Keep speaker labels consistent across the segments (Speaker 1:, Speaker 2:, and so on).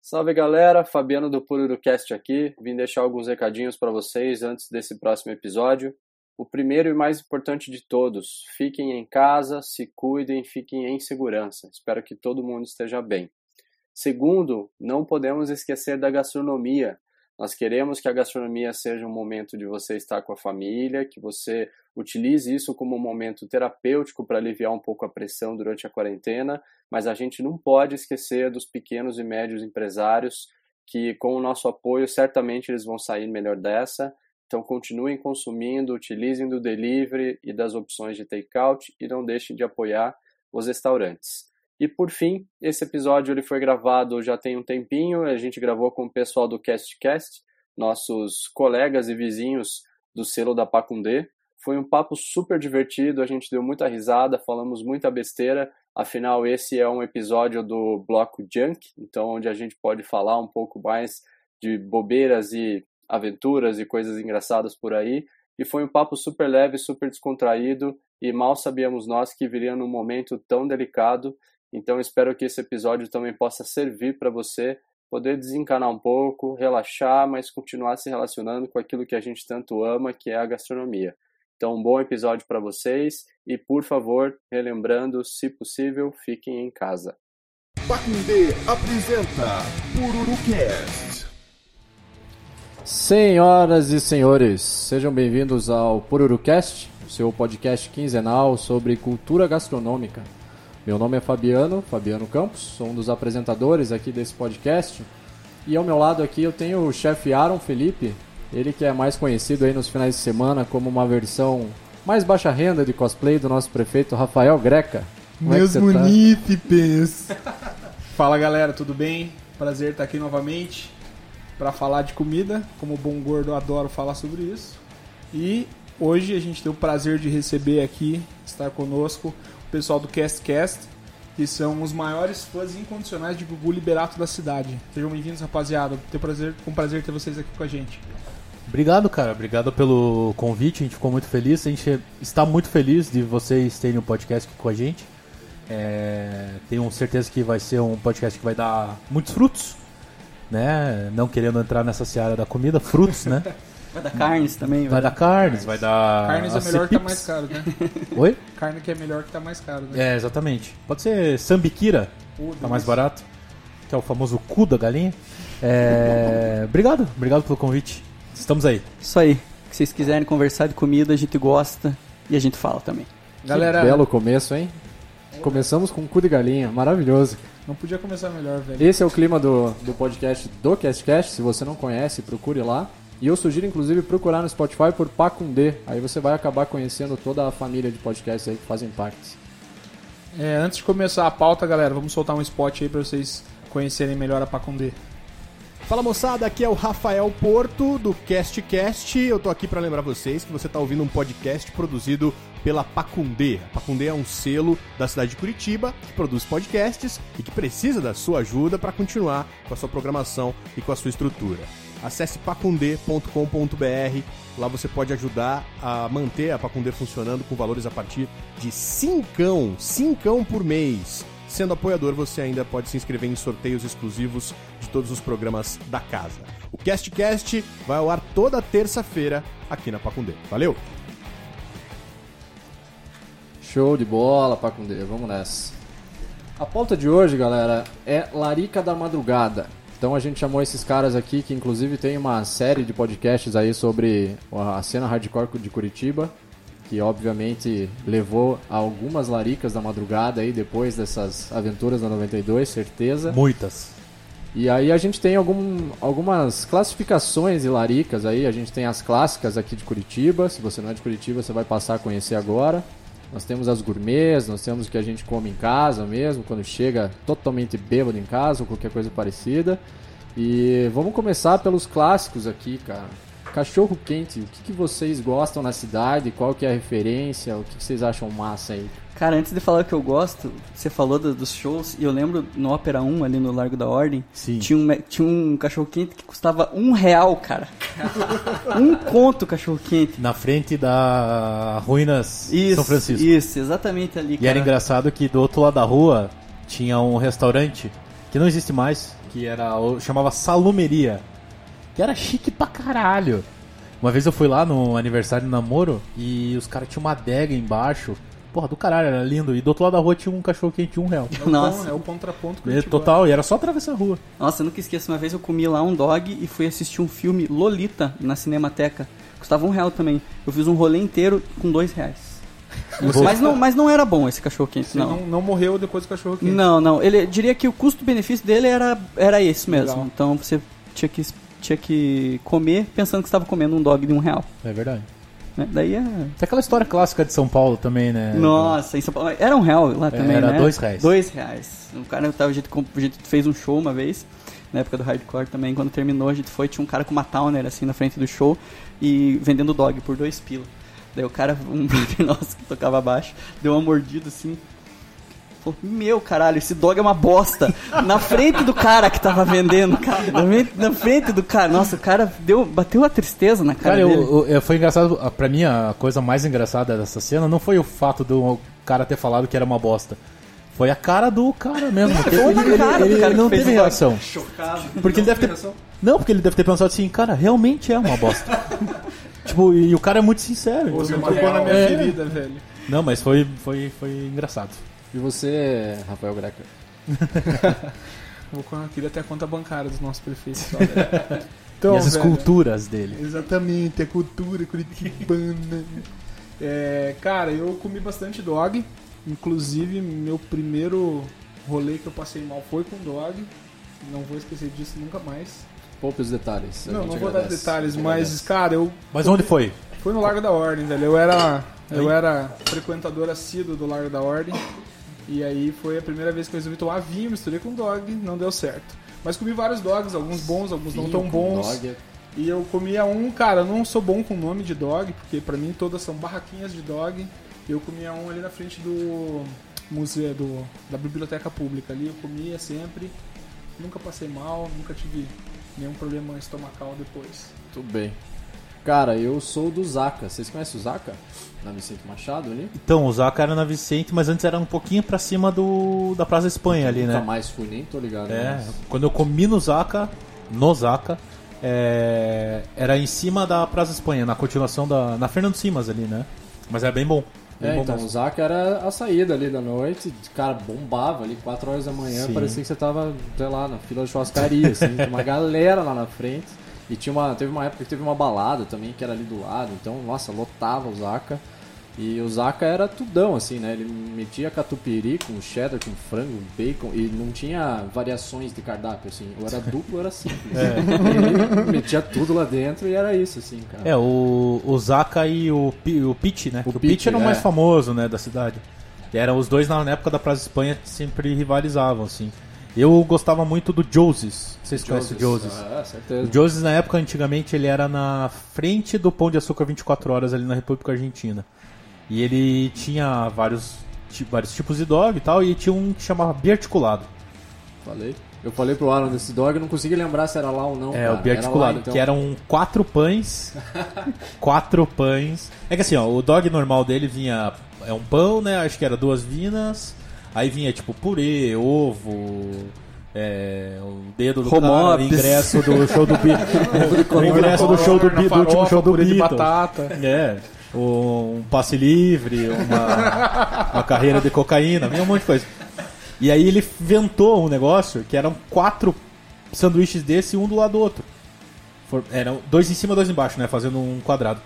Speaker 1: Salve galera, Fabiano do PururuCast aqui. Vim deixar alguns recadinhos para vocês antes desse próximo episódio. O primeiro e mais importante de todos: fiquem em casa, se cuidem, fiquem em segurança. Espero que todo mundo esteja bem. Segundo, não podemos esquecer da gastronomia. Nós queremos que a gastronomia seja um momento de você estar com a família, que você utilize isso como um momento terapêutico para aliviar um pouco a pressão durante a quarentena, mas a gente não pode esquecer dos pequenos e médios empresários que, com o nosso apoio, certamente eles vão sair melhor dessa. Então, continuem consumindo, utilizem do delivery e das opções de takeout e não deixem de apoiar os restaurantes. E por fim, esse episódio ele foi gravado já tem um tempinho, a gente gravou com o pessoal do CastCast, nossos colegas e vizinhos do selo da Pacundê. Foi um papo super divertido, a gente deu muita risada, falamos muita besteira, afinal esse é um episódio do bloco Junk, então onde a gente pode falar um pouco mais de bobeiras e aventuras e coisas engraçadas por aí. E foi um papo super leve, super descontraído, e mal sabíamos nós que viria num momento tão delicado então espero que esse episódio também possa servir para você poder desencanar um pouco, relaxar, mas continuar se relacionando com aquilo que a gente tanto ama, que é a gastronomia. Então, um bom episódio para vocês e, por favor, relembrando, se possível, fiquem em casa.
Speaker 2: Pacundê apresenta PururuCast.
Speaker 1: Senhoras e senhores, sejam bem-vindos ao PururuCast, seu podcast quinzenal sobre cultura gastronômica. Meu nome é Fabiano, Fabiano Campos, sou um dos apresentadores aqui desse podcast. E ao meu lado aqui eu tenho o chefe Aaron Felipe, ele que é mais conhecido aí nos finais de semana como uma versão mais baixa renda de cosplay do nosso prefeito Rafael Greca. Como é que
Speaker 3: Meus
Speaker 1: você tá?
Speaker 3: munícipes! Fala galera, tudo bem? Prazer estar aqui novamente para falar de comida. Como bom gordo, eu adoro falar sobre isso. E hoje a gente tem o prazer de receber aqui, estar conosco, o pessoal do CastCast, que são os maiores fãs incondicionais de Gugu Liberato da cidade. Sejam bem-vindos, rapaziada. Tem prazer, com prazer ter vocês aqui com a gente.
Speaker 4: Obrigado, cara. Obrigado pelo convite. A gente ficou muito feliz. A gente está muito feliz de vocês terem um podcast aqui com a gente. É, tenho certeza que vai ser um podcast que vai dar muitos frutos, né? Não querendo entrar nessa seara da comida, frutos, né?
Speaker 5: Vai dar carnes também,
Speaker 4: Vai
Speaker 5: velho.
Speaker 4: dar carnes, vai dar.
Speaker 6: Ah,
Speaker 3: Carnes é
Speaker 4: as
Speaker 3: melhor que tá mais
Speaker 4: cepips.
Speaker 3: caro, né?
Speaker 4: Oi?
Speaker 3: Carne que é melhor que tá mais caro, né?
Speaker 4: É, exatamente. Pode ser sambiquira,
Speaker 3: Uh,
Speaker 4: tá mais
Speaker 3: delícia.
Speaker 4: barato. Que é o famoso cu da galinha. É, obrigado, obrigado pelo convite. Estamos aí.
Speaker 5: Isso aí. Se vocês quiserem conversar de comida, a gente gosta e a gente fala também.
Speaker 3: Galera,
Speaker 6: É, Que belo começo, hein? Começamos com cu de galinha, maravilhoso.
Speaker 3: não podia começar melhor, velho.
Speaker 6: Esse é o clima do, do podcast do CastCast. Se você não conhece, procure lá. E eu sugiro, inclusive, procurar no Spotify por Pacundê. Aí você vai acabar conhecendo toda a família de podcasts aí que fazem parte.
Speaker 3: É, antes de começar a pauta, galera, vamos soltar um spot aí pra vocês conhecerem melhor a Pacundê. É
Speaker 2: Fala moçada, aqui é o Rafael Porto do CastCast. Eu tô aqui pra lembrar vocês que você tá ouvindo um podcast produzido pela Pacundê. A Pacundê é um selo da cidade de Curitiba que produz podcasts e que precisa da sua ajuda pra continuar com a sua programação e com a sua estrutura. Acesse pacundê.com.br, lá você pode ajudar a manter a Pacundê funcionando com valores a partir de cincão, cincão por mês. Sendo apoiador, você ainda pode se inscrever em sorteios exclusivos de todos os programas da casa. O CastCast vai ao ar toda terça-feira aqui na Pacundê. Valeu!
Speaker 6: Show de bola, Pacundê. Vamos nessa. A pauta de hoje, galera, é Larica da Madrugada. Então a gente chamou esses caras aqui, que inclusive tem uma série de podcasts aí sobre a cena hardcore de Curitiba, que obviamente levou a algumas laricas da madrugada aí depois dessas aventuras na 92,
Speaker 3: Tá.
Speaker 6: certeza.
Speaker 4: Muitas.
Speaker 6: E aí a gente tem algum- algumas classificações e laricas aí. A gente tem as clássicas aqui de Curitiba. Se você não é de Curitiba, você vai passar a conhecer agora. Nós temos as gourmets, nós temos o que a gente come em casa mesmo, quando chega totalmente bêbado em casa ou qualquer coisa parecida. E vamos começar pelos clássicos aqui, cara. Cachorro quente, o que, que vocês gostam na cidade? Qual que é a referência? O que, que vocês acham massa aí?
Speaker 5: Cara, antes de falar o que eu gosto, você falou do- dos shows, e eu lembro no Ópera 1, ali no Largo da Ordem,
Speaker 4: Sim.
Speaker 5: tinha um, me- tinha um cachorro quente que custava um real, cara. um conto cachorro quente.
Speaker 4: Na frente da Ruínas
Speaker 5: Isso,
Speaker 4: São Francisco.
Speaker 5: Isso, exatamente ali,
Speaker 4: E era
Speaker 5: cara.
Speaker 4: engraçado que do outro lado da rua tinha um restaurante que não existe mais, que era o- chamava Salumeria, que era chique pra caralho. Uma vez eu fui lá no aniversário de namoro e os caras tinham uma adega embaixo. Porra, do caralho, era lindo. E do outro lado da rua tinha um cachorro quente de um real.
Speaker 3: É o,
Speaker 5: Nossa.
Speaker 3: con- é o contraponto que
Speaker 4: E, total, e era só atravessar a rua.
Speaker 5: Nossa, eu nunca esqueço. Uma vez eu comi lá um dog e fui assistir um filme Lolita na Cinemateca. Custava um real também. Eu fiz um rolê inteiro com dois reais. Mas não, mas não era bom esse cachorro quente,
Speaker 3: Você não.
Speaker 5: não.
Speaker 3: Não, morreu depois do cachorro quente.
Speaker 5: Não, não. Ele diria que o custo-benefício dele era, era esse mesmo.
Speaker 3: Legal.
Speaker 5: Então você tinha que, tinha que comer pensando que estava comendo um dog de um real.
Speaker 4: É verdade.
Speaker 5: né? Daí é.
Speaker 4: Tem aquela história clássica de São Paulo também, né? É,
Speaker 5: Nossa, em São Paulo. Era um real lá também,
Speaker 4: Era
Speaker 5: né?
Speaker 4: dois reais.
Speaker 5: Dois reais. O cara tava, a, gente, comp- a gente fez um show uma vez, na época do hardcore também. Quando terminou, a gente foi, tinha um cara com uma towner assim na frente do show e vendendo dog por dois pila. Daí o cara, um brother nosso que tocava baixo, deu uma mordida assim. Falou, meu caralho, esse dog é uma bosta. Na frente do cara que tava vendendo, cara. Na frente- Na frente do cara. Nossa, o cara deu, bateu a tristeza na cara,
Speaker 4: Cara, eu,
Speaker 5: dele.
Speaker 4: eu- eu- foi engraçado. a- Pra mim, a coisa mais engraçada dessa cena não foi o fato do cara ter falado que era uma bosta. Foi a cara do cara mesmo. Porque
Speaker 5: Foi
Speaker 4: ele
Speaker 5: na
Speaker 4: ele-
Speaker 5: cara do
Speaker 4: ele
Speaker 5: cara que
Speaker 4: não
Speaker 5: fez
Speaker 4: teve
Speaker 5: o toque.
Speaker 4: reação.
Speaker 3: Chocado.
Speaker 4: Porque ele deve ter-
Speaker 3: Reação.
Speaker 4: Não, porque ele deve ter pensado assim, cara, realmente é uma bosta. tipo, e, e o cara é muito sincero.
Speaker 3: Você
Speaker 4: Então,
Speaker 3: tocou na minha
Speaker 4: É.
Speaker 3: ferida, velho.
Speaker 4: Não, mas foi, foi, foi engraçado.
Speaker 6: E você, Rafael Greca?
Speaker 3: Vou com- eu queria até a conta bancária dos nossos prefeitos. só, Então,
Speaker 4: e as esculturas dele.
Speaker 3: Exatamente, a cultura curitibana. É, cara, eu comi bastante dog. Inclusive, meu primeiro rolê que eu passei mal foi com dog. Não vou esquecer disso nunca mais.
Speaker 6: Poupe os detalhes. a
Speaker 3: não,
Speaker 6: gente
Speaker 3: não vou
Speaker 6: agradece.
Speaker 3: dar detalhes,
Speaker 6: A gente
Speaker 3: mas,
Speaker 6: agradece.
Speaker 3: cara, eu
Speaker 4: Mas onde foi?
Speaker 3: fui no Largo da Ordem, velho. Eu era, eu era frequentador assíduo do Largo da Ordem. E aí foi a primeira vez que eu resolvi tomar vinho, misturei com dog, não deu certo. Mas comi vários dogs, alguns bons, alguns não tão
Speaker 6: Vinho com
Speaker 3: bons.
Speaker 6: dog,
Speaker 3: E eu comia um, cara, eu não sou bom com nome de dog, porque pra mim todas são barraquinhas de dog. Eu comia um ali na frente do museu, do, da biblioteca pública ali, eu comia sempre. Nunca passei mal, nunca tive nenhum problema estomacal depois.
Speaker 6: Tudo bem. Cara, eu sou do Zaca. Vocês conhecem o Zaca? Na Vicente Machado ali?
Speaker 4: Então, o Zaca era na Vicente, mas antes era um pouquinho pra cima do da Praça Espanha ali,
Speaker 6: Nunca
Speaker 4: né?
Speaker 6: mais fui, nem tô ligado.
Speaker 4: É,
Speaker 6: mas-
Speaker 4: quando eu comi no Zaca, no Zaca, é, era em cima da Praça Espanha, na continuação da. Na Fernando Simas ali, né? Mas era bem bom. Bem
Speaker 6: É,
Speaker 4: bom
Speaker 6: então, o
Speaker 4: mesmo.
Speaker 6: Zaca era a saída ali da noite, cara, bombava ali, 4 horas da manhã,
Speaker 4: Sim.
Speaker 6: parecia que você tava, sei lá, na fila de churrascaria, assim, tinha uma galera lá na frente, e tinha uma, teve uma época que teve uma balada também, que era ali do lado, então, nossa, lotava o Zaca, e o Zaca era tudão, assim, né, ele metia catupiry com cheddar, com frango, com bacon, e não tinha variações de cardápio, assim, ou era duplo ou era simples,
Speaker 4: É.
Speaker 6: ele metia tudo lá dentro e era isso, assim, cara.
Speaker 4: É, o, o Zaka e o, Pi- o Pitt, né?
Speaker 6: O
Speaker 4: Que O Pitt
Speaker 6: Pitt,
Speaker 4: era o
Speaker 6: é.
Speaker 4: mais famoso, né, da cidade. E eram os dois na, na época da Praça Espanha que sempre rivalizavam, assim. Eu gostava muito do Joses. Vocês conhecem o Joses?
Speaker 6: Ah, certeza.
Speaker 4: O Joses, na época, antigamente, ele era na frente do Pão de Açúcar 24 Horas ali na República Argentina. E ele tinha vários, ti- vários tipos de dog e tal, e tinha um que chamava biarticulado.
Speaker 6: Falei. Eu falei pro Alan desse dog, eu não consegui lembrar se era lá ou não.
Speaker 4: É,
Speaker 6: cara.
Speaker 4: o biarticulado,
Speaker 6: Era lá, então.
Speaker 4: que eram quatro pães. quatro pães. É que assim, ó, o dog normal dele vinha. É um pão, né? Acho que era duas vinas. Aí vinha tipo purê, ovo. É, o dedo do cara,
Speaker 5: Romopes.
Speaker 4: o ingresso do show do Bi- o ingresso do show do,
Speaker 3: Corna,
Speaker 4: Bi- do último
Speaker 3: farofa,
Speaker 4: show do
Speaker 3: purê de
Speaker 4: Beatles.
Speaker 3: batata.
Speaker 4: É, um passe livre, uma, uma carreira de cocaína, vinha um monte de coisa. E aí ele inventou um negócio que eram quatro sanduíches desse, um do lado do outro. For- eram dois em cima, dois embaixo, né? Fazendo um quadrado.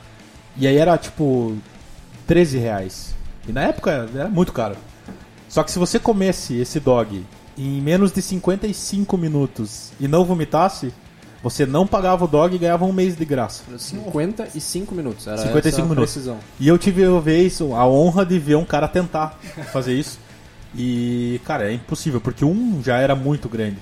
Speaker 4: E aí era tipo 13 reais. E na época era muito caro. Só que se você comesse esse dog em menos de 55 minutos e não vomitasse, você não pagava o dog e ganhava um mês de graça.
Speaker 6: 55 minutos, era 55 essa
Speaker 4: 55
Speaker 6: a
Speaker 4: minutos.
Speaker 6: precisão.
Speaker 4: E eu tive uma vez a honra de ver um cara tentar fazer isso. E, cara, é impossível, porque um já era muito grande.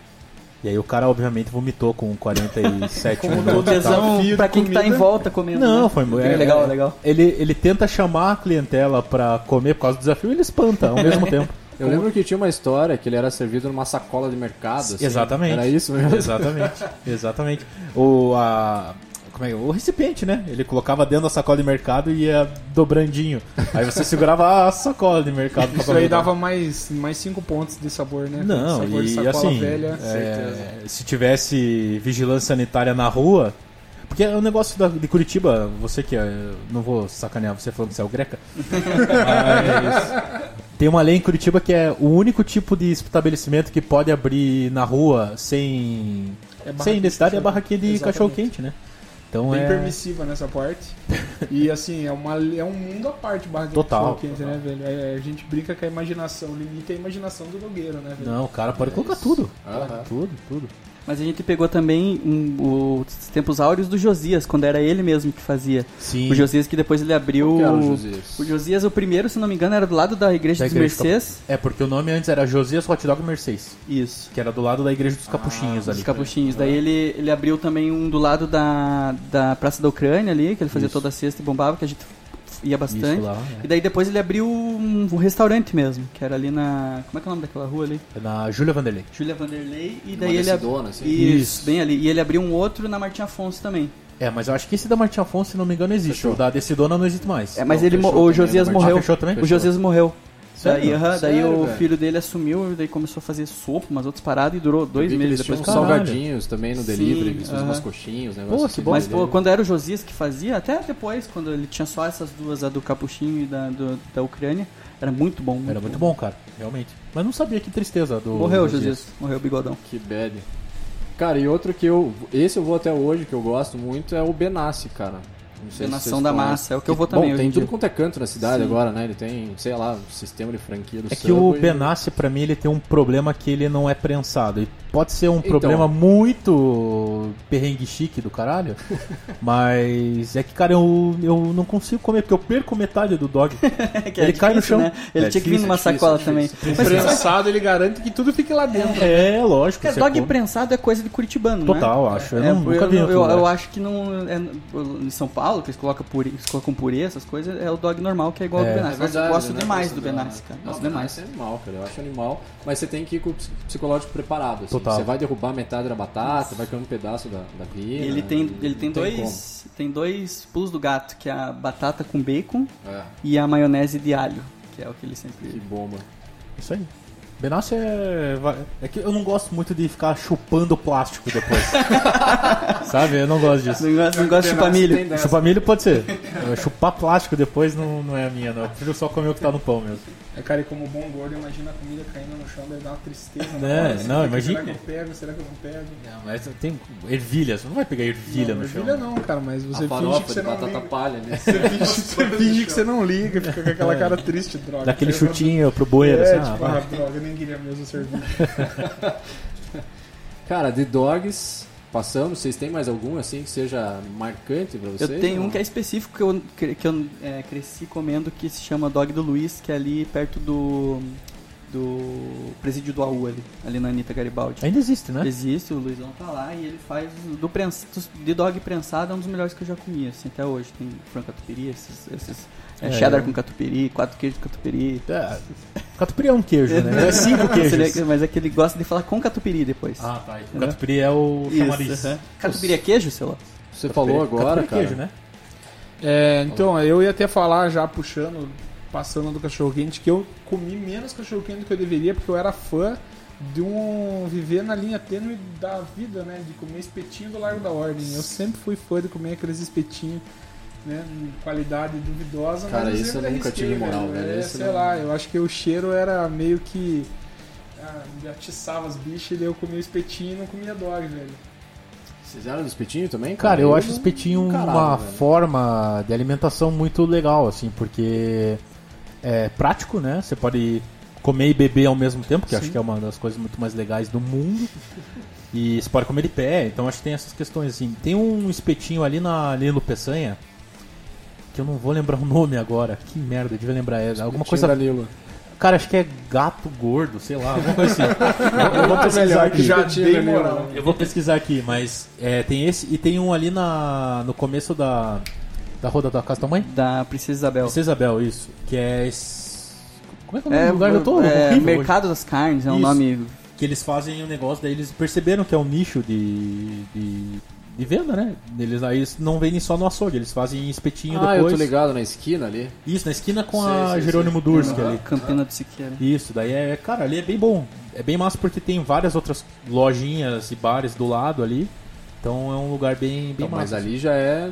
Speaker 4: E aí o cara, obviamente, vomitou com 47
Speaker 5: O
Speaker 4: minutos. e tal.
Speaker 5: tesão
Speaker 3: desafio
Speaker 5: pra
Speaker 3: da
Speaker 5: quem que tá em
Speaker 3: comida.
Speaker 5: volta comendo.
Speaker 4: Não,
Speaker 5: né?
Speaker 4: foi
Speaker 5: É, legal, legal.
Speaker 4: Ele, ele tenta chamar a clientela pra comer por causa do desafio e ele espanta ao mesmo tempo.
Speaker 6: Eu lembro que tinha uma história que ele era servido numa sacola de mercado. assim.
Speaker 4: Exatamente.
Speaker 6: Era isso mesmo?
Speaker 4: Exatamente. Exatamente. O, a, Como é? O recipiente, né? Ele colocava dentro da sacola de mercado e ia dobrandinho. Aí você segurava a sacola de mercado pra
Speaker 3: Isso
Speaker 4: comer.
Speaker 3: aí dava mais 5 mais cinco pontos de sabor, né?
Speaker 4: Não,
Speaker 3: sabor de
Speaker 4: e
Speaker 3: sacola
Speaker 4: assim,
Speaker 3: velha.
Speaker 4: é, se tivesse vigilância sanitária na rua, porque é um negócio da- de Curitiba, você que é, não vou sacanear você falando que você é o greca, mas tem uma lei em Curitiba que é o único tipo de estabelecimento que pode abrir na rua sem, sem necessidade é a barraquinha de
Speaker 3: Exatamente.
Speaker 4: cachorro quente, né? Então
Speaker 3: Bem
Speaker 4: é
Speaker 3: permissiva nessa parte. E assim, é, uma, é um mundo à parte barra de
Speaker 4: Total,
Speaker 3: cachorro quente, né, velho? É, a gente brinca com a imaginação, limita a imaginação do dogueiro, né, velho?
Speaker 4: não, o cara pode colocar tudo, tudo, tudo.
Speaker 5: Mas a gente pegou também um, os tempos áureos do Josias, quando era ele mesmo que fazia.
Speaker 4: Sim.
Speaker 5: O Josias que depois ele abriu.
Speaker 6: Qual que era o Josias?
Speaker 5: O Josias, o primeiro, se não me engano, era do lado da igreja
Speaker 4: Da
Speaker 5: dos
Speaker 4: igreja
Speaker 5: Mercês.
Speaker 4: É porque o nome antes era Josias Hot Dog Mercedes,
Speaker 5: Isso.
Speaker 4: que era do lado da igreja
Speaker 3: Ah,
Speaker 4: dos capuchinhos ali.
Speaker 5: Os capuchinhos. Daí ele, ele abriu também um do lado da, da Praça da Ucrânia ali, que ele fazia
Speaker 4: Isso.
Speaker 5: toda sexta e bombava, que a gente ia bastante.
Speaker 4: Isso lá,
Speaker 5: E daí depois ele abriu um, um restaurante mesmo, que era ali na. Como é que é o nome daquela rua ali?
Speaker 4: é. Na Júlia Vanderlei.
Speaker 5: Júlia Vanderlei. E
Speaker 6: Uma
Speaker 5: daí
Speaker 4: é
Speaker 5: ele abriu.
Speaker 6: descidona, assim.
Speaker 5: Isso,
Speaker 4: Isso.
Speaker 5: bem ali. E ele abriu um outro na Martim Afonso também.
Speaker 4: É, mas eu acho que esse da Martim Afonso, se não me engano, existe. O da Decidona não existe mais.
Speaker 5: É, mas
Speaker 6: Não,
Speaker 5: ele mo-
Speaker 6: fechou
Speaker 5: o
Speaker 6: também,
Speaker 5: Josias
Speaker 6: né, Martim?
Speaker 5: morreu.
Speaker 4: Ah, fechou também?
Speaker 5: O Josias morreu.
Speaker 4: Sério?
Speaker 5: Daí, aham, daí
Speaker 6: Sério,
Speaker 5: o
Speaker 6: velho?
Speaker 5: filho dele assumiu e daí começou a fazer sopa, umas outras paradas e durou
Speaker 6: Eu
Speaker 5: dois
Speaker 6: vi que um
Speaker 5: meses
Speaker 6: eles tinham
Speaker 5: depois.
Speaker 6: uns
Speaker 4: caralho.
Speaker 6: salgadinhos também no
Speaker 5: Sim,
Speaker 6: delivery, eles faziam
Speaker 5: aham.
Speaker 6: umas coxinhas, um
Speaker 4: Pô,
Speaker 6: negócio
Speaker 4: que
Speaker 6: assim.
Speaker 4: bom.
Speaker 5: Mas, pô,
Speaker 6: doideira.
Speaker 5: quando era o Josias que fazia, até depois, quando ele tinha só essas duas, a do Capuchinho e da, do- da Ucrânia, era muito bom.
Speaker 4: Era muito bom, cara, realmente. Mas não sabia que tristeza do.
Speaker 5: Morreu o
Speaker 4: do
Speaker 5: Josias, morreu o bigodão.
Speaker 6: Que bad. Cara, e outro que eu. Esse eu vou até hoje, que eu gosto muito, é o Benassi, cara. Não sei se
Speaker 5: Nação
Speaker 6: vocês
Speaker 5: da
Speaker 6: conhecem.
Speaker 5: Massa, é o que eu vou também
Speaker 6: Bom,
Speaker 5: hoje
Speaker 6: tem
Speaker 5: em
Speaker 6: tudo
Speaker 5: dia.
Speaker 6: quanto é canto na cidade
Speaker 5: Sim.
Speaker 6: agora, né? Ele tem, sei lá, um sistema de franquia do
Speaker 4: É que o
Speaker 6: Subway.
Speaker 4: Benassi, pra mim, ele tem um problema que ele não é prensado. E pode ser um
Speaker 6: Então.
Speaker 4: problema muito perrengue chique do caralho, mas é que, cara, eu, eu não consigo comer, porque eu perco metade do dog.
Speaker 5: É que
Speaker 4: Ele
Speaker 5: é
Speaker 4: cai no
Speaker 5: difícil,
Speaker 4: chão.
Speaker 5: Né? Ele
Speaker 4: É
Speaker 5: tinha que vir
Speaker 4: difícil,
Speaker 5: numa
Speaker 6: é difícil,
Speaker 5: sacola
Speaker 6: é
Speaker 5: também.
Speaker 6: difícil.
Speaker 5: Mas,
Speaker 3: Prensado, ele garante que tudo fique lá dentro. né?
Speaker 4: é, lógico.
Speaker 5: cara,
Speaker 4: você
Speaker 5: dog
Speaker 4: come.
Speaker 5: prensado é coisa de curitibano, não é?
Speaker 4: Total, acho. Eu
Speaker 5: É,
Speaker 4: não-
Speaker 5: eu-
Speaker 4: nunca vi. em
Speaker 5: eu,
Speaker 4: outro
Speaker 5: eu,
Speaker 4: lugar.
Speaker 5: eu acho que não. é- em São Paulo, que eles colocam purê, eles colocam purê, essas coisas, é o dog normal que é igual ao
Speaker 4: É.
Speaker 5: do
Speaker 6: É
Speaker 5: Benassi. Nossa,
Speaker 6: verdade,
Speaker 5: eu gosto
Speaker 6: né?
Speaker 5: demais
Speaker 6: Gosto
Speaker 5: do
Speaker 6: dela,
Speaker 5: Benassi,
Speaker 6: né?
Speaker 5: cara.
Speaker 6: Não,
Speaker 5: Gosto
Speaker 6: o
Speaker 5: demais.
Speaker 6: Benassi é animal, cara. Eu acho animal. Mas você tem que ir com o ps- psicológico preparado. Assim.
Speaker 4: Total.
Speaker 6: Você vai derrubar metade da batata, vai comer um pedaço da, da
Speaker 5: E
Speaker 6: vida.
Speaker 5: ele tem, ele tem
Speaker 6: como.
Speaker 5: dois. Tem dois pulos do gato, que é a batata com bacon
Speaker 6: É,
Speaker 5: e a maionese de alho, que é o que ele sempre.
Speaker 6: que bomba.
Speaker 4: Isso aí. Benassi é. vai- É que eu não gosto muito de ficar chupando plástico depois. Sabe? Eu não gosto disso.
Speaker 5: Não gosta, não gosta de chupar milho.
Speaker 4: Chupar milho pode ser. Eu Chupar plástico depois não, não é a minha, não. Eu prefiro só comer o que tá no pão mesmo.
Speaker 3: É, cara, e como bom gordo, imagina a comida caindo no chão, deve dar uma tristeza. na
Speaker 4: É,
Speaker 3: hora, assim,
Speaker 4: não,
Speaker 3: fica,
Speaker 4: imagina.
Speaker 3: Será que eu pego? Será que eu não pego?
Speaker 4: Mas tem ervilhas. Você não vai pegar ervilha
Speaker 3: não,
Speaker 4: no chão.
Speaker 3: ervilha não, cara, mas você finge que
Speaker 6: a farofa
Speaker 3: você
Speaker 6: de
Speaker 3: não
Speaker 6: batata
Speaker 3: liga.
Speaker 6: palha, né?
Speaker 3: Você finge, você finge que você não liga, fica com aquela cara triste, droga.
Speaker 4: Daquele
Speaker 3: Eu não-
Speaker 4: chutinho pro bueiro.
Speaker 3: É,
Speaker 4: assim, ah,
Speaker 3: tipo,
Speaker 4: vai.
Speaker 3: ah, droga, eu nem queria mesmo servir.
Speaker 6: Cara, de dogs, passamos. Vocês têm mais algum assim que seja marcante pra
Speaker 5: Eu
Speaker 6: vocês?
Speaker 5: tenho
Speaker 6: Ou
Speaker 5: um
Speaker 6: não?
Speaker 5: que é específico que eu, cre- que eu é, cresci comendo que se chama Dog do Luiz, que é ali perto do. do presídio do AU ali, ali na Anitta Garibaldi.
Speaker 4: Ainda existe, né?
Speaker 5: Existe, o Luizão tá lá e ele faz do prens, dos- de dog prensado é um dos melhores que eu já comi, assim, até hoje. Tem frango catupiry, esses, esses é,
Speaker 4: É.
Speaker 5: cheddar com catupiry, quatro queijos de catupiry.
Speaker 4: É. Catupiry é um queijo, né? É cinco
Speaker 5: Ele-
Speaker 4: queijos.
Speaker 5: Mas é que ele gosta de falar com catupiry depois.
Speaker 4: Ah, tá. E o catupiry é o chamariz.
Speaker 5: Isso, aham. Catupiry é queijo, sei lá?
Speaker 6: Você falou agora,
Speaker 4: Catupiry é
Speaker 6: cara.
Speaker 4: queijo, né?
Speaker 3: É, então, eu ia até falar já puxando, passando do cachorro-quente, que eu comi menos cachorro-quente do que eu deveria, porque eu era fã de um viver na linha tênue da vida, né? De comer espetinho do Largo da Ordem. Eu sempre fui fã de comer aqueles espetinhos, né? em Qualidade duvidosa,
Speaker 6: Cara,
Speaker 3: mas eu
Speaker 6: isso eu
Speaker 3: sempre
Speaker 6: nunca
Speaker 3: arrisquei,
Speaker 6: tive moral, velho.
Speaker 3: É,
Speaker 6: Esse
Speaker 3: sei
Speaker 6: não-
Speaker 3: lá, eu acho que o cheiro era meio que. ah, me atiçava as bichas e daí eu comia espetinho e não comia dog, velho.
Speaker 6: Vocês eram do espetinho também?
Speaker 4: Cara, eu acho o
Speaker 6: não-
Speaker 4: espetinho
Speaker 6: caralho,
Speaker 4: uma
Speaker 6: velho.
Speaker 4: forma de alimentação muito legal, assim, porque é prático, né? Você pode comer e beber ao mesmo tempo, que eu acho que é uma das coisas muito mais legais do mundo. E você pode comer de pé, então acho que tem essas questões, assim. Tem um espetinho ali na Lilo Peçanha, que eu não vou lembrar o nome agora. Que merda, eu devia lembrar. É alguma
Speaker 6: Espetinho
Speaker 4: coisa...
Speaker 6: da Lilo.
Speaker 4: Cara, acho que é gato gordo, sei lá, alguma coisa assim. eu, eu vou pesquisar aqui.
Speaker 3: Já tinha moral.
Speaker 4: Eu vou pesquisar aqui, mas é, tem esse e tem um ali na, no começo da, da roda da casa da mãe.
Speaker 5: Da Princesa Isabel.
Speaker 4: Princesa Isabel, isso. Que é. es- Como é que é o nome
Speaker 5: É,
Speaker 4: do lugar que eu tô?
Speaker 5: é,
Speaker 4: Horrível
Speaker 5: Mercado das Carnes, é um
Speaker 4: Isso.
Speaker 5: nome
Speaker 4: hoje. Que eles fazem um negócio, daí eles perceberam que é um nicho de, de, e venda, né? Eles aí eles não vendem só no açougue, eles fazem espetinho
Speaker 6: Ah, eu
Speaker 4: depois.
Speaker 6: tô ligado na esquina ali.
Speaker 4: Isso, na esquina com
Speaker 6: Sei,
Speaker 4: a
Speaker 6: sei,
Speaker 4: Jerônimo Durski ali.
Speaker 5: é Campina do Siqueira.
Speaker 4: Isso, daí é, cara, ali é bem bom. É bem massa porque tem várias outras lojinhas e bares do lado ali. Então é um lugar bem, bem
Speaker 6: Então, mas
Speaker 4: massa.
Speaker 6: ali já é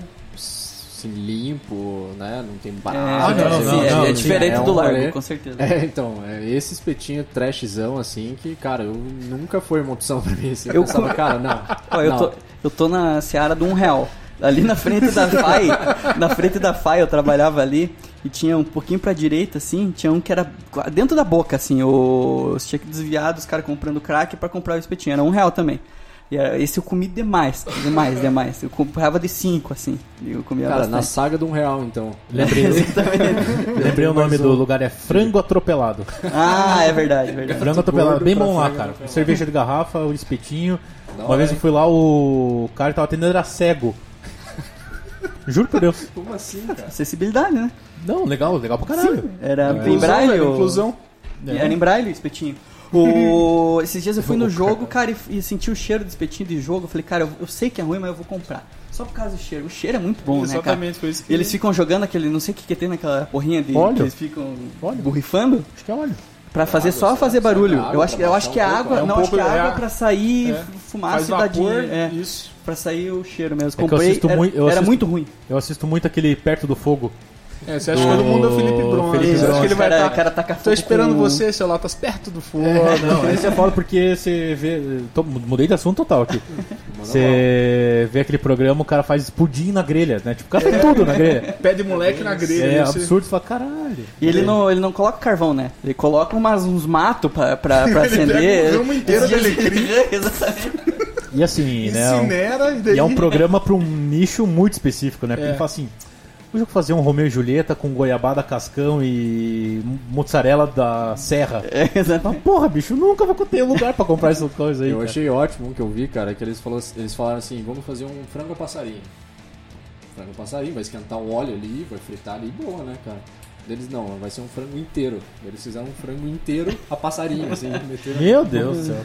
Speaker 6: assim, limpo, né? Não tem
Speaker 5: Ah,
Speaker 6: barato.
Speaker 4: não,
Speaker 5: não,
Speaker 4: não, não,
Speaker 5: é,
Speaker 4: não,
Speaker 5: é
Speaker 4: sim,
Speaker 5: diferente
Speaker 6: é um
Speaker 5: do Largo,
Speaker 6: rolê.
Speaker 5: com certeza.
Speaker 6: É, então, é esse espetinho trashzão, assim, que, cara, eu nunca foi uma opção pra mim, assim. Eu
Speaker 5: Eu
Speaker 6: pensava,
Speaker 5: com-
Speaker 6: cara, não.
Speaker 5: Ó, eu,
Speaker 6: não.
Speaker 5: tô, eu tô na seara do um real. Ali na frente da FAI, na frente da FAI eu trabalhava ali e tinha um pouquinho pra direita, assim, tinha um que era qua- dentro da boca, assim, o... você tinha que desviar dos caras comprando crack pra comprar o espetinho, era um real também. E era- esse eu comi demais, demais, demais. Eu comprava de cinco, assim, e eu comia
Speaker 6: Cara, na
Speaker 5: bastante.
Speaker 6: saga de um real, então.
Speaker 4: Lembrei, lembrei o nome do lugar, é Frango Atropelado.
Speaker 5: Ah, é verdade, é verdade.
Speaker 4: Frango atropelado,
Speaker 3: gordo
Speaker 4: bem
Speaker 3: pra
Speaker 4: bom lá,
Speaker 3: frango
Speaker 4: cara.
Speaker 3: atropelado.
Speaker 4: Cerveja de garrafa, o espetinho. Uma vez eu fui lá, o cara que tava atendendo era cego. Juro por Deus.
Speaker 3: Como assim, cara?
Speaker 5: Acessibilidade, né?
Speaker 4: Não, legal, legal pra caralho.
Speaker 5: Era em
Speaker 3: Inclusão,
Speaker 5: braille.
Speaker 3: velho,
Speaker 5: o-
Speaker 3: inclusão. É.
Speaker 5: E Era em braille o espetinho. O... Esses dias eu fui no jogo, cara, e, e senti o cheiro de espetinho de jogo. Eu falei, cara, eu, eu sei que é ruim, mas eu vou comprar. Só por causa do cheiro. O cheiro é muito bom, né, cara?
Speaker 3: Exatamente, foi isso que
Speaker 5: E eles ficam jogando aquele, não sei o que, que tem naquela porrinha de
Speaker 4: Óleo.
Speaker 5: que eles ficam
Speaker 4: Óleo.
Speaker 5: borrifando
Speaker 4: Acho que é óleo.
Speaker 5: pra fazer só
Speaker 6: será?
Speaker 5: fazer
Speaker 6: Será que é
Speaker 5: barulho.
Speaker 6: água
Speaker 5: eu acho que
Speaker 6: pra
Speaker 5: eu
Speaker 6: baixar
Speaker 5: acho que é
Speaker 6: um pouco?
Speaker 5: água,
Speaker 3: É um
Speaker 5: não, acho
Speaker 3: pouco
Speaker 5: que é
Speaker 3: de ar.
Speaker 5: água pra sair
Speaker 3: É.
Speaker 5: fumaça
Speaker 3: faz
Speaker 5: e dadinho,
Speaker 3: vapor,
Speaker 5: é,
Speaker 3: isso.
Speaker 5: pra sair o cheiro mesmo.
Speaker 4: É que eu
Speaker 5: Comprei,
Speaker 4: assisto
Speaker 5: era,
Speaker 4: muito- eu
Speaker 5: era
Speaker 4: assisto-
Speaker 5: muito ruim.
Speaker 4: Eu assisto muito aquele Perto do Fogo.
Speaker 3: É, você acha que todo mundo é o Felipe Bron. né?
Speaker 4: Felipe
Speaker 3: Você acha
Speaker 4: Bron.
Speaker 3: que ele vai
Speaker 5: cara,
Speaker 3: tá-
Speaker 5: cara taca fogo
Speaker 3: Tô esperando
Speaker 5: com-
Speaker 3: você, seu Latas, perto do fogo.
Speaker 4: Não, esse é foda porque você vê. tô- mudei de assunto total aqui. Você vê aquele programa, o cara faz pudim na grelha, né? Tipo, o cara tem tudo na grelha.
Speaker 3: Pé de moleque na É. grelha.
Speaker 4: É
Speaker 3: né? Você-
Speaker 4: absurdo, você fala, caralho.
Speaker 5: E ele não, ele não coloca carvão, né? Ele coloca umas, uns matos pra, pra, pra
Speaker 3: pega
Speaker 5: acender. É,
Speaker 3: um ramo inteiro de
Speaker 5: Exatamente.
Speaker 4: E assim, né? um-
Speaker 3: Incinera e daí...
Speaker 4: E é um programa pra um nicho muito específico, né? Porque
Speaker 3: É.
Speaker 4: ele fala assim: hoje eu vou fazer um Romeu e Julieta com goiabada, cascão e mozzarella da Serra.
Speaker 5: É, exatamente.
Speaker 4: Mas porra, bicho, nunca vou ter lugar pra comprar essas coisas aí.
Speaker 6: Eu
Speaker 4: cara.
Speaker 6: achei ótimo o que eu vi, cara, que eles, falou, eles falaram assim, vamos fazer um frango ao passarinho. Frango ao passarinho, vai esquentar o óleo ali, vai fritar ali, boa, né, cara? Eles não, vai ser um frango inteiro. Eles fizeram um frango inteiro a passarinho, assim, meteram...
Speaker 4: Meu Deus do céu.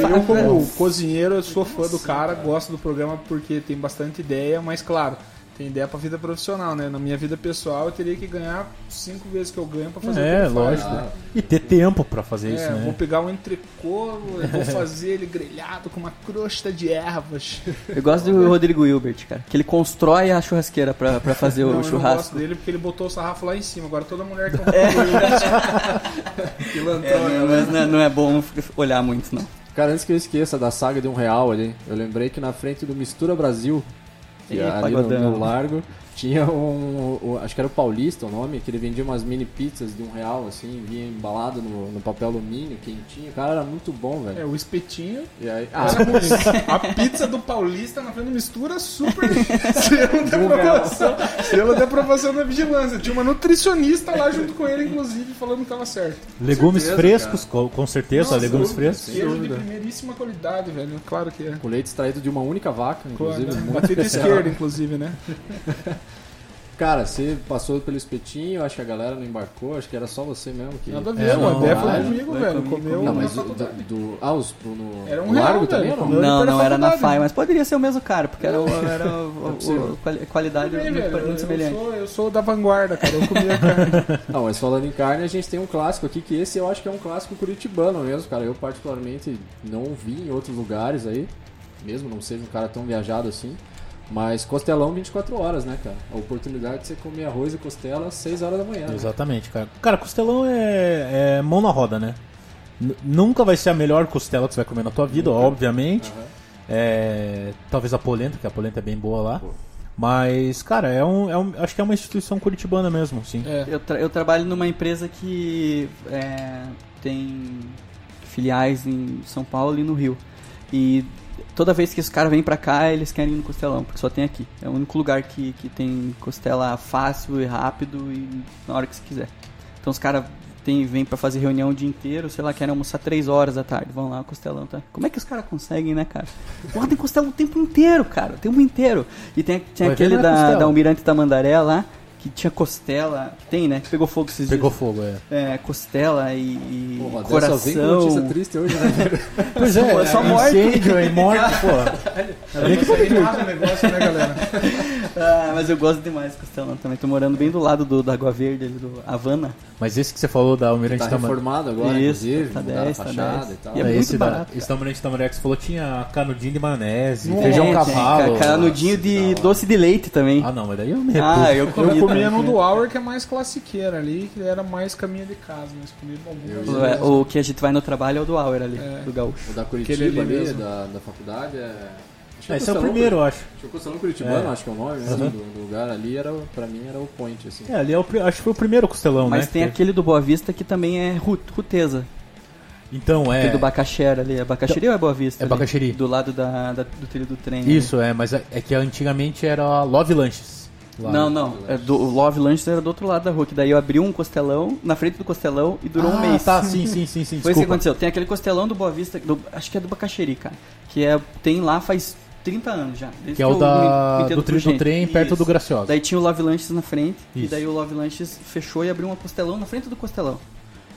Speaker 3: Eu,
Speaker 4: É.
Speaker 3: como cozinheiro, eu sou fã do cara, gosto do programa porque tem bastante ideia, mas claro, tem ideia pra vida profissional, né? Na minha vida pessoal, eu teria que ganhar cinco vezes que eu ganho pra fazer o que
Speaker 4: É,
Speaker 3: ele faz. né?
Speaker 4: lógico. E ter tempo pra fazer
Speaker 3: É,
Speaker 4: isso,
Speaker 3: eu vou
Speaker 4: né?
Speaker 3: pegar um entrecô, eu vou fazer ele grelhado com uma crosta de ervas.
Speaker 5: Eu gosto do Rodrigo Hilbert, cara. Que ele constrói a churrasqueira pra, pra fazer
Speaker 3: não,
Speaker 5: o
Speaker 3: eu não gosto
Speaker 5: churrasco.
Speaker 3: dele porque ele botou o sarrafo lá em cima. Agora toda mulher que eu é.
Speaker 5: É,
Speaker 3: Pilantrona.
Speaker 5: não, mas não é, não é bom olhar muito, não.
Speaker 6: Cara, antes que eu esqueça da saga de um real ali, eu lembrei que na frente do Mistura Brasil, que é
Speaker 5: Ih,
Speaker 6: ali no,
Speaker 5: pagodão.
Speaker 6: no largo, tinha um, o- Acho que era o Paulista o nome, que ele vendia umas mini pizzas de um real, assim, vinha embalado no, no papel alumínio, quentinho. Cara, era muito bom, velho.
Speaker 3: É, o espetinho.
Speaker 6: E aí, ah,
Speaker 3: Era ruim. A pizza do Paulista na frente do mistura super selo de aprovação. Selo de aprovação da vigilância. Tinha uma nutricionista lá junto com ele, inclusive, falando que tava certo.
Speaker 4: Legumes
Speaker 3: certeza,
Speaker 4: frescos, co- com certeza,
Speaker 3: Nossa,
Speaker 4: legumes
Speaker 3: eu-
Speaker 4: frescos.
Speaker 3: Queijo de
Speaker 6: dúvida.
Speaker 3: primeiríssima qualidade, velho. Claro que é.
Speaker 6: com leite extraído de uma única vaca, inclusive.
Speaker 3: Claro, né?
Speaker 6: muito
Speaker 3: Batida
Speaker 6: especial.
Speaker 3: esquerda, inclusive, né?
Speaker 6: Cara, você passou pelo espetinho, acho que a galera não embarcou, acho que era só você mesmo que.
Speaker 3: Nada a
Speaker 4: É,
Speaker 3: ver, o
Speaker 4: não,
Speaker 3: André foi
Speaker 6: não,
Speaker 3: comigo,
Speaker 5: foi
Speaker 3: velho.
Speaker 5: comigo,
Speaker 3: Comeu
Speaker 5: comigo.
Speaker 6: Não,
Speaker 3: na
Speaker 6: mas o-
Speaker 3: faculdade.
Speaker 6: do, do- Ah, os. No...
Speaker 3: um Era um
Speaker 6: no
Speaker 3: real,
Speaker 6: largo
Speaker 3: velho,
Speaker 6: também,
Speaker 3: comeu.
Speaker 6: não?
Speaker 3: Ele
Speaker 5: Não,
Speaker 3: pela
Speaker 5: não era na
Speaker 3: faculdade. é
Speaker 5: FAI, mas poderia ser o mesmo cara, porque era, o- era o-
Speaker 6: possível.
Speaker 5: o- quali- qualidade
Speaker 3: Também,
Speaker 5: é, muito,
Speaker 3: velho,
Speaker 5: muito
Speaker 3: eu,
Speaker 5: semelhante.
Speaker 3: sou, eu sou da vanguarda, cara. Eu comia carne.
Speaker 6: Não, mas falando em carne, a gente tem um clássico aqui, que esse eu acho que é um clássico curitibano mesmo, cara. Eu particularmente não vi em outros lugares aí, mesmo não seja um cara tão viajado assim. Mas costelão 24 horas, né, cara? A oportunidade de você comer arroz e costela às 6 horas da manhã. né?
Speaker 4: Exatamente, cara. Cara, costelão é, é mão na roda, né? N- nunca vai ser a melhor costela que você vai comer na tua vida, obviamente. É, talvez a polenta, que a polenta é bem boa lá. Mas, cara, é um, é um- acho que é uma instituição curitibana mesmo, sim.
Speaker 3: É.
Speaker 5: Eu, tra- eu trabalho numa empresa que é, tem filiais em São Paulo e no Rio. E toda vez que os caras vêm pra cá, eles querem ir no costelão, porque só tem aqui. É o único lugar que, que tem costela fácil e rápido e na hora que você quiser. Então os caras tem- vêm pra fazer reunião o dia inteiro, sei lá, querem almoçar 3 horas da tarde. Vão lá, o costelão tá. Como é que os caras conseguem, né, cara? Porra, tem costelão o tempo inteiro, cara, o tempo inteiro. E tem, tem
Speaker 4: Vai ver,
Speaker 5: aquele
Speaker 4: não é
Speaker 5: da,
Speaker 4: costela.
Speaker 5: da Almirante Tamandaré lá. que tinha costela, que tem, né? Que pegou fogo esses
Speaker 4: Pegou
Speaker 5: dias.
Speaker 4: fogo, é.
Speaker 5: É, costela e, e
Speaker 6: Porra, dessa vem com
Speaker 5: coração.
Speaker 6: notícia triste hoje, né?
Speaker 4: Pois é,
Speaker 5: só
Speaker 4: é
Speaker 5: morte.
Speaker 4: incêndio, é morte, pô.
Speaker 3: Não consegue nada o negócio, né, galera?
Speaker 5: Ah, mas eu gosto demais do Castelão também. Tô morando bem do lado do, da Água Verde, ali do Havana.
Speaker 4: Mas esse que você falou da Almirante
Speaker 6: Tá
Speaker 4: Tamar-
Speaker 6: reformado agora,
Speaker 5: Isso,
Speaker 6: inclusive,
Speaker 5: tá
Speaker 6: mudaram
Speaker 5: 10,
Speaker 6: a
Speaker 5: tá
Speaker 6: fachada
Speaker 5: 10.
Speaker 6: e tal.
Speaker 5: E é
Speaker 4: É,
Speaker 5: muito
Speaker 4: esse da,
Speaker 5: barato,
Speaker 4: esse da Almirante Tamandaré que você falou tinha canudinho de maionese,
Speaker 3: Nossa.
Speaker 4: feijão
Speaker 5: É, Tem,
Speaker 4: cavalo.
Speaker 5: tem ca- Canudinho de doce de leite também.
Speaker 4: Ah, não, mas daí eu me reputo.
Speaker 5: Ah, eu comi.
Speaker 3: Eu comia
Speaker 5: também.
Speaker 3: no do Hour, que é mais classiqueira ali, que era mais caminho de casa, mas comi algumas
Speaker 6: Eu
Speaker 3: vezes.
Speaker 5: É, O que a gente vai no trabalho é o do Auer ali,
Speaker 3: né? É.
Speaker 5: do Gaúcho.
Speaker 6: O da
Speaker 3: Aquele
Speaker 6: Curitiba
Speaker 3: ali
Speaker 6: ali,
Speaker 3: mesmo.
Speaker 6: da, da faculdade, é... Acho que
Speaker 4: Ah, esse é o
Speaker 6: Costelão-
Speaker 5: né?
Speaker 4: primeiro, eu acho.
Speaker 6: Acho que o Costelão Curitibano,
Speaker 4: É.
Speaker 6: acho que é o nome, né?
Speaker 4: Uhum.
Speaker 6: do, do lugar ali, era, o- pra mim era o point, assim.
Speaker 4: É, ali é o, pri- acho que foi o primeiro costelão, né?
Speaker 5: Mas tem
Speaker 4: que teve.
Speaker 5: aquele do Boa Vista que também é ru- ruteza.
Speaker 4: Então, é.
Speaker 5: Aquele do Bacaxera ali. É Bacaxeri ou é Boa Vista?
Speaker 4: É
Speaker 5: ali?
Speaker 4: Bacaxeri.
Speaker 5: Do lado da, da- do trilho do trem. ali.
Speaker 4: Isso, é, mas é, é que antigamente era a Love Lanches. lá.
Speaker 5: Não, não. É do, o Love Lunch era do outro lado da rua. Que daí eu abri um costelão na frente do costelão e durou
Speaker 4: ah,
Speaker 5: um mês.
Speaker 4: tá, sim, sim, sim, sim.
Speaker 5: Foi isso que
Speaker 4: desculpa.
Speaker 5: aconteceu. Tem aquele costelão do Boa Vista, do- acho que é do Bacaxeri, cara. Que é, tem lá faz 30 anos já. desde
Speaker 4: Que é o
Speaker 5: eu me- me
Speaker 4: da,
Speaker 5: entendo
Speaker 4: do
Speaker 5: por
Speaker 4: trilho do
Speaker 5: gente.
Speaker 4: trem perto
Speaker 5: Isso.
Speaker 4: do Graciosa.
Speaker 5: Daí tinha o Love Lunches na frente, e
Speaker 4: Isso.
Speaker 5: daí o Love Lunches fechou e abriu um costelão na frente do costelão.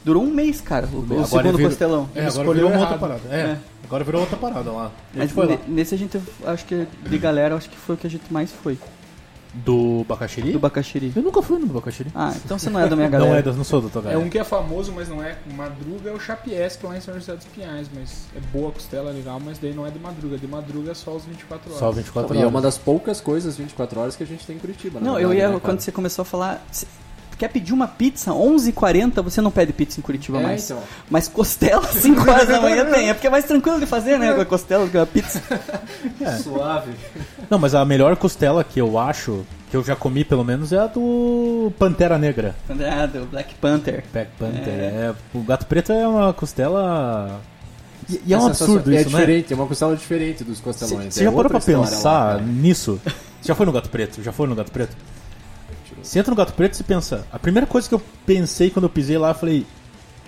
Speaker 5: Durou um mês, cara, o, o
Speaker 4: Agora
Speaker 5: segundo
Speaker 4: virou-
Speaker 5: costelão.
Speaker 4: É, agora
Speaker 3: escolheu
Speaker 4: virou uma outra
Speaker 3: errado.
Speaker 4: parada. É,
Speaker 5: É.
Speaker 4: agora virou outra parada lá. A
Speaker 5: Mas
Speaker 4: gente foi lá.
Speaker 5: ne- nesse a gente, acho que é de galera, acho que foi o que a gente mais foi,
Speaker 4: Do Bacaxiri?
Speaker 5: do Bacaxiri.
Speaker 4: Eu nunca fui no Bacaxiri.
Speaker 5: Ah, então você não é da minha galera.
Speaker 4: Não é, das- não sou da tua
Speaker 3: É
Speaker 4: galera.
Speaker 3: um que é famoso, mas não é com madruga, é o Chapiesque lá em São José dos Pinhais, mas é boa a costela, legal, mas daí não é de madruga, de madruga é só os 24 horas.
Speaker 4: Só 24
Speaker 6: E
Speaker 4: horas.
Speaker 6: é uma das poucas coisas 24 horas que a gente tem em Curitiba, na
Speaker 5: Não, eu
Speaker 6: verdade,
Speaker 5: ia,
Speaker 6: né, cara?
Speaker 5: quando você começou a falar, "Cê quer pedir uma pizza 11h40, você não pede pizza em Curitiba
Speaker 6: É,
Speaker 5: mais.
Speaker 6: então.
Speaker 5: Mas costela 5 horas da manhã tem, é porque é mais tranquilo de fazer, né, com a costela do que a pizza.
Speaker 6: Suave.
Speaker 4: Não, mas a melhor costela que eu acho, que eu já comi pelo menos, é a do Pantera Negra.
Speaker 5: Ah, do Black Panther.
Speaker 4: Black Panther. É. O Gato Preto é uma costela. E, e é um absurdo
Speaker 6: é
Speaker 4: isso, né?
Speaker 6: diferente, é uma costela diferente dos costelões.
Speaker 4: Você
Speaker 6: é
Speaker 4: já parou
Speaker 6: outra
Speaker 4: pra
Speaker 6: história lá,
Speaker 4: pensar
Speaker 6: cara.
Speaker 4: nisso? Você já foi no Gato Preto? Já foi no Gato Preto? Você entra no Gato Preto e você pensa. A primeira coisa que eu pensei quando eu pisei lá, eu falei.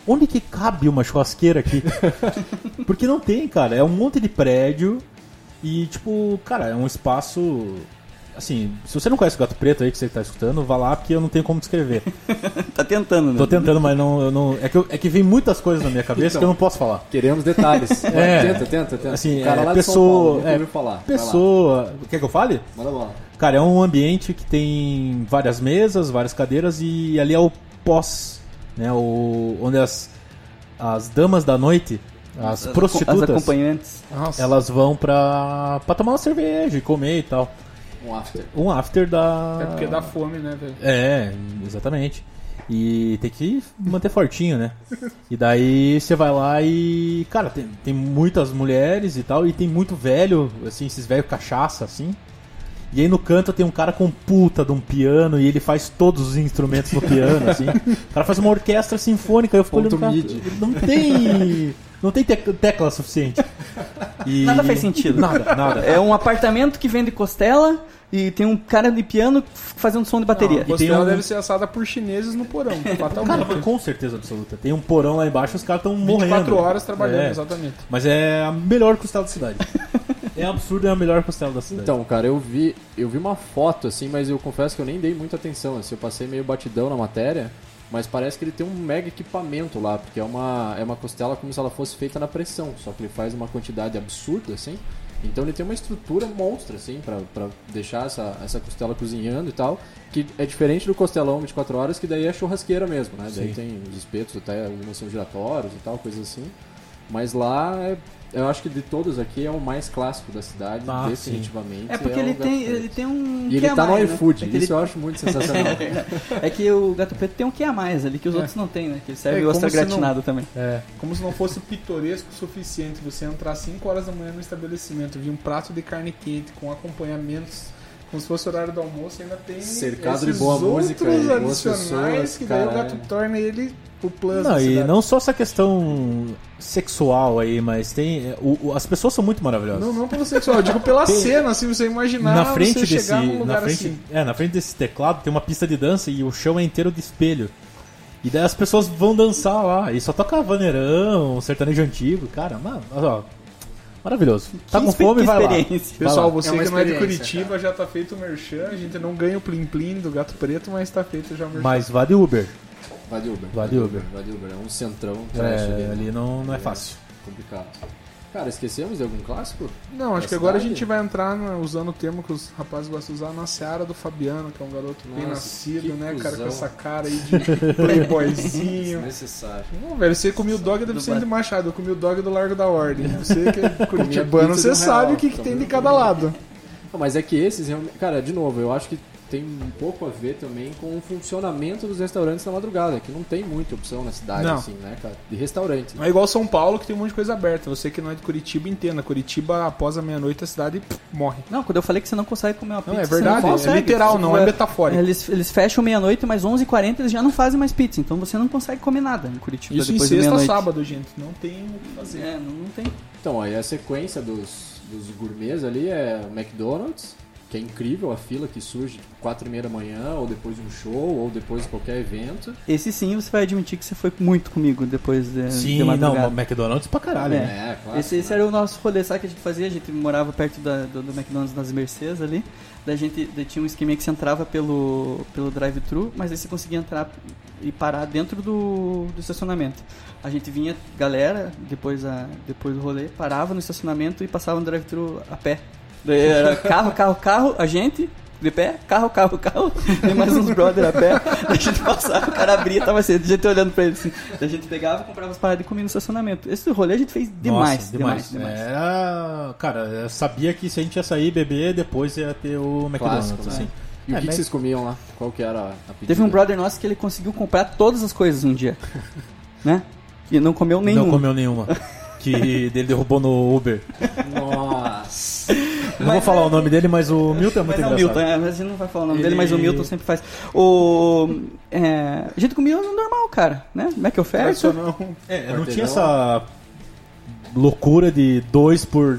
Speaker 4: Onde que cabe uma churrasqueira aqui? Porque não tem, cara. É um monte de prédio e, tipo, cara, é um espaço. Assim, se você não conhece o Gato Preto aí que você tá escutando, vá lá porque eu não tenho como descrever.
Speaker 5: Tá tentando, né?
Speaker 4: Tô tentando, mas não. eu não- é, que eu- é que vem muitas coisas na minha cabeça que eu não posso falar.
Speaker 6: Queremos detalhes.
Speaker 4: É.
Speaker 6: Tenta, tenta, tenta.
Speaker 4: Assim,
Speaker 6: o cara
Speaker 4: é,
Speaker 6: lá
Speaker 4: pessoa-
Speaker 6: de São Paulo, nunca
Speaker 4: é,
Speaker 6: ouviu falar. Vai lá,
Speaker 4: Pessoa. Quer que eu fale?
Speaker 6: Manda bola.
Speaker 4: Cara, é um ambiente que tem várias mesas, várias cadeiras e ali é o pós, né? O, onde as, as damas da noite, as,
Speaker 5: As- As
Speaker 4: prostitutas,
Speaker 5: acompanhantes.
Speaker 3: Nossa,
Speaker 4: elas vão pra, pra tomar uma cerveja e comer e tal.
Speaker 6: Um after.
Speaker 4: Um after da.
Speaker 3: É porque dá fome, né, velho?
Speaker 4: É, exatamente. E tem que manter fortinho, né? E daí você vai lá e. Cara, tem, tem muitas mulheres e tal, e tem muito velho, assim, esses velhos cachaça, assim. E aí no canto tem um cara com um puta de um piano e ele faz todos os instrumentos no piano, assim. O cara faz uma orquestra sinfônica, eu fico
Speaker 6: Ponto
Speaker 4: olhando. Cara,
Speaker 6: MIDI.
Speaker 4: não tem. Não tem tec- tecla suficiente. E-
Speaker 5: Nada faz sentido.
Speaker 4: Nada, nada.
Speaker 5: É um apartamento que vende costela e tem um cara de piano f- fazendo som de bateria.
Speaker 3: A costela
Speaker 4: tem um-
Speaker 3: deve ser assada por chineses no porão,
Speaker 4: Cara,
Speaker 3: fatalmente.
Speaker 4: mas com certeza absoluta. Tem um porão lá embaixo, os caras estão morrendo.
Speaker 3: 24 horas trabalhando,
Speaker 4: É.
Speaker 3: exatamente.
Speaker 4: Mas é a melhor costela da cidade. é absurdo, é a melhor costela da cidade.
Speaker 6: Então, cara, eu vi, eu vi uma foto assim, mas eu confesso que eu nem dei muita atenção. Assim, eu passei meio batidão na matéria, mas parece que ele tem um mega equipamento lá, porque é uma, é uma costela como se ela fosse feita na pressão, só que ele faz uma quantidade absurda assim. Então ele tem uma estrutura monstra assim pra- pra deixar essa, essa costela cozinhando e tal, que é diferente do costelão 24 horas, que daí é churrasqueira mesmo, né? Daí
Speaker 4: Sim.
Speaker 6: tem os espetos, até alguns são giratórios e tal, coisas assim. Mas lá é- eu acho que de todos aqui é o mais clássico da cidade,
Speaker 4: Ah,
Speaker 6: definitivamente.
Speaker 5: É porque
Speaker 6: o
Speaker 5: ele
Speaker 6: Gato
Speaker 5: tem,
Speaker 6: Preto.
Speaker 5: ele tem um
Speaker 6: E
Speaker 5: quê
Speaker 6: ele
Speaker 5: a
Speaker 6: tá no
Speaker 5: mais, né?
Speaker 6: iFood,
Speaker 5: É que
Speaker 6: isso
Speaker 5: ele-
Speaker 6: eu acho muito sensacional.
Speaker 5: É que o gato preto tem um que a mais ali, que os outros não tem, né? Que ele serve
Speaker 3: É, como
Speaker 5: ostra
Speaker 3: se não-
Speaker 5: gratinado também.
Speaker 4: É.
Speaker 3: Como se não fosse pitoresco o suficiente você entrar 5 horas da manhã no estabelecimento, vir um prato de carne quente com acompanhamentos, como se fosse o horário do almoço, e ainda tem
Speaker 6: Cercado de
Speaker 3: esses
Speaker 6: boa
Speaker 3: outros
Speaker 6: música e boas
Speaker 3: adicionais
Speaker 6: pessoas,
Speaker 3: que daí o
Speaker 6: cara,
Speaker 3: gato
Speaker 6: é.
Speaker 3: torna ele o plus
Speaker 4: Não,
Speaker 3: da
Speaker 4: e
Speaker 3: cidade.
Speaker 4: não só essa questão sexual aí, mas tem. é, o- o- as pessoas são muito maravilhosas.
Speaker 3: Não, não pelo sexual, eu digo pela cena, assim, você imaginar
Speaker 4: na frente
Speaker 3: você
Speaker 4: desse.
Speaker 3: chegar num
Speaker 4: Na
Speaker 3: lugar
Speaker 4: frente,
Speaker 3: assim.
Speaker 4: é, na frente desse teclado tem uma pista de dança e o chão é inteiro de espelho. E daí as pessoas vão dançar lá. E só toca vaneirão, sertanejo antigo, cara. Mano, ó, Maravilhoso. Tá
Speaker 5: Que
Speaker 4: com
Speaker 5: espe-
Speaker 4: fome,
Speaker 5: que
Speaker 4: vai lá.
Speaker 5: experiência.
Speaker 3: Pessoal,
Speaker 4: Vai
Speaker 3: você
Speaker 7: É uma
Speaker 3: que não é de
Speaker 7: experiência,
Speaker 3: Curitiba já tá feito o merchan. A gente não ganha o plim plim do gato preto, mas tá feito já o merchan.
Speaker 4: Mas vá de Uber.
Speaker 6: Vai de Uber.
Speaker 4: Vai de Uber.
Speaker 6: Vai de Uber. É um centrão. trash né?
Speaker 4: É, ali não, não é fácil.
Speaker 6: Complicado. Cara, esquecemos de algum clássico?
Speaker 3: Não, acho
Speaker 6: Da
Speaker 3: que agora a
Speaker 6: cidade?
Speaker 3: gente vai entrar na- usando o termo que os rapazes gostam de usar na seara do Fabiano, que é um garoto bem
Speaker 6: Nossa,
Speaker 3: nascido,
Speaker 6: que
Speaker 3: né, cara, com
Speaker 6: cuzão.
Speaker 3: essa cara aí de playboyzinho.
Speaker 6: Necessário.
Speaker 3: Não, velho, você comia o dog do Vicente Machado, eu comi o dog do Largo da Ordem. Você que é
Speaker 6: pizza
Speaker 3: curitibano,
Speaker 6: de
Speaker 3: você
Speaker 6: um
Speaker 3: sabe
Speaker 6: real,
Speaker 3: o que, que tem de
Speaker 6: também.
Speaker 3: cada lado.
Speaker 6: Não, Mas é que esses realmente. Cara, de novo, eu acho que tem um pouco a ver também com o funcionamento dos restaurantes na madrugada, que não tem muita opção na cidade,
Speaker 3: Não.
Speaker 6: assim, né, cara? De restaurante.
Speaker 3: É igual São Paulo, que tem um monte de coisa aberta. Você que não é de Curitiba, entenda. Curitiba, após a meia-noite, a cidade pff, morre.
Speaker 5: Não, quando eu falei que você não consegue comer uma pizza,
Speaker 3: Não, é
Speaker 5: você
Speaker 3: verdade.
Speaker 5: não
Speaker 3: é
Speaker 5: consegue.
Speaker 3: literal, não é
Speaker 5: Você-
Speaker 3: metafórico.
Speaker 5: Eles, eles fecham meia-noite, mas 11h40 eles já não fazem mais pizza. Então você não consegue comer nada em Curitiba
Speaker 3: Isso em
Speaker 5: depois da
Speaker 3: sexta
Speaker 5: meia-noite.
Speaker 3: sábado, gente. Não tem o que fazer.
Speaker 5: É, não, não tem.
Speaker 6: Então, aí a sequência dos, dos gourmets ali é o McDonald's, que é incrível a fila que surge tipo, 4 e meia da manhã, ou depois de um show, ou depois de qualquer evento.
Speaker 5: Esse sim você vai admitir que você foi muito comigo depois de, de
Speaker 4: Sim, não,
Speaker 5: madrugada.
Speaker 4: McDonald's pra caralho,
Speaker 5: É.
Speaker 4: né?
Speaker 6: É, claro.
Speaker 5: Esse, esse era o nosso rolê, sabe o que a gente fazia? A gente morava perto da- do, do McDonald's nas Mercedes ali. Da gente daí tinha um esqueminha que você entrava pelo, pelo drive-thru, mas aí você conseguia entrar e parar dentro do, do estacionamento. A gente vinha, galera, depois, a, depois do rolê, parava no estacionamento e passava no drive-thru a pé. Daí era carro, carro, carro, a gente. De pé, carro, carro, carro, e mais uns brother a pé, Daí a gente passava, o cara abria, tava assim, a gente olhando pra ele assim. Daí A gente pegava, comprava as paradas e comia no estacionamento. Esse rolê a gente fez demais,
Speaker 4: Nossa,
Speaker 5: demais, demais.
Speaker 4: Era. Cara, eu sabia que se a gente ia sair e beber, depois ia ter o McDonald's,
Speaker 6: Clássico, né?
Speaker 4: assim.
Speaker 6: E
Speaker 4: É,
Speaker 6: o que, que
Speaker 4: mas-
Speaker 6: vocês comiam lá? Qual que era a pedida?
Speaker 5: Teve um brother nosso que ele conseguiu comprar todas as coisas um dia, né? E não comeu nenhum.
Speaker 4: Não comeu nenhuma. Que dele derrubou no Uber.
Speaker 6: Nossa!
Speaker 4: Não vou falar o nome dele, mas o Milton é muito
Speaker 5: Mas é o
Speaker 4: engraçado.
Speaker 5: Milton, é, mas a gente não vai falar o nome dele,
Speaker 4: Ele-
Speaker 5: mas o Milton sempre faz. O. É, a gente comia normal, cara, né? Como é que oferta?
Speaker 3: Tradicional.
Speaker 4: É, eu não
Speaker 6: Quarteirão.
Speaker 4: tinha essa loucura de dois por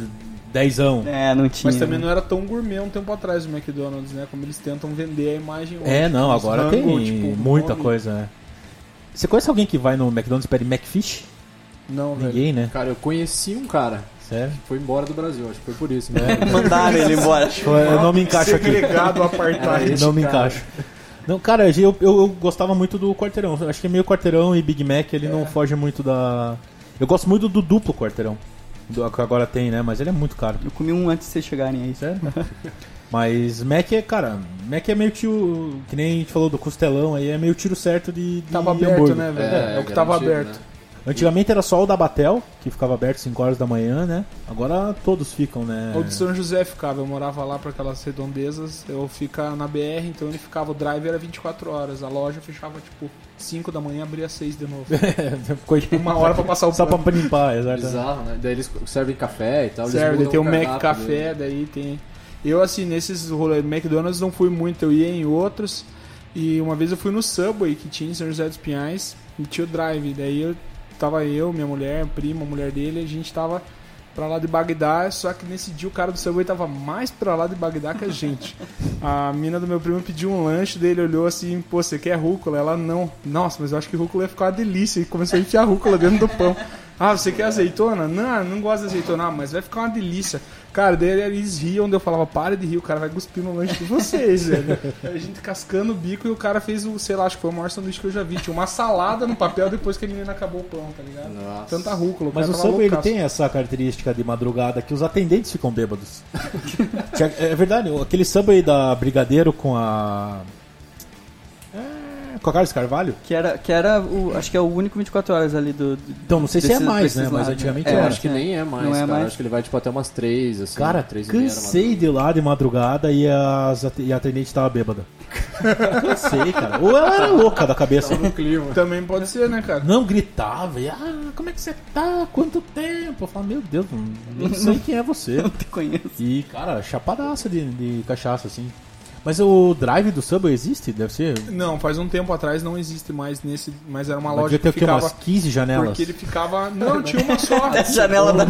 Speaker 4: dezão.
Speaker 5: É, não tinha.
Speaker 3: Mas também não era tão gourmet um tempo atrás o McDonald's, né? Como eles tentam vender a imagem hoje.
Speaker 4: É, não,
Speaker 3: Os
Speaker 4: agora
Speaker 3: rango,
Speaker 4: tem
Speaker 3: tipo,
Speaker 4: muita
Speaker 3: nome.
Speaker 4: coisa, né? Você conhece alguém que vai no McDonald's e pede McFish?
Speaker 3: Não, velho.
Speaker 4: Ninguém, né?
Speaker 6: Cara, eu conheci um cara
Speaker 4: Sério?
Speaker 6: que foi embora do Brasil, acho que foi por isso, né?
Speaker 5: Mandaram É ele embora.
Speaker 4: Eu não me encaixo aqui.
Speaker 3: Segregado apartheid.
Speaker 4: Eu É, não me encaixo. Não, cara, eu, eu, eu gostava muito do quarteirão. Eu Acho que é meio quarteirão e Big Mac, ele
Speaker 3: É.
Speaker 4: não foge muito da. Eu gosto muito do duplo quarteirão. Do, que agora tem, né? Mas ele é muito caro.
Speaker 5: Eu comi um antes de vocês chegarem aí.
Speaker 4: Sério? Mas Mac é, cara, Mac é meio tiro. Que nem a gente falou do costelão aí, é meio tiro certo de. de
Speaker 3: Tava aberto,
Speaker 4: hambúrguer.
Speaker 3: né, velho? É, o que tava
Speaker 6: garantido,
Speaker 3: aberto.
Speaker 6: né?
Speaker 4: Antigamente era só o da Batel, que ficava aberto 5 horas da manhã, né? Agora todos ficam, né?
Speaker 3: Ou de São José ficava, eu morava lá para aquelas redondezas, eu ficava na BR, então ele ficava, o drive era 24 horas, a loja fechava tipo 5 da manhã, abria 6 de novo.
Speaker 4: Coisa-
Speaker 3: Uma hora pra passar o
Speaker 4: Só pra
Speaker 3: pano.
Speaker 4: limpar, exato.
Speaker 6: Bizarro, né? Daí eles servem café e tal. eles
Speaker 3: Serve, daí
Speaker 6: mudam
Speaker 3: tem o
Speaker 6: cardápio né?
Speaker 3: Mac Café, daí tem. Eu, assim, nesses rolês McDonald's não fui muito, eu ia em outros. E uma vez eu fui no Subway que tinha em São José dos Pinhais, e tinha o Drive. Daí eu tava eu, minha mulher, prima, a mulher dele, a gente tava pra lá de Bagdá, só que nesse dia o cara do Subway tava mais pra lá de Bagdá que a gente. A mina do meu primo pediu um lanche dele, olhou assim, pô, você quer rúcula? Ela não. Nossa, mas eu acho que rúcula ia ficar uma delícia. E começou a enfiar rúcula dentro do pão. Ah, você quer azeitona? Não, não gosto de azeitona, Ah, mas vai ficar uma delícia. Cara, daí eles riam, daí eu falava, para de rir, o cara vai cuspir no lanche de vocês, velho. A gente cascando o bico e o cara fez o, sei lá, acho que foi o maior sanduíche que eu já vi. Tinha uma salada no papel depois que a menina acabou o pão, tá ligado?
Speaker 6: Nossa.
Speaker 3: Tanta rúcula.
Speaker 4: Mas o
Speaker 3: cara tava
Speaker 4: Subway ele
Speaker 3: loucaço.
Speaker 4: tem essa característica de madrugada que os atendentes ficam bêbados. Tinha- é verdade, aquele Subway da Brigadeiro com a. É, com a Carlos Carvalho?
Speaker 5: Que era, que era o, acho que é o único 24 horas ali do. do-
Speaker 4: Então, não sei se é
Speaker 5: desses-
Speaker 4: mais,
Speaker 5: desses
Speaker 4: né? Mas
Speaker 5: lados,
Speaker 4: antigamente
Speaker 5: É,
Speaker 6: Eu
Speaker 4: era.
Speaker 6: acho que nem é mais,
Speaker 5: Não é
Speaker 6: cara.
Speaker 5: mais.
Speaker 6: Acho que ele vai tipo até umas 3, assim.
Speaker 4: Cara,
Speaker 6: três e meia da
Speaker 4: cansei de ir lá de madrugada e, as, at- e a atendente tava bêbada. cansei, cara. Ou ela era louca da cabeça.
Speaker 3: Também pode ser, né, cara?
Speaker 4: Não gritava e, ah, como é que você tá? Quanto tempo? Eu falava, meu Deus, não, não sei quem é você.
Speaker 5: Eu te conheço.
Speaker 4: E, cara, chapadaça de, de cachaça, assim. Mas o drive do Subway existe? Deve ser.
Speaker 3: Não, faz um tempo atrás não existe mais nesse. Mas era uma loja
Speaker 4: Devia ter
Speaker 3: que
Speaker 4: o quê?
Speaker 3: ficava.
Speaker 4: Umas 15 janelas.
Speaker 3: Porque ele ficava. Não, tinha uma só. assim,
Speaker 5: A janela, da,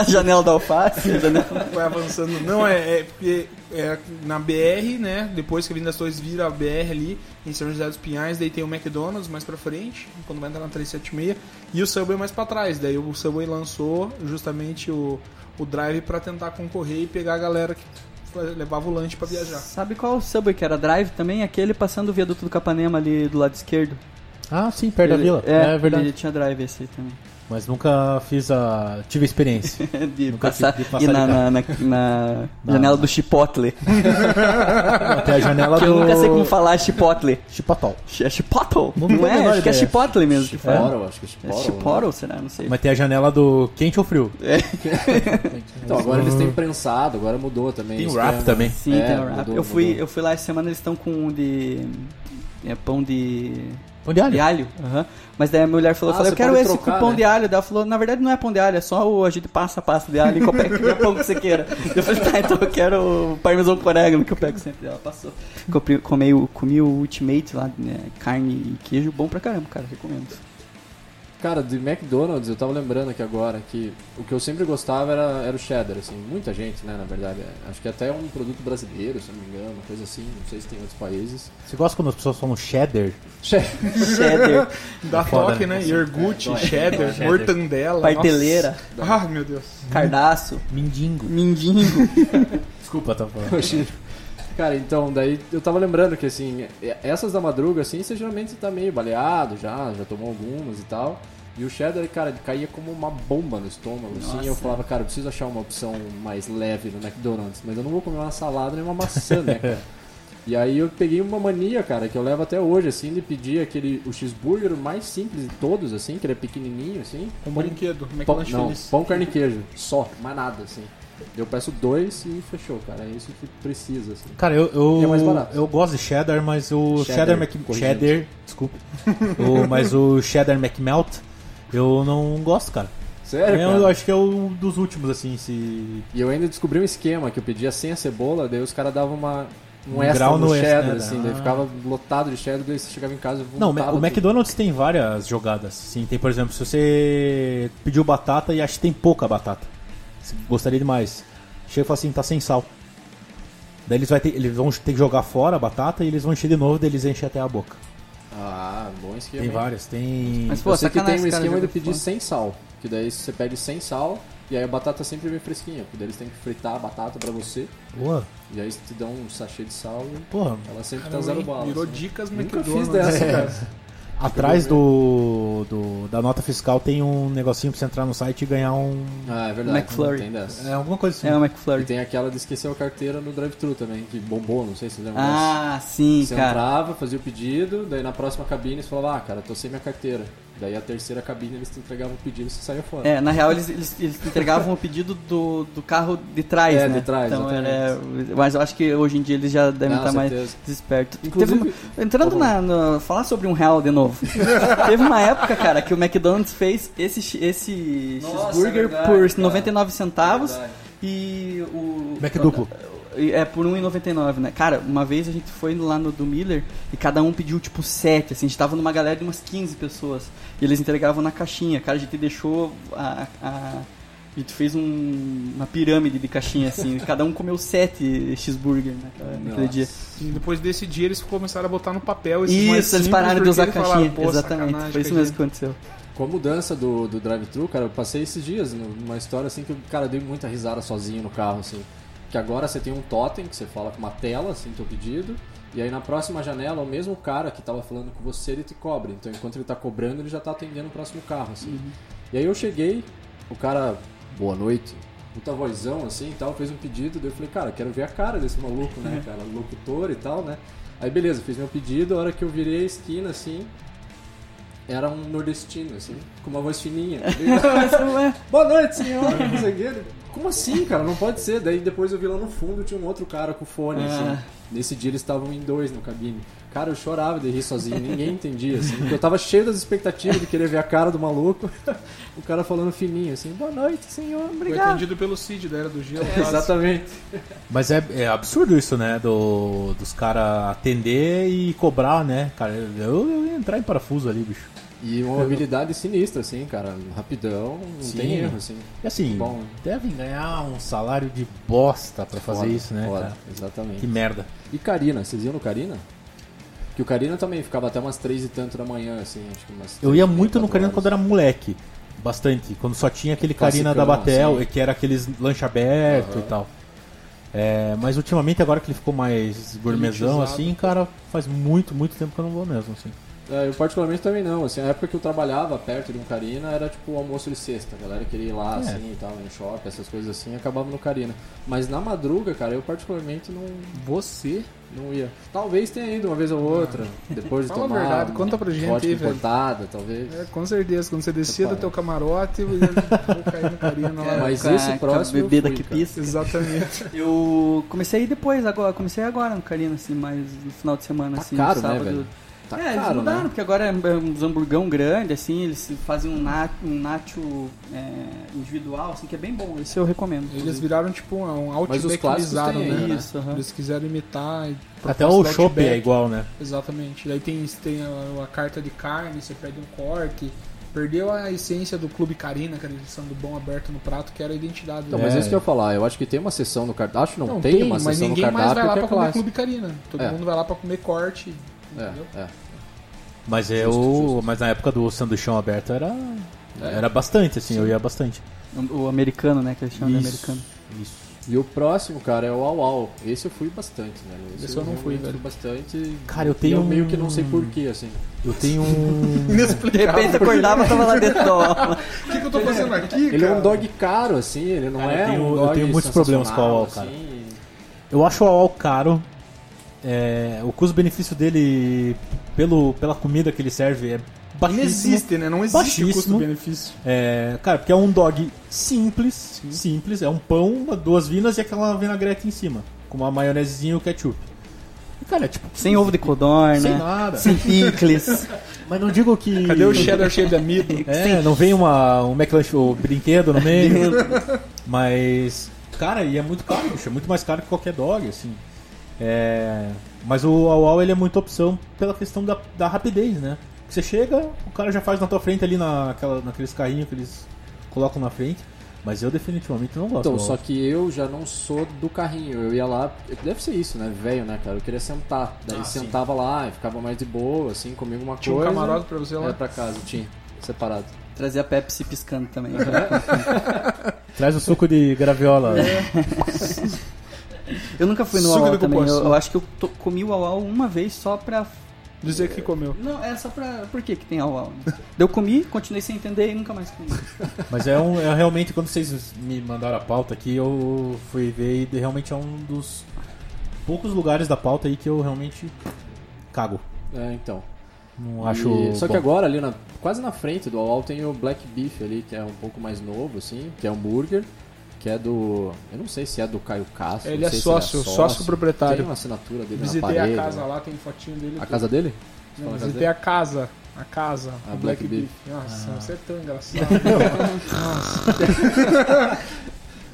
Speaker 5: a janela da alface, a janela
Speaker 3: Vai avançando. Não, é, é porque é na BR, né? Depois que a Avenida das Torres vira a BR ali, em São José dos Pinhais, daí tem o McDonald's mais pra frente, quando vai entrar na 376, e o Subway mais pra trás. Daí o Subway lançou justamente o, o drive pra tentar concorrer e pegar a galera que fa- levava o lanche pra viajar.
Speaker 5: Sabe qual Subway que era Drive também? Aquele passando o viaduto do Capanema ali do lado esquerdo.
Speaker 4: Ah, sim, perto da
Speaker 5: Ele-
Speaker 4: vila.
Speaker 5: É,
Speaker 4: É, verdade.
Speaker 5: Ele tinha Drive esse aí também.
Speaker 4: Mas nunca fiz a. Tive a experiência.
Speaker 5: De
Speaker 4: Nunca
Speaker 5: passar,
Speaker 4: tive de
Speaker 5: e
Speaker 4: passar
Speaker 5: na,
Speaker 4: de
Speaker 5: na, na, na janela do Chipotle.
Speaker 4: Até a janela
Speaker 5: Que
Speaker 4: do.
Speaker 5: eu nunca sei como falar Chipotle.
Speaker 4: Chipatol.
Speaker 5: É Chipotle?
Speaker 4: Não
Speaker 5: Não,
Speaker 4: tenho a
Speaker 5: é?
Speaker 4: menor
Speaker 5: Acho que é
Speaker 4: ideia.
Speaker 5: Chipotle mesmo. que fala.
Speaker 6: Chipotle, acho que é
Speaker 5: É
Speaker 6: Chipotle.
Speaker 5: Chipotle, será? Não sei.
Speaker 4: Mas tem a janela do quente ou frio.
Speaker 5: É.
Speaker 6: Então, agora eles têm prensado, agora mudou também.
Speaker 4: Tem
Speaker 6: Isso
Speaker 4: wrap
Speaker 6: que é-
Speaker 4: também.
Speaker 5: Sim,
Speaker 6: É,
Speaker 5: tem o rap.
Speaker 6: mudou,
Speaker 5: Eu fui,
Speaker 6: mudou.
Speaker 5: eu fui lá essa semana, eles estão com um de. É, pão de.
Speaker 4: Pão de
Speaker 5: De
Speaker 4: alho.
Speaker 5: alho. aham. Mas daí a minha mulher falou, eu
Speaker 6: Ah,
Speaker 5: falei, eu
Speaker 6: você
Speaker 5: quero
Speaker 6: pode
Speaker 5: esse
Speaker 6: trocar,
Speaker 5: com pão
Speaker 6: né?
Speaker 5: de alho. Daí ela falou, na verdade não é pão de alho, é só o, a gente passa a pasta de alho em qualquer qualquer pão que você queira. Eu falei, tá, então eu quero o parmesão com orégano que eu pego sempre. Daí Ela passou. Comi, comi, o- comi o Ultimate lá, né, carne e queijo, bom pra caramba, cara, recomendo.
Speaker 6: Cara, de McDonald's, eu tava lembrando aqui agora que o que eu sempre gostava era, era o cheddar, assim, muita gente, né, na verdade. É, Acho que até é um produto brasileiro, se eu não me engano, uma coisa assim, não sei se tem em outros países.
Speaker 4: Você gosta quando as pessoas falam cheddar?
Speaker 6: Che-
Speaker 5: Cheddar,
Speaker 3: Dá
Speaker 4: foda,
Speaker 3: toque, né? Iogurte, cheddar,
Speaker 4: Cheddar.
Speaker 3: mortandela.
Speaker 5: parteleira,
Speaker 3: nossa. Ah, meu Deus.
Speaker 5: cardaço,
Speaker 4: Mindingo.
Speaker 5: mindinho.
Speaker 4: Desculpa, tá falando.
Speaker 6: Poxa. Cara, então, daí eu tava lembrando que, assim, é- essas da madruga, assim, você geralmente tá meio baleado já, já tomou algumas e tal. E o cheddar, cara, caía como uma bomba no estômago, assim.
Speaker 5: Nossa.
Speaker 6: Eu falava, cara, eu preciso achar uma opção mais leve no McDonald's, mas eu não vou comer uma salada nem uma maçã, né, cara? E aí eu peguei uma mania, cara, que eu levo até hoje, assim, de pedir aquele, o cheeseburger mais simples de todos, assim, que ele é pequenininho, assim.
Speaker 3: Um brinquedo.
Speaker 6: Pão,
Speaker 3: McLanche
Speaker 6: não,
Speaker 3: feliz.
Speaker 6: pão, carne e queijo, só, mais nada, assim. Eu peço dois e fechou, cara, é isso que precisa, assim.
Speaker 4: Cara, eu,
Speaker 6: E é mais
Speaker 4: eu,
Speaker 6: barato.
Speaker 4: eu gosto de cheddar, mas o cheddar,
Speaker 6: Cheddar,
Speaker 4: Mac...
Speaker 6: corrigindo.
Speaker 4: cheddar desculpe. o, mas o cheddar McMelt, eu não gosto, cara.
Speaker 6: Sério,
Speaker 4: eu,
Speaker 6: cara?
Speaker 4: eu acho que é um dos últimos, assim, se...
Speaker 6: E eu ainda descobri um esquema que eu pedia sem a cebola, daí os caras davam uma um,
Speaker 4: Um
Speaker 6: extra
Speaker 4: grau
Speaker 6: no,
Speaker 4: no extra,
Speaker 6: cheddar,
Speaker 4: né?
Speaker 6: assim, daí
Speaker 4: Ah.
Speaker 6: ficava lotado de cheddar, daí você chegava em casa e
Speaker 4: Não,
Speaker 6: vomitava
Speaker 4: o
Speaker 6: tudo.
Speaker 4: McDonald's tem várias jogadas. Sim, tem, por exemplo, se você pediu batata e acha que tem pouca batata. Você gostaria de mais. Chega e fala assim, tá sem sal. Daí eles, vai ter- eles vão ter que jogar fora a batata e eles vão encher de novo, daí eles enchem até a boca.
Speaker 6: Ah, bom esquema.
Speaker 4: Tem
Speaker 6: hein?
Speaker 4: várias, tem.
Speaker 5: Mas, pô,
Speaker 6: Eu sei que tem
Speaker 5: sacanagem
Speaker 6: um
Speaker 5: esse cara
Speaker 6: esquema de
Speaker 5: jogar
Speaker 6: pedir
Speaker 5: fora.
Speaker 6: sem sal, que daí você pede sem sal e aí a batata sempre vem fresquinha, porque daí eles têm que fritar a batata pra você
Speaker 4: Boa,
Speaker 6: e aí te dão um sachê de sal e
Speaker 4: porra.
Speaker 6: ela sempre tá
Speaker 3: Caramba,
Speaker 6: zero
Speaker 3: hein?
Speaker 6: bala.
Speaker 3: Virou né,
Speaker 6: assim.
Speaker 3: dicas
Speaker 6: Nunca
Speaker 3: McDonald's.
Speaker 6: fiz
Speaker 4: É.
Speaker 6: dessa, cara.
Speaker 4: Atrás do, do- da nota fiscal tem um negocinho pra você entrar no site e ganhar um.
Speaker 6: Ah, é verdade.
Speaker 5: McFlurry.
Speaker 6: Tem dessa.
Speaker 4: É alguma coisa assim.
Speaker 5: É o
Speaker 6: E
Speaker 5: McFlurry.
Speaker 6: tem aquela de esquecer a carteira no drive-thru também, que bombou, não sei se você lembra dessa.
Speaker 5: Ah, sim,
Speaker 6: um Você
Speaker 5: cara.
Speaker 6: entrava, fazia o pedido, daí na próxima cabine você falava, ah, cara, tô sem minha carteira. Daí a terceira cabine eles te entregavam o pedido e você saia fora.
Speaker 5: É, na real eles, eles, eles entregavam o pedido do, do carro de trás,
Speaker 6: É,
Speaker 5: né?
Speaker 6: de trás,
Speaker 5: então, era,
Speaker 6: exatamente.
Speaker 5: é, Mas eu acho que hoje em dia eles já devem
Speaker 6: Não,
Speaker 5: estar mais
Speaker 6: certeza.
Speaker 5: despertos.
Speaker 6: Inclusive- Tá
Speaker 5: Teve uma- entrando na, na- Falar sobre um real de novo. Teve uma época, cara, que o McDonald's fez esse, chi- esse
Speaker 6: Nossa,
Speaker 5: cheeseburger
Speaker 6: é verdade,
Speaker 5: por
Speaker 6: cara.
Speaker 5: 99 centavos
Speaker 6: Verdade.
Speaker 5: e o...
Speaker 4: McDuplo.
Speaker 5: E É por 1,99, né? Cara, uma vez a gente foi lá no do Miller e cada um pediu tipo 7, assim, a gente tava numa galera de umas 15 pessoas. E eles entregavam na caixinha, cara, a gente deixou a. a- a gente fez um- uma pirâmide de caixinha, assim, cada um comeu 7 cheeseburger naquela- naquele
Speaker 6: Nossa.
Speaker 5: dia.
Speaker 3: E depois desse dia eles começaram a botar no papel esses mais
Speaker 5: Isso, eles
Speaker 3: simples,
Speaker 5: pararam de
Speaker 3: porque
Speaker 5: usar
Speaker 3: eles falaram,
Speaker 5: caixinha.
Speaker 3: "Pô,
Speaker 5: Exatamente,
Speaker 3: sacanagem
Speaker 5: foi isso
Speaker 3: que a
Speaker 5: mesmo que aconteceu.
Speaker 6: Com a mudança do, do drive-thru, cara, eu passei esses dias no- numa história assim que o cara deu muita risada sozinho no carro, assim. Que agora você tem um totem que você fala com uma tela, assim, teu pedido. E aí na próxima janela, o mesmo cara que tava falando com você, ele te cobra. Então enquanto ele tá cobrando, ele já tá atendendo o próximo carro, assim. E aí eu cheguei, o cara, boa noite, puta vozão assim e tal, fez um pedido, daí eu falei, cara, quero ver a cara desse maluco, né, cara, locutor e tal, né. Aí beleza, fiz meu pedido, a hora que eu virei a esquina, assim, era um nordestino, assim, com uma voz fininha. tá
Speaker 5: é.
Speaker 6: boa noite, senhor, não sei o quê. Como assim, cara? Não pode ser. Daí depois eu vi lá no fundo, tinha um outro cara com fone, assim.
Speaker 4: É.
Speaker 6: Nesse dia eles estavam em dois no cabine. Cara, eu chorava de rir sozinho, ninguém entendia, assim. Porque eu tava cheio das expectativas de querer ver a cara do maluco. O cara falando fininho, assim, boa noite, senhor,
Speaker 3: Foi
Speaker 6: obrigado.
Speaker 3: atendido pelo Cid da Era do Gelo.
Speaker 4: É,
Speaker 5: É,
Speaker 3: quase.
Speaker 6: Exatamente.
Speaker 4: Mas é, é absurdo isso, né? Do, dos caras atender e cobrar, né? Cara, eu, eu ia entrar em parafuso ali, bicho.
Speaker 6: E uma habilidade sinistra, assim, cara. Rapidão, não
Speaker 4: Sim.
Speaker 6: tem erro, assim.
Speaker 4: E assim,
Speaker 6: Bom.
Speaker 4: devem ganhar um salário de bosta pra fazer
Speaker 6: Foda,
Speaker 4: isso, né?
Speaker 6: foda,
Speaker 4: cara?
Speaker 6: Exatamente.
Speaker 4: Que merda.
Speaker 6: E Karina, vocês iam no Karina? Que o Karina também ficava até umas três e tanto da manhã, assim, acho que umas
Speaker 4: Eu
Speaker 6: três,
Speaker 4: ia muito no
Speaker 6: quatro
Speaker 4: Carino
Speaker 6: horas.
Speaker 4: quando era moleque. bastante. Quando só tinha aquele Carina da
Speaker 6: Classicão,
Speaker 4: Batel,
Speaker 6: assim.
Speaker 4: e que era aqueles lanche aberto e tal. É, mas ultimamente, agora que ele ficou mais gourmetzão,
Speaker 3: Elitizado.
Speaker 4: assim, cara, faz muito, muito tempo que eu não vou mesmo, assim.
Speaker 6: É, eu particularmente também não. Assim, a época que eu trabalhava perto de um Carina era tipo o almoço de sexta. A galera queria ir lá,
Speaker 4: É.
Speaker 6: assim, e tal, no shopping, essas coisas assim, acabava no Carina. Mas na madruga, cara, eu particularmente não,
Speaker 3: Você?
Speaker 6: não ia. Talvez tenha ido uma vez ou outra,
Speaker 4: Ah.
Speaker 6: depois de
Speaker 3: Fala a
Speaker 6: tomar
Speaker 3: verdade,
Speaker 6: um
Speaker 3: conta pra gente
Speaker 6: vodka
Speaker 3: aí, velho.
Speaker 6: importada, talvez.
Speaker 3: É, com certeza. Quando você descia do
Speaker 6: Separado.
Speaker 3: teu camarote, eu vou cair no Carina lá.
Speaker 5: Cara,
Speaker 6: mas
Speaker 5: com a-
Speaker 6: esse
Speaker 5: com a
Speaker 6: próximo eu
Speaker 5: bebida
Speaker 6: fui,
Speaker 5: que
Speaker 6: cara.
Speaker 5: pisca.
Speaker 3: Exatamente.
Speaker 5: Eu comecei depois agora, comecei agora no Carina, assim, mas no final de semana,
Speaker 6: Tá
Speaker 5: assim,
Speaker 6: caro, né,
Speaker 5: sábado.
Speaker 6: velho? Tá
Speaker 5: é, eles
Speaker 6: caro,
Speaker 5: mudaram,
Speaker 6: né?
Speaker 5: porque agora é uns hamburgão grande, assim, eles fazem um, na, um nacho é, individual, assim, que é bem bom, esse eu recomendo. É
Speaker 3: Eles viraram tipo um, um
Speaker 6: Mas os
Speaker 3: outback
Speaker 6: clássicos
Speaker 3: bizarro,
Speaker 6: têm
Speaker 3: né?
Speaker 6: ainda,
Speaker 5: Isso, aham.
Speaker 3: Eles quiseram imitar. e
Speaker 4: Até
Speaker 3: proposta
Speaker 4: o
Speaker 3: do
Speaker 4: chopp
Speaker 3: Outback.
Speaker 4: é igual, né?
Speaker 3: Exatamente. Daí tem, tem a, a carta de carne, você pede um corte. Perdeu a essência do Clube Carina, que era a edição do bom aberto no prato, que era a identidade.
Speaker 6: Então,
Speaker 3: dele.
Speaker 6: mas
Speaker 4: É.
Speaker 6: isso que eu ia falar, eu acho que tem uma sessão no cardápio. Acho que não,
Speaker 3: Não,
Speaker 6: tem, uma
Speaker 3: mas
Speaker 6: sessão no
Speaker 3: ninguém mais vai
Speaker 6: cardápio
Speaker 3: lá
Speaker 6: que
Speaker 3: pra
Speaker 6: é
Speaker 3: comer
Speaker 6: clássico.
Speaker 3: Clube Carina. Todo
Speaker 6: É.
Speaker 3: mundo vai lá pra comer corte. Entendeu?
Speaker 6: É, é.
Speaker 4: Mas eu. Mas na época do sanduichão aberto era.
Speaker 6: É.
Speaker 4: Era bastante, assim, eu ia bastante.
Speaker 5: O, o americano, né, que eles chamam de americano.
Speaker 4: isso.
Speaker 6: E o próximo, cara, é o Au Au. Esse eu fui bastante, velho.
Speaker 3: Esse eu não fui,
Speaker 6: realmente
Speaker 3: velho.
Speaker 6: bastante.
Speaker 4: Cara, eu
Speaker 6: E
Speaker 4: tenho.
Speaker 6: eu meio que
Speaker 4: um-
Speaker 6: não sei porquê, assim.
Speaker 4: Eu tenho um.
Speaker 5: De repente acordava, tava lá dentro da aula.
Speaker 3: O que, que eu tô fazendo aqui?
Speaker 6: Ele é um dog caro, assim, ele não
Speaker 4: Cara,
Speaker 6: é
Speaker 4: eu tenho-
Speaker 6: um
Speaker 4: eu
Speaker 6: dog
Speaker 4: tenho muitos problemas com o Au Au,
Speaker 6: sensacional,
Speaker 4: cara.
Speaker 6: assim.
Speaker 4: Eu acho o AOL caro. É, o custo-benefício dele pelo, pela comida que ele serve é
Speaker 3: Não
Speaker 4: baixíssimo.
Speaker 3: existe, né? Não existe
Speaker 4: Baixíssimo.
Speaker 3: custo-benefício.
Speaker 4: É, cara, porque é um dog simples, simples. É um pão, uma- duas vinas e aquela vinagrete em cima. Com uma maionezinha e o ketchup. E, cara, é tipo...
Speaker 5: Sem ovo de codorna,
Speaker 4: Sem nada.
Speaker 5: sem picles.
Speaker 4: é. Mas não digo que...
Speaker 3: Cadê o cheddar cheio de amido?
Speaker 4: É, não vem uma, um McLanche, o brinquedo no meio. mas, cara, e é muito caro, bicho. É muito mais caro que qualquer dog, assim. É, mas o Au Au, ele é muita opção pela questão da, da rapidez, né? Você chega, o cara já faz na tua frente ali naquela, naqueles carrinhos que eles colocam na frente. Mas eu definitivamente não gosto.
Speaker 6: Então,
Speaker 4: do Au
Speaker 6: só
Speaker 4: Au.
Speaker 6: que eu já não sou do carrinho. Eu ia lá. Deve ser isso, né? Velho, né, cara? Eu queria sentar. Daí
Speaker 4: Ah, sim.
Speaker 6: sentava lá e ficava mais de boa, assim, comia alguma
Speaker 3: Tinha um
Speaker 6: coisa.
Speaker 3: camarote pra você lá.
Speaker 6: É, pra casa, tinha. Separado.
Speaker 5: Trazia Pepsi piscando também.
Speaker 4: Traz o suco de graviola.
Speaker 5: Eu nunca fui no
Speaker 3: Suco
Speaker 5: Uau
Speaker 3: de
Speaker 5: também. Eu,
Speaker 3: cupuaçu.
Speaker 5: eu acho que eu to- comi o Uau uma vez só pra.
Speaker 3: Dizer que comeu.
Speaker 5: Não, é só pra. Por que que tem Uau? Né? Eu comi, continuei sem entender e nunca mais comi.
Speaker 4: Mas é, um, é realmente, quando vocês me mandaram a pauta aqui, eu fui ver e de- realmente é um dos poucos lugares da pauta aí que eu realmente cago.
Speaker 6: É, então.
Speaker 4: Não
Speaker 6: E-
Speaker 4: acho.
Speaker 6: Só que
Speaker 4: bom.
Speaker 6: agora, ali na, quase na frente do All tem o Black Beef ali, que é um pouco mais novo, assim, que é um burger, que é do. Eu não sei se é do Caio Castro.
Speaker 3: Ele
Speaker 6: não
Speaker 3: é
Speaker 6: sei se
Speaker 3: sócio, sócio
Speaker 6: Tem
Speaker 3: proprietário.
Speaker 6: uma assinatura dele na
Speaker 3: Visitei
Speaker 6: parede.
Speaker 3: a casa
Speaker 6: né?
Speaker 3: lá, tem fotinho dele.
Speaker 6: A
Speaker 3: tudo.
Speaker 6: casa dele?
Speaker 3: Não,
Speaker 6: Fala,
Speaker 3: visitei a casa. A casa.
Speaker 6: A
Speaker 3: o
Speaker 6: Black
Speaker 3: Black,
Speaker 6: Beef. Ah.
Speaker 3: Beef. Nossa, você é tão engraçado.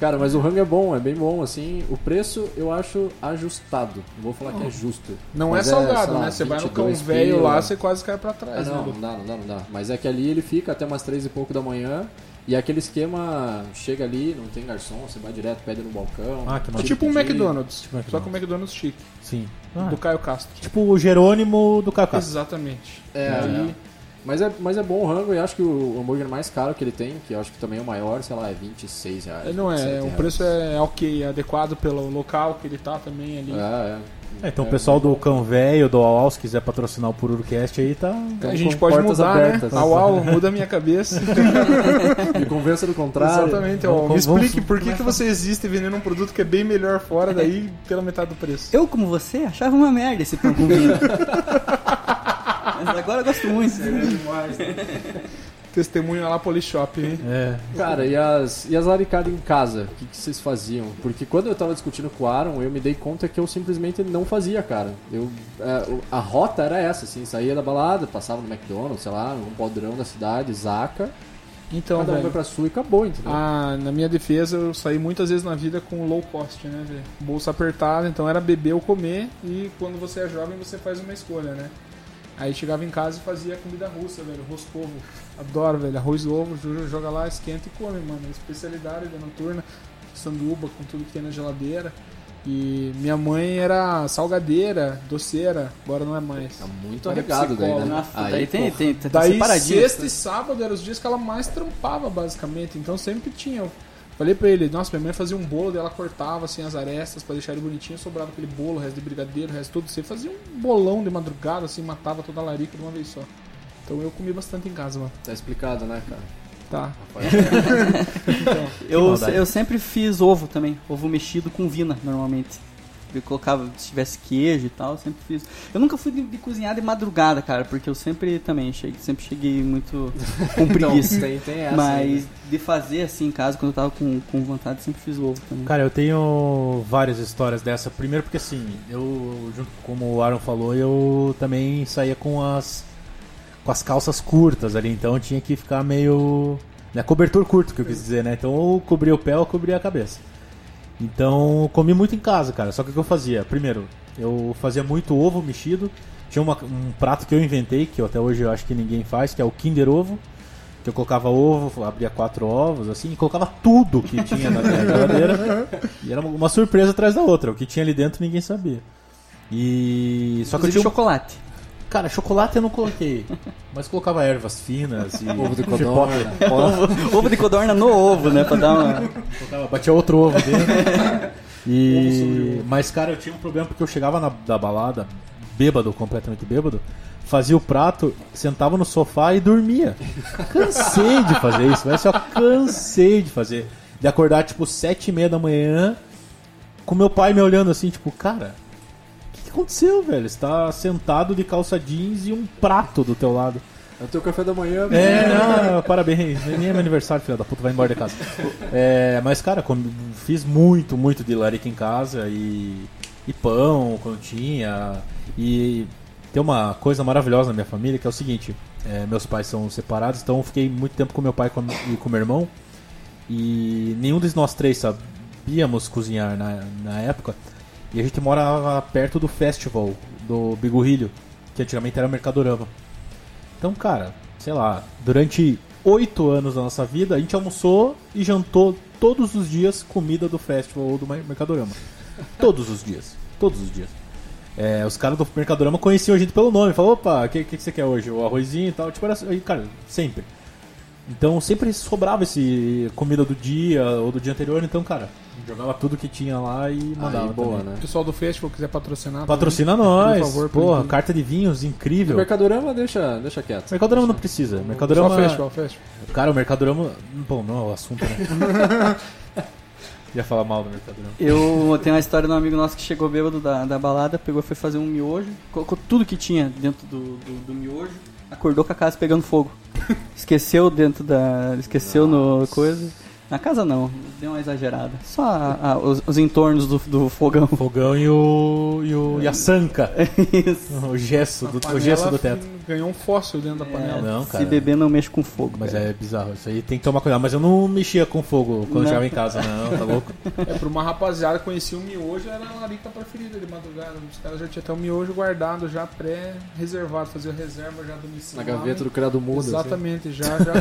Speaker 6: Cara, mas o rango é bom, é bem bom, assim. O preço eu acho ajustado. Não vou falar que
Speaker 3: Oh,
Speaker 6: é justo.
Speaker 3: Não
Speaker 6: Mas
Speaker 3: é salgado,
Speaker 6: sei lá,
Speaker 3: né? Você vai no
Speaker 6: 22
Speaker 3: cão velho lá,
Speaker 6: pila.
Speaker 3: você quase cai pra
Speaker 6: Ah,
Speaker 3: trás.
Speaker 6: não, não
Speaker 3: né?
Speaker 6: dá, não dá, não dá. Mas é que ali ele fica até umas três e pouco da manhã. E aquele esquema, chega ali, não tem garçom, você vai direto, pede no balcão.
Speaker 4: Ah, que
Speaker 3: É
Speaker 4: maravilha.
Speaker 3: tipo um
Speaker 6: pedir.
Speaker 3: McDonald's.
Speaker 4: Tipo McDonald's.
Speaker 3: Só que o McDonald's chique.
Speaker 4: Sim.
Speaker 6: é.
Speaker 4: Ah,
Speaker 3: Do Caio Castro.
Speaker 4: Tipo o Jerônimo do Cacá.
Speaker 3: Exatamente.
Speaker 6: É, aí- Mas, é, mas é bom o rango e acho que o hambúrguer mais caro que ele tem, que eu acho que também é o maior, sei lá, é 26 reais.
Speaker 3: É, Não
Speaker 6: 27
Speaker 3: é, o
Speaker 6: reais.
Speaker 3: preço é ok, é adequado pelo local que ele tá também ali.
Speaker 6: É, é.
Speaker 4: É, então o pessoal do Cão Velho, do Au Au, se quiser patrocinar o Pururucast aí, tá.
Speaker 3: A
Speaker 6: Então,
Speaker 3: gente
Speaker 6: com
Speaker 3: pode
Speaker 6: portas
Speaker 3: mudar,
Speaker 6: abertas.
Speaker 3: né? Au au, muda a minha cabeça.
Speaker 6: Me convença do contrário.
Speaker 3: Exatamente,
Speaker 4: Vamos-
Speaker 3: ó. Me
Speaker 4: vamos- vamos-
Speaker 3: explique por que, que você existe vendendo um produto que é bem melhor fora daí pela metade do preço.
Speaker 5: Eu, como você, achava uma merda esse pão com vinho. Mas agora eu gosto muito. né?
Speaker 3: Testemunho lá Polishop, hein?
Speaker 4: É.
Speaker 6: Cara, e as, e as laricadas em casa? O que, que vocês faziam? Porque quando eu tava discutindo com o Aaron, eu me dei conta que eu simplesmente não fazia, cara. Eu, é, o- a rota era essa, assim, saía da balada, passava no McDonald's, sei lá, um podrão da cidade, zaca,
Speaker 3: Então,
Speaker 6: cada um vai
Speaker 3: velho.
Speaker 6: pra sua e acabou, entendeu?
Speaker 3: Ah, na minha defesa, eu saí muitas vezes na vida com low cost, né, velho? Bolsa apertada, então era beber ou comer, e quando você é jovem, você faz uma escolha, né? Aí chegava em casa e fazia comida russa, velho, roscovo. Adoro, velho, arroz e ovo, jo- joga lá, esquenta e come, mano. Especialidade da noturna, sanduba com tudo que tem na geladeira. E minha mãe era salgadeira, doceira, agora não é mais.
Speaker 6: Tá muito arregado daí, né?
Speaker 5: Nossa, daí
Speaker 6: Aí,
Speaker 5: tem,
Speaker 6: pô,
Speaker 5: tem, tem,
Speaker 4: Tá
Speaker 3: Daí
Speaker 5: separadinho.
Speaker 4: né?
Speaker 3: sexta e sábado eram os dias que ela mais trampava, basicamente. Então sempre tinha. Eu falei pra ele, nossa, minha mãe fazia um bolo, daí ela cortava assim as arestas pra deixar ele bonitinho, sobrava aquele bolo, o resto de brigadeiro, o resto tudo. Você fazia um bolão de madrugada, assim, matava toda a larica de uma vez só. Então eu comi bastante em casa, mano.
Speaker 6: tá explicado, né, cara?
Speaker 3: Tá.
Speaker 5: Eu,
Speaker 4: maldade.
Speaker 5: eu sempre fiz ovo também, ovo mexido com vina, normalmente. Eu colocava, se tivesse queijo e tal, eu sempre fiz. Eu nunca fui de, de cozinhar de madrugada, cara, porque eu sempre também cheguei, sempre cheguei muito com preguiça.
Speaker 6: Então, tem, tem essa.
Speaker 5: Mas de fazer assim em casa, quando eu tava com, com vontade, eu sempre fiz ovo também.
Speaker 4: Cara, eu tenho várias histórias dessa. Primeiro porque assim, eu, junto como o Aaron falou, eu também saía com as com as calças curtas ali, então eu tinha que ficar meio. Né, cobertor curto que eu quis dizer, né? Então ou cobria o pé ou cobria a cabeça. Então eu comi muito em casa, cara. Só que o que eu fazia? Primeiro, eu fazia muito ovo mexido. Tinha uma- um prato que eu inventei, que eu até hoje eu acho que ninguém faz, que é o Kinder Ovo. Que eu colocava ovo, abria quatro ovos, assim, e colocava tudo que tinha na minha geladeira. e era uma surpresa atrás da outra. O que tinha ali dentro ninguém sabia. E. Só que eu
Speaker 5: Inclusive
Speaker 4: tinha um
Speaker 5: chocolate.
Speaker 4: Cara, chocolate eu não coloquei, mas colocava ervas finas e
Speaker 6: Ovo de codorna.
Speaker 5: Ovo, ovo de codorna no ovo, né? Pra dar uma.
Speaker 4: Colocava- batia outro ovo dentro. E... Mas, cara, eu tinha um problema porque eu chegava na, da balada, bêbado, completamente bêbado, fazia o prato, sentava no sofá e dormia. Cansei de fazer isso, mas só cansei de fazer. De acordar, tipo, sete e meia da manhã, com meu pai me olhando assim, tipo, cara, o que, que aconteceu, velho? Você tá sentado de calça jeans e um prato do teu lado.
Speaker 6: É o teu café da manhã, velho.
Speaker 4: É, não, não, parabéns. Nem é meu aniversário, filha da puta, vai embora de casa. É, mas, cara, comi- fiz muito, muito de larica em casa e, e pão, quando tinha. E tem uma coisa maravilhosa na minha família que é o seguinte: é, meus pais são separados, então eu fiquei muito tempo com meu pai e com, e com meu irmão. E nenhum de nós três sabíamos cozinhar na, na época. E a gente morava perto do festival do Bigorrilho, que antigamente era Mercadorama. Então, cara, sei lá, durante oito anos da nossa vida, a gente almoçou e jantou todos os dias comida do festival ou do Mer- Mercadorama. Todos os dias. Todos os dias. É, os caras do Mercadorama conheciam a gente pelo nome. Falaram, opa, o que, que, que você quer hoje? O arrozinho e tal. Tipo, era, aí, cara, sempre. Então sempre sobrava esse comida do dia ou do dia anterior. Então, cara, jogava tudo que tinha lá e mandava.
Speaker 6: Aí, boa,
Speaker 4: também.
Speaker 6: né?
Speaker 3: O pessoal do festival quiser patrocinar.
Speaker 4: Patrocina nós.
Speaker 3: Por favor, por
Speaker 4: Porra,
Speaker 3: enquanto.
Speaker 4: carta de vinhos,
Speaker 6: O
Speaker 4: incrível.
Speaker 6: Mercadorama deixa, deixa quieto.
Speaker 4: Mercadorama não precisa.
Speaker 3: também.
Speaker 4: Mercadorama
Speaker 3: Só festival, festival.
Speaker 4: Cara, o Mercadorama. Bom, não é o assunto, né? Ia falar mal do Mercadorama.
Speaker 5: Eu tenho uma história de um amigo nosso que chegou bêbado da, da balada, pegou, foi fazer um miojo, colocou tudo que tinha dentro do, do, do miojo, acordou com a casa pegando fogo. Esqueceu dentro da. Esqueceu no coisa. Na casa não, deu uma exagerada. Só a- a- os, os entornos do, do fogão.
Speaker 4: Fogão e o. e, o, e a sanca.
Speaker 5: Isso.
Speaker 4: o gesso,
Speaker 3: A
Speaker 4: do, o
Speaker 3: panela
Speaker 4: gesso é do teto. É,
Speaker 3: Ganhou um fóssil dentro
Speaker 6: É.
Speaker 3: da panela.
Speaker 4: não, cara.
Speaker 5: É, Se beber não mexe com fogo.
Speaker 4: Mas
Speaker 5: cara.
Speaker 4: é bizarro, isso aí tem que tomar cuidado. Mas eu não mexia com fogo quando
Speaker 5: Não.
Speaker 4: eu chegava em casa, não, tá louco?
Speaker 3: É, pra uma rapaziada que conhecia o miojo, era a larica preferida de madrugada. Os caras já tinham até o miojo guardado, já pré-reservado, fazia reserva já
Speaker 6: Na
Speaker 3: domiciliar.
Speaker 6: gaveta do criado mudo. assim.
Speaker 3: Exatamente, já, já.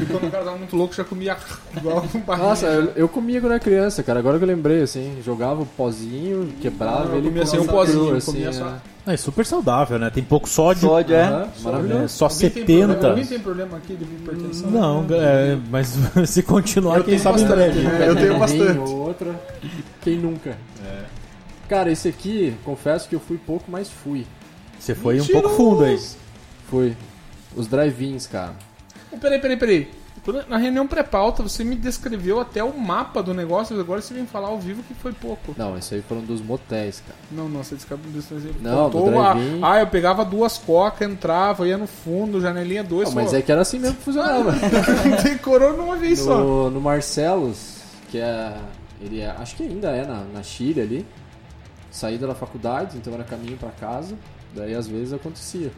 Speaker 3: e quando o cara tava muito louco, já comia igual um barriga.
Speaker 6: Nossa, eu, eu comia quando era criança, cara. Agora que eu lembrei, assim, jogava o pozinho, quebrava
Speaker 3: Não, eu
Speaker 6: ele
Speaker 3: comia sem
Speaker 6: e
Speaker 3: o
Speaker 6: comia
Speaker 3: pozinho,
Speaker 6: cru,
Speaker 3: comia
Speaker 6: assim,
Speaker 3: só-
Speaker 6: né?
Speaker 4: É super saudável, né? Tem pouco sódio.
Speaker 5: Sódio, é.
Speaker 6: Aham,
Speaker 4: né?
Speaker 6: Maravilhoso.
Speaker 4: Só
Speaker 3: Alguém tem problema-
Speaker 4: 70.
Speaker 3: Alguém tem problema aqui de hipertensão?
Speaker 4: Não, é, mas se continuar,
Speaker 3: Eu
Speaker 4: quem
Speaker 3: tenho
Speaker 4: sabe em
Speaker 3: bastante,
Speaker 4: breve.
Speaker 3: né? Eu tenho bastante.
Speaker 6: um Ou outra. Quem nunca?
Speaker 3: É.
Speaker 6: Cara, esse aqui, confesso que eu fui pouco, mas fui.
Speaker 4: Você foi um pouco fundo aí.
Speaker 6: Fui. Os drive-ins, cara.
Speaker 3: Peraí, peraí, peraí. Quando- Na reunião pré-pauta, você me descreveu até o mapa do negócio, agora você vem falar ao vivo que foi pouco.
Speaker 6: Não, esse aí foram dos motéis, cara.
Speaker 3: Não, não, você descreveu
Speaker 6: Não, do drive-in.
Speaker 3: Ah, eu pegava duas cocas, entrava, ia no fundo, janelinha dois.
Speaker 6: Não, mas
Speaker 3: só.
Speaker 6: é que era assim mesmo que funcionava.
Speaker 3: Decorou numa vez só.
Speaker 6: no, no Marcelos, que é. Ele é, acho que ainda é na, na Chile ali. Saída da faculdade, então era caminho pra casa. Daí às vezes acontecia.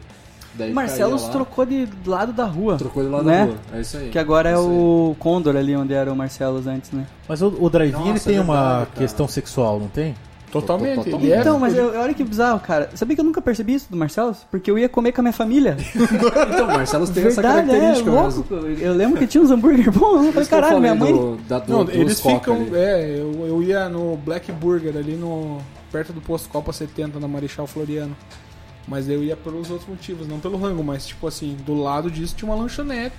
Speaker 6: Daí
Speaker 5: O Marcelo
Speaker 6: caía lá,
Speaker 5: trocou de lado da rua.
Speaker 6: trocou ele lá
Speaker 5: né?
Speaker 6: na rua. É isso aí.
Speaker 5: Que agora é
Speaker 6: isso aí.
Speaker 5: o Condor ali onde era o Marcelos antes, né?
Speaker 4: Mas o, o drive-in ele
Speaker 6: Nossa,
Speaker 4: tem
Speaker 6: é
Speaker 4: uma
Speaker 6: verdade, cara.
Speaker 4: questão sexual, não tem?
Speaker 3: Totalmente.
Speaker 6: Totalmente.
Speaker 3: Ele é-
Speaker 5: Então, mas eu, olha que bizarro, cara. Sabia que eu nunca percebi isso do Marcelo? Porque eu ia comer com a minha família.
Speaker 6: Então, Marcelo tem essa
Speaker 5: Verdade, é
Speaker 6: característica mesmo.
Speaker 5: louco. Eu lembro que tinha uns hambúrguer bons. Eu falei,
Speaker 6: Por isso que eu
Speaker 5: caralho, minha
Speaker 6: falei
Speaker 5: mãe.
Speaker 6: do- da- do-
Speaker 3: Não,
Speaker 6: dos
Speaker 3: eles
Speaker 6: Coca
Speaker 3: ficam.
Speaker 6: ali.
Speaker 3: É, eu, eu ia no Black Burger ali no. perto do posto Copa 70 na Marechal Floriano. Mas eu ia pelos outros motivos, não pelo rango, mas tipo assim, do lado disso tinha uma lanchonete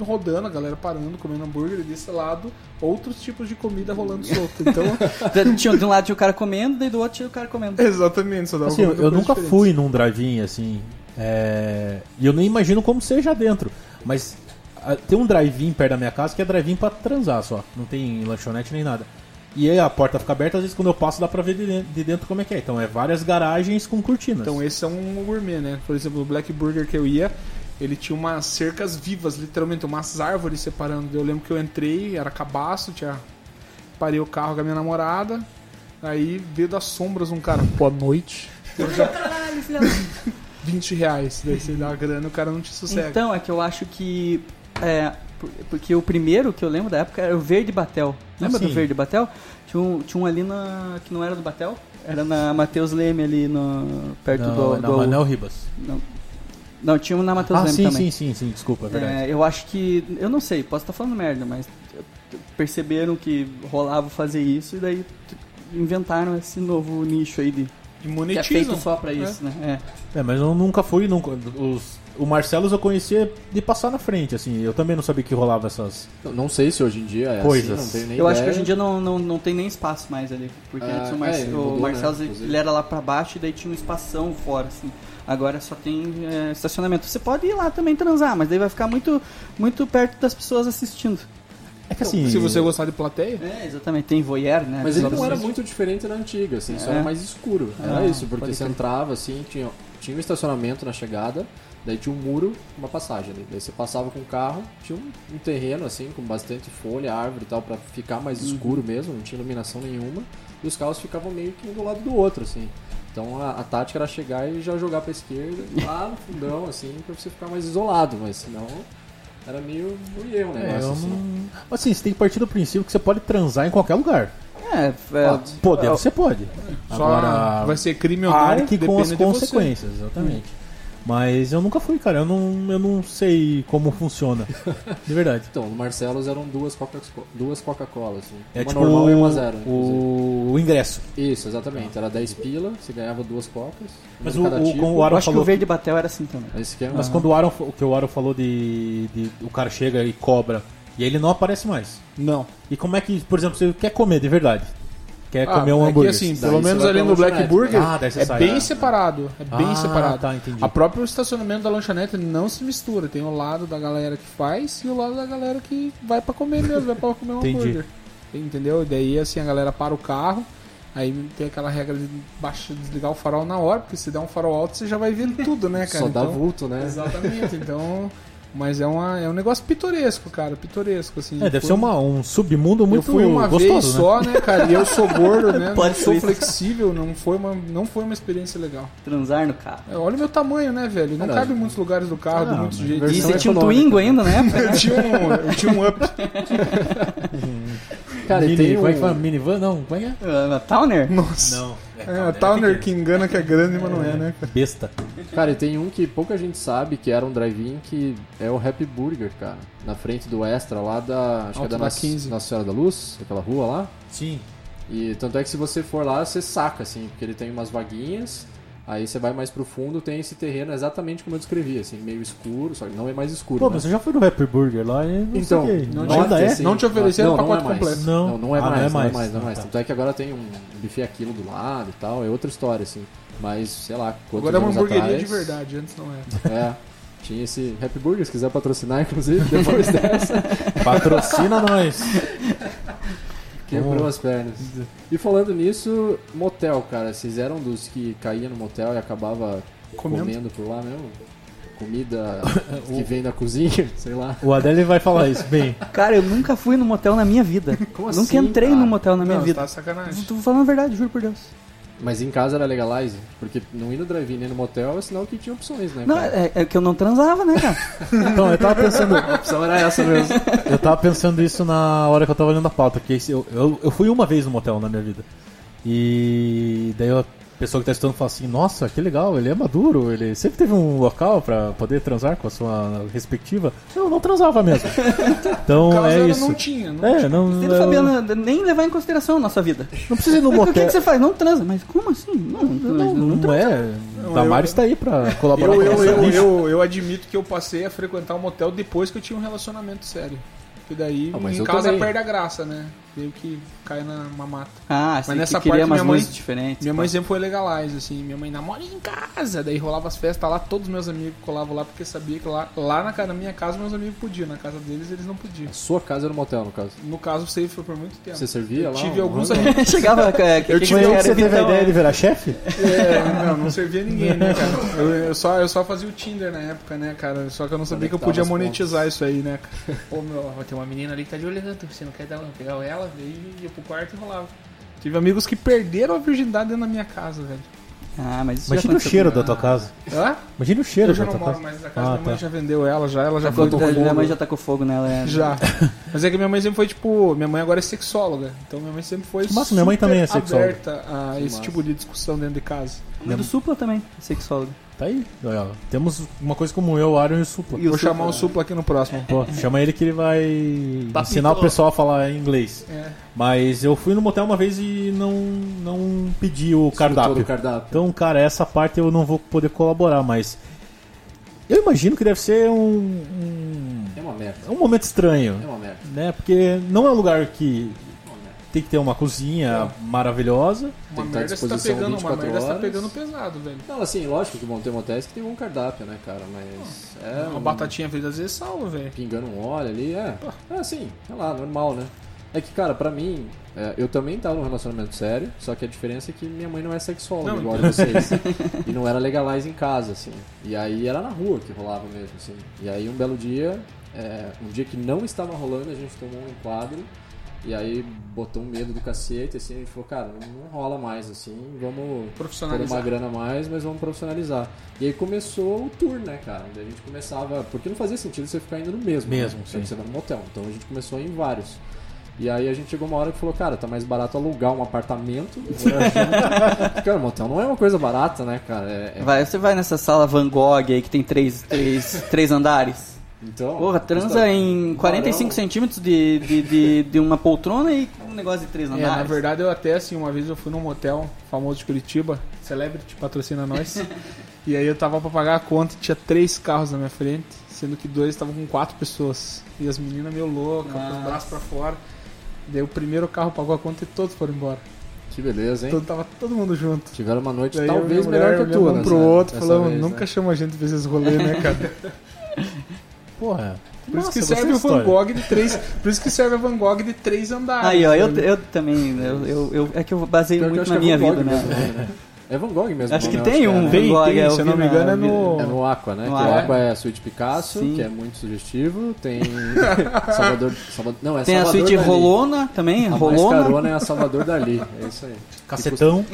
Speaker 3: rodando, a galera parando, comendo hambúrguer, e desse lado outros tipos de comida rolando solto. Então,
Speaker 5: Tinha, de um lado tinha o cara comendo, daí do outro tinha o cara comendo.
Speaker 3: É, exatamente, só
Speaker 5: Então,
Speaker 3: dava
Speaker 4: Assim, eu,
Speaker 3: comendo
Speaker 4: eu
Speaker 3: coisas
Speaker 4: nunca
Speaker 3: diferentes.
Speaker 4: fui num drive-in, assim. é, E eu nem imagino como seja dentro. Mas a- tem um drive-in perto da minha casa que é drive-in pra transar só. Não tem lanchonete nem nada. E aí a porta fica aberta, às vezes quando eu passo dá pra ver de dentro, de dentro como é que é. Então é várias garagens com cortinas.
Speaker 3: Então esse é um gourmet, né? Por exemplo, o Black Burger que eu ia, ele tinha umas cercas vivas, literalmente, umas árvores separando. Eu lembro que eu entrei, era cabaço, tinha. Parei o carro com a minha namorada. Aí veio das sombras um cara, boa noite. Eu já- 20 reais, daí você dá a grana e o cara não te sossega.
Speaker 5: Então, é que eu acho que. É, por- porque o primeiro que eu lembro da época era o Verde Batel. Lembra
Speaker 4: Sim.
Speaker 5: do Verde Batel? Tinha um, tinha um ali na. que não era do Batel. Era na Matheus Leme ali no. perto
Speaker 4: não,
Speaker 5: do.
Speaker 4: não,
Speaker 5: do-
Speaker 4: Anel Ribas.
Speaker 5: não. Não, tinha um na Matheus
Speaker 4: Ah,
Speaker 5: Leme
Speaker 4: sim, sim,
Speaker 5: também.
Speaker 4: sim, sim, desculpa, é verdade.
Speaker 5: É, eu acho que. Eu não sei, posso estar falando merda, mas perceberam que rolava fazer isso e daí t- inventaram esse novo nicho aí de.
Speaker 3: E
Speaker 5: Que é
Speaker 3: monetizam.
Speaker 5: feito só pra isso, né? É.
Speaker 4: É, mas eu nunca fui, nunca. Os, o Marcelo eu conhecia de passar na frente, assim. Eu também não sabia que rolava essas.
Speaker 6: Eu Não sei se hoje em dia é
Speaker 4: Coisas.
Speaker 6: assim, não tenho nem
Speaker 5: Eu
Speaker 6: ideia.
Speaker 5: acho que hoje em dia não, não, não tem nem espaço mais ali. Porque
Speaker 6: Ah,
Speaker 5: antes o,
Speaker 6: é,
Speaker 5: Marce-
Speaker 6: ele
Speaker 5: o
Speaker 6: mudou, né,
Speaker 5: Marcelo
Speaker 6: inclusive.
Speaker 5: ele era lá pra baixo e daí tinha um espação fora, assim. Agora só tem é, estacionamento. Você pode ir lá também transar, mas daí vai ficar muito, muito perto das pessoas assistindo.
Speaker 4: É que assim.
Speaker 3: Se você gostar de plateia,
Speaker 5: É, exatamente. Tem voyeur, né?
Speaker 6: Mas ele
Speaker 5: Pessoas
Speaker 6: não era
Speaker 5: assistindo.
Speaker 6: muito diferente da antiga, assim, só
Speaker 5: É.
Speaker 6: era mais escuro. Era
Speaker 5: Ah,
Speaker 6: isso, porque
Speaker 5: pode
Speaker 6: você
Speaker 5: crer.
Speaker 6: entrava assim, tinha, tinha um estacionamento na chegada, daí tinha um muro, uma passagem ali. Daí você passava com o carro, tinha um, um terreno assim, com bastante folha, árvore e tal, pra ficar mais
Speaker 5: Uhum.
Speaker 6: escuro mesmo, não tinha iluminação nenhuma. E os carros ficavam meio que um do lado do outro, assim. Então a, a tática era chegar e já jogar pra esquerda, lá no fundão, assim, pra você ficar mais isolado, mas senão era meio voyeur o
Speaker 4: É,
Speaker 6: negócio,
Speaker 4: eu
Speaker 6: assim.
Speaker 4: não... Assim, você tem que partir do princípio que você pode transar em qualquer lugar.
Speaker 5: É, é,
Speaker 6: Fato.
Speaker 4: Poder, você pode.
Speaker 3: só
Speaker 4: Agora,
Speaker 3: vai ser crime ou não,
Speaker 4: arque com
Speaker 3: depende
Speaker 4: as
Speaker 3: de
Speaker 4: consequências, exatamente. Mas eu nunca fui, cara. Eu não, eu não sei como funciona. De verdade.
Speaker 6: Então, no Marcelo's eram duas Coca-Colas, duas Coca assim.
Speaker 4: É
Speaker 6: uma
Speaker 4: tipo
Speaker 6: normal e uma
Speaker 4: o-
Speaker 6: zero. inclusive.
Speaker 4: O, o ingresso.
Speaker 6: Isso, exatamente. Era 10 pila, você ganhava duas cocas. uma
Speaker 4: Mas
Speaker 6: de
Speaker 4: o,
Speaker 6: cada
Speaker 4: o,
Speaker 6: tipo. É
Speaker 4: como o
Speaker 5: eu
Speaker 4: Aaron
Speaker 5: acho que o
Speaker 4: falou.
Speaker 5: Verde Batel era assim também.
Speaker 6: Era esse esquema.
Speaker 4: Mas quando o, Aaron, o que o Aaron falou de, de. O cara chega e cobra. E aí ele não aparece mais.
Speaker 3: você. Não.
Speaker 4: E como é que, por exemplo, você quer comer de verdade? Quer
Speaker 3: Ah,
Speaker 4: comer um
Speaker 3: é que,
Speaker 4: hambúrguer?
Speaker 3: assim,
Speaker 6: Daí
Speaker 3: pelo
Speaker 6: você
Speaker 3: menos
Speaker 6: vai
Speaker 3: ali
Speaker 6: pra
Speaker 3: no Black
Speaker 6: lanchonete,
Speaker 3: Burger
Speaker 4: né? Ah, daí você
Speaker 3: é
Speaker 4: sai,
Speaker 3: bem
Speaker 4: ah.
Speaker 3: separado, é bem
Speaker 4: Ah,
Speaker 3: separado.
Speaker 4: tá, entendi.
Speaker 3: A próprio estacionamento da lanchonete não se mistura, tem o lado da galera que faz e o lado da galera que vai pra comer mesmo, vai pra comer um
Speaker 4: Entendi.
Speaker 3: hambúrguer. Entendeu? E daí assim a galera para o carro, aí tem aquela regra de baixar, desligar o farol na hora, porque se der um farol alto você já vai vendo tudo,
Speaker 4: é,
Speaker 3: né, cara?
Speaker 6: Só dá
Speaker 3: Então-
Speaker 6: vulto, né?
Speaker 3: Exatamente, então, mas é, uma, é um negócio pitoresco, cara, pitoresco assim.
Speaker 4: É, deve
Speaker 3: Foi
Speaker 4: ser uma, um submundo muito
Speaker 3: eu fui uma vez
Speaker 4: gostoso, né?
Speaker 3: só, né, cara? E eu sou gordo, né?
Speaker 5: Pode
Speaker 3: não sou
Speaker 5: ser.
Speaker 3: flexível, não foi, uma, não foi uma experiência legal.
Speaker 5: Transar no carro.
Speaker 3: É, Olha o meu tamanho, né, velho? Não
Speaker 6: Caralho.
Speaker 3: cabe em muitos lugares do carro, de
Speaker 4: Ah,
Speaker 3: muitos
Speaker 4: mas
Speaker 3: jeitos.
Speaker 5: E
Speaker 6: versão
Speaker 5: você tinha um
Speaker 6: econômica.
Speaker 5: Twingo ainda na época? né?
Speaker 3: Eu tinha um, eu tinha um up.
Speaker 6: Cara, e
Speaker 4: Mini,
Speaker 6: tem
Speaker 4: como é que
Speaker 6: um-
Speaker 4: fala? Minivan? Não, como é que é?
Speaker 5: Ah, na Towner?
Speaker 3: Nossa.
Speaker 4: Não. tá
Speaker 3: É, a Towner que engana que é grande, mas não é, né? cara?
Speaker 4: Besta.
Speaker 6: Cara, e tem um que pouca gente sabe, que era um drive-in, que é o Happy Burger, cara. Na frente do Extra, lá da... Acho que é
Speaker 3: Alto
Speaker 6: da
Speaker 3: da
Speaker 6: Nossa,
Speaker 3: 15.
Speaker 6: Nossa Senhora da Luz, aquela rua lá.
Speaker 4: Sim.
Speaker 6: E tanto é que se você for lá, você saca, assim, porque ele tem umas vaguinhas, aí você vai mais pro fundo, tem esse terreno exatamente como eu descrevi, assim, meio escuro, só que não é mais escuro.
Speaker 4: Pô,
Speaker 6: né?
Speaker 4: mas você já foi no Happy Burger lá e não
Speaker 6: Então,
Speaker 4: sei o que.
Speaker 3: não
Speaker 6: tinha-
Speaker 4: Ainda é?
Speaker 6: assim,
Speaker 3: Não te ofereceram
Speaker 6: não, não
Speaker 3: pacote
Speaker 6: é mais.
Speaker 3: completo.
Speaker 4: Não.
Speaker 6: Não, não é
Speaker 4: Ah,
Speaker 6: mais, não é mais, não
Speaker 4: não
Speaker 6: é mais.
Speaker 4: tá.
Speaker 6: Tanto é que agora tem um buffet aquilo do lado e tal, é outra história, assim. Mas, sei lá, quantos
Speaker 3: Agora é uma
Speaker 6: anos
Speaker 3: hamburgueria
Speaker 6: atrás,
Speaker 3: de verdade, antes não era.
Speaker 6: É. Tinha esse Happy Burger, se quiser patrocinar, inclusive, depois dessa,
Speaker 4: Patrocina nós.
Speaker 6: quebrou as pernas. E falando nisso, motel, cara, vocês eram dos que caía no motel e acabava
Speaker 3: Comendo.
Speaker 6: comendo por lá mesmo? Comida que vem da cozinha, sei lá.
Speaker 4: O Adélio vai falar isso. Bem,
Speaker 5: Cara, eu nunca fui num motel na minha vida.
Speaker 6: Como
Speaker 5: nunca
Speaker 6: assim,
Speaker 5: entrei
Speaker 6: cara?
Speaker 5: num motel na minha
Speaker 3: Não,
Speaker 5: vida.
Speaker 3: tá sacanagem.
Speaker 5: Tô falando a verdade, juro por Deus.
Speaker 6: Mas em casa era legalize, porque não ir no drive-in nem no motel é sinal que tinha opções, né?
Speaker 5: Não,
Speaker 6: cara?
Speaker 5: é, é que eu não transava, né, cara?
Speaker 4: então, eu tava pensando.
Speaker 6: A opção era essa mesmo.
Speaker 4: Eu tava pensando isso na hora que eu tava olhando a pauta, porque esse- eu, eu, eu fui uma vez no motel na minha vida. E daí a pessoa que tá estudando fala assim, nossa, que legal, ele é maduro, ele sempre teve um local pra poder transar com a sua respectiva. Não, não transava mesmo. Então é
Speaker 3: Causando
Speaker 4: isso.
Speaker 3: não tinha, não
Speaker 4: É, não,
Speaker 5: Você
Speaker 4: não-
Speaker 5: não sabia na- nem levar em consideração a nossa vida.
Speaker 4: não precisa ir no
Speaker 5: Mas o que,
Speaker 4: motel.
Speaker 5: que você faz? Não transa. Mas como assim? Não,
Speaker 4: Não,
Speaker 5: não,
Speaker 4: não, é. Damares tá aí pra colaborar
Speaker 3: Eu,
Speaker 4: com
Speaker 3: eu,
Speaker 4: essa
Speaker 3: eu,
Speaker 4: lista.
Speaker 3: eu, eu admito que eu passei a frequentar um motel depois que eu tinha um relacionamento sério. Que daí
Speaker 6: Ah, mas
Speaker 3: em
Speaker 6: eu
Speaker 3: casa
Speaker 6: também.
Speaker 3: perde a graça, né? Meio que cai na mamata.
Speaker 5: Ah, assim,
Speaker 3: nessa
Speaker 5: que
Speaker 3: parte,
Speaker 5: queria umas
Speaker 3: minha mãe-
Speaker 5: luzes diferentes.
Speaker 3: Minha
Speaker 5: pá.
Speaker 3: mãe sempre foi legalize, assim. Minha mãe namora em casa. Daí rolava as festas lá, todos meus amigos colavam lá, porque sabia que lá, lá na, ca- na minha casa meus amigos podiam, na casa deles eles não podiam.
Speaker 6: Sua casa era um motel, no caso.
Speaker 3: No caso, você foi por muito tempo.
Speaker 6: Você servia
Speaker 3: Eu
Speaker 6: lá?
Speaker 3: tive
Speaker 6: um
Speaker 3: alguns
Speaker 6: rango?
Speaker 3: amigos.
Speaker 5: tá. Chegava... é,
Speaker 4: Eu tive um que você teve a
Speaker 5: né?
Speaker 4: ideia de virar chefe?
Speaker 3: É, não, não servia ninguém, né, cara? Eu, eu só, eu só fazia o Tinder na época, né, cara? Só que eu não sabia que eu podia
Speaker 6: Conectava os
Speaker 3: monetizar isso aí, né, cara? Pô, meu, tem uma menina ali que tá de olhando, você não quer dar, pegar ela? Daí ia pro quarto e rolava. Tive amigos que perderam a virgindade dentro da minha casa, velho.
Speaker 5: Ah, mas isso
Speaker 4: Imagina
Speaker 5: já
Speaker 4: o
Speaker 5: aconteceu
Speaker 4: cheiro
Speaker 5: comigo.
Speaker 4: da tua casa.
Speaker 3: Hã?
Speaker 4: Imagina o cheiro
Speaker 3: Eu já
Speaker 4: da
Speaker 3: não
Speaker 4: tua
Speaker 3: moro
Speaker 4: casa.
Speaker 3: mais na casa,
Speaker 4: Ah,
Speaker 3: minha mãe
Speaker 4: tá.
Speaker 3: já vendeu ela, já, ela já foi
Speaker 5: Quando
Speaker 3: do fogo.
Speaker 5: Minha mãe já tacou fogo nela. é.
Speaker 3: Já. Mas é que minha mãe sempre foi, tipo, minha mãe agora é sexóloga. Então minha mãe sempre foi
Speaker 4: Que massa, minha mãe
Speaker 3: super
Speaker 4: também é sexóloga.
Speaker 3: aberta a esse tipo de discussão dentro de casa.
Speaker 5: A mãe do Supla também, sexólogo.
Speaker 4: Tá aí. Olha, ó, Temos uma coisa como eu, o Arion e o Supla.
Speaker 5: E o
Speaker 3: Vou chamar um
Speaker 5: Supla?
Speaker 3: o Supla aqui no próximo.
Speaker 4: Pô, chama ele que ele vai ensinar o pessoal a falar inglês.
Speaker 3: É.
Speaker 4: Mas eu fui no motel uma vez e não, não pedi o
Speaker 6: Todo
Speaker 4: cardápio.
Speaker 6: o um cardápio.
Speaker 4: Então, cara, essa parte eu não vou poder colaborar, mas. Eu imagino que deve ser um. um,
Speaker 6: É uma merda.
Speaker 4: um momento estranho.
Speaker 6: É uma merda.
Speaker 4: né? Porque não é um lugar que tem que ter uma cozinha maravilhosa.
Speaker 6: Tem que
Speaker 3: Uma
Speaker 6: estar à
Speaker 3: merda você tá
Speaker 6: disposição
Speaker 3: pegando, uma
Speaker 6: 24
Speaker 3: merda você tá
Speaker 6: horas.
Speaker 3: pegando pesado, velho.
Speaker 6: Não, assim, lógico que vão ter motéis que tem um cardápio, né, cara? Mas é
Speaker 3: uma
Speaker 6: um-
Speaker 3: batatinha frita às vezes salva, velho.
Speaker 6: pingando um óleo ali, é. É assim, é lá, normal, né? É que, cara, pra mim, é, eu também tava num relacionamento sério, só que a diferença é que minha mãe não é sexóloga,
Speaker 3: Não,
Speaker 6: igual a de vocês. e não era legalize em casa, assim. E aí era na rua que rolava mesmo, assim. E aí um belo dia, é, um dia que não estava rolando, a gente tomou um enquadro. E aí botou um medo do cacete, assim, a gente falou, cara, não, não rola mais, assim, vamos por uma
Speaker 3: Profissionalizar.
Speaker 6: grana a mais, mas vamos profissionalizar. E aí começou o tour, né, cara? Daí A gente começava. Porque não fazia sentido você ficar indo no mesmo.
Speaker 4: Mesmo,
Speaker 6: né?
Speaker 4: sim.
Speaker 6: Você vai no motel. Então a gente começou em vários. E aí a gente chegou uma hora que falou, cara, tá mais barato alugar um apartamento. e morar junto. cara, motel não é uma coisa barata, né, cara? É- é-
Speaker 5: Vai, você vai nessa sala Van Gogh aí que tem três, três, três andares.
Speaker 6: Então.
Speaker 5: Porra, transa
Speaker 6: custa-
Speaker 5: em 45
Speaker 6: Barão.
Speaker 5: centímetros de, de, de, de uma poltrona e um negócio de três
Speaker 3: É,
Speaker 5: andares.
Speaker 3: na verdade eu até assim, uma vez eu fui num motel famoso de Curitiba, Celebrity patrocina nós. e aí eu tava pra pagar a conta e tinha três carros na minha frente, sendo que dois estavam com quatro pessoas. E as meninas meio loucas, com os
Speaker 5: Nossa.
Speaker 3: braços pra fora. Daí o primeiro carro pagou a conta e todos foram embora.
Speaker 6: Que beleza, hein?
Speaker 3: Todo, tava todo mundo junto.
Speaker 6: Tiveram uma noite
Speaker 3: Daí eu e
Speaker 6: talvez
Speaker 3: minha
Speaker 6: melhor
Speaker 3: mulher
Speaker 6: que a tua.
Speaker 3: olhamos Um pro
Speaker 6: nessa-
Speaker 3: outro,
Speaker 6: dessa
Speaker 3: falando,
Speaker 6: vez,
Speaker 3: nunca
Speaker 6: né?
Speaker 3: chama a gente pra esses rolês, né, cara?
Speaker 4: Porra.
Speaker 3: Por isso que
Speaker 4: é. Nossa, é
Speaker 3: serve o
Speaker 4: gostei da
Speaker 3: Van Gogh de três. Por isso que serve a Van Gogh de três andares. né?
Speaker 5: Aí, ó, eu,
Speaker 3: velho.
Speaker 5: eu também, eu, eu, eu- é que eu baseio
Speaker 6: Pior que eu
Speaker 5: muito
Speaker 6: acho
Speaker 5: na
Speaker 6: que é
Speaker 5: minha
Speaker 6: Van Gogh
Speaker 5: vida, né?
Speaker 6: mesmo, né? É Van Gogh mesmo.
Speaker 5: Acho
Speaker 6: né?
Speaker 5: que tem um
Speaker 6: né?
Speaker 3: Tem,
Speaker 5: Van Gogh,
Speaker 3: tem,
Speaker 5: eu
Speaker 3: é se eu
Speaker 5: vi
Speaker 3: não me
Speaker 5: na
Speaker 3: engano é no-
Speaker 6: É no Aqua, né?
Speaker 5: No
Speaker 6: que o
Speaker 5: Aqua.
Speaker 6: Aqua é a suíte Picasso,
Speaker 5: Sim.
Speaker 6: que é muito sugestivo. Tem Salvador... Salvador não, é
Speaker 5: Tem a
Speaker 6: Salvador
Speaker 5: suíte
Speaker 6: Dali.
Speaker 5: Rolona também,
Speaker 6: A mais
Speaker 5: Rolona.
Speaker 6: carona é a Salvador Dali. É isso aí.
Speaker 4: Cacetão.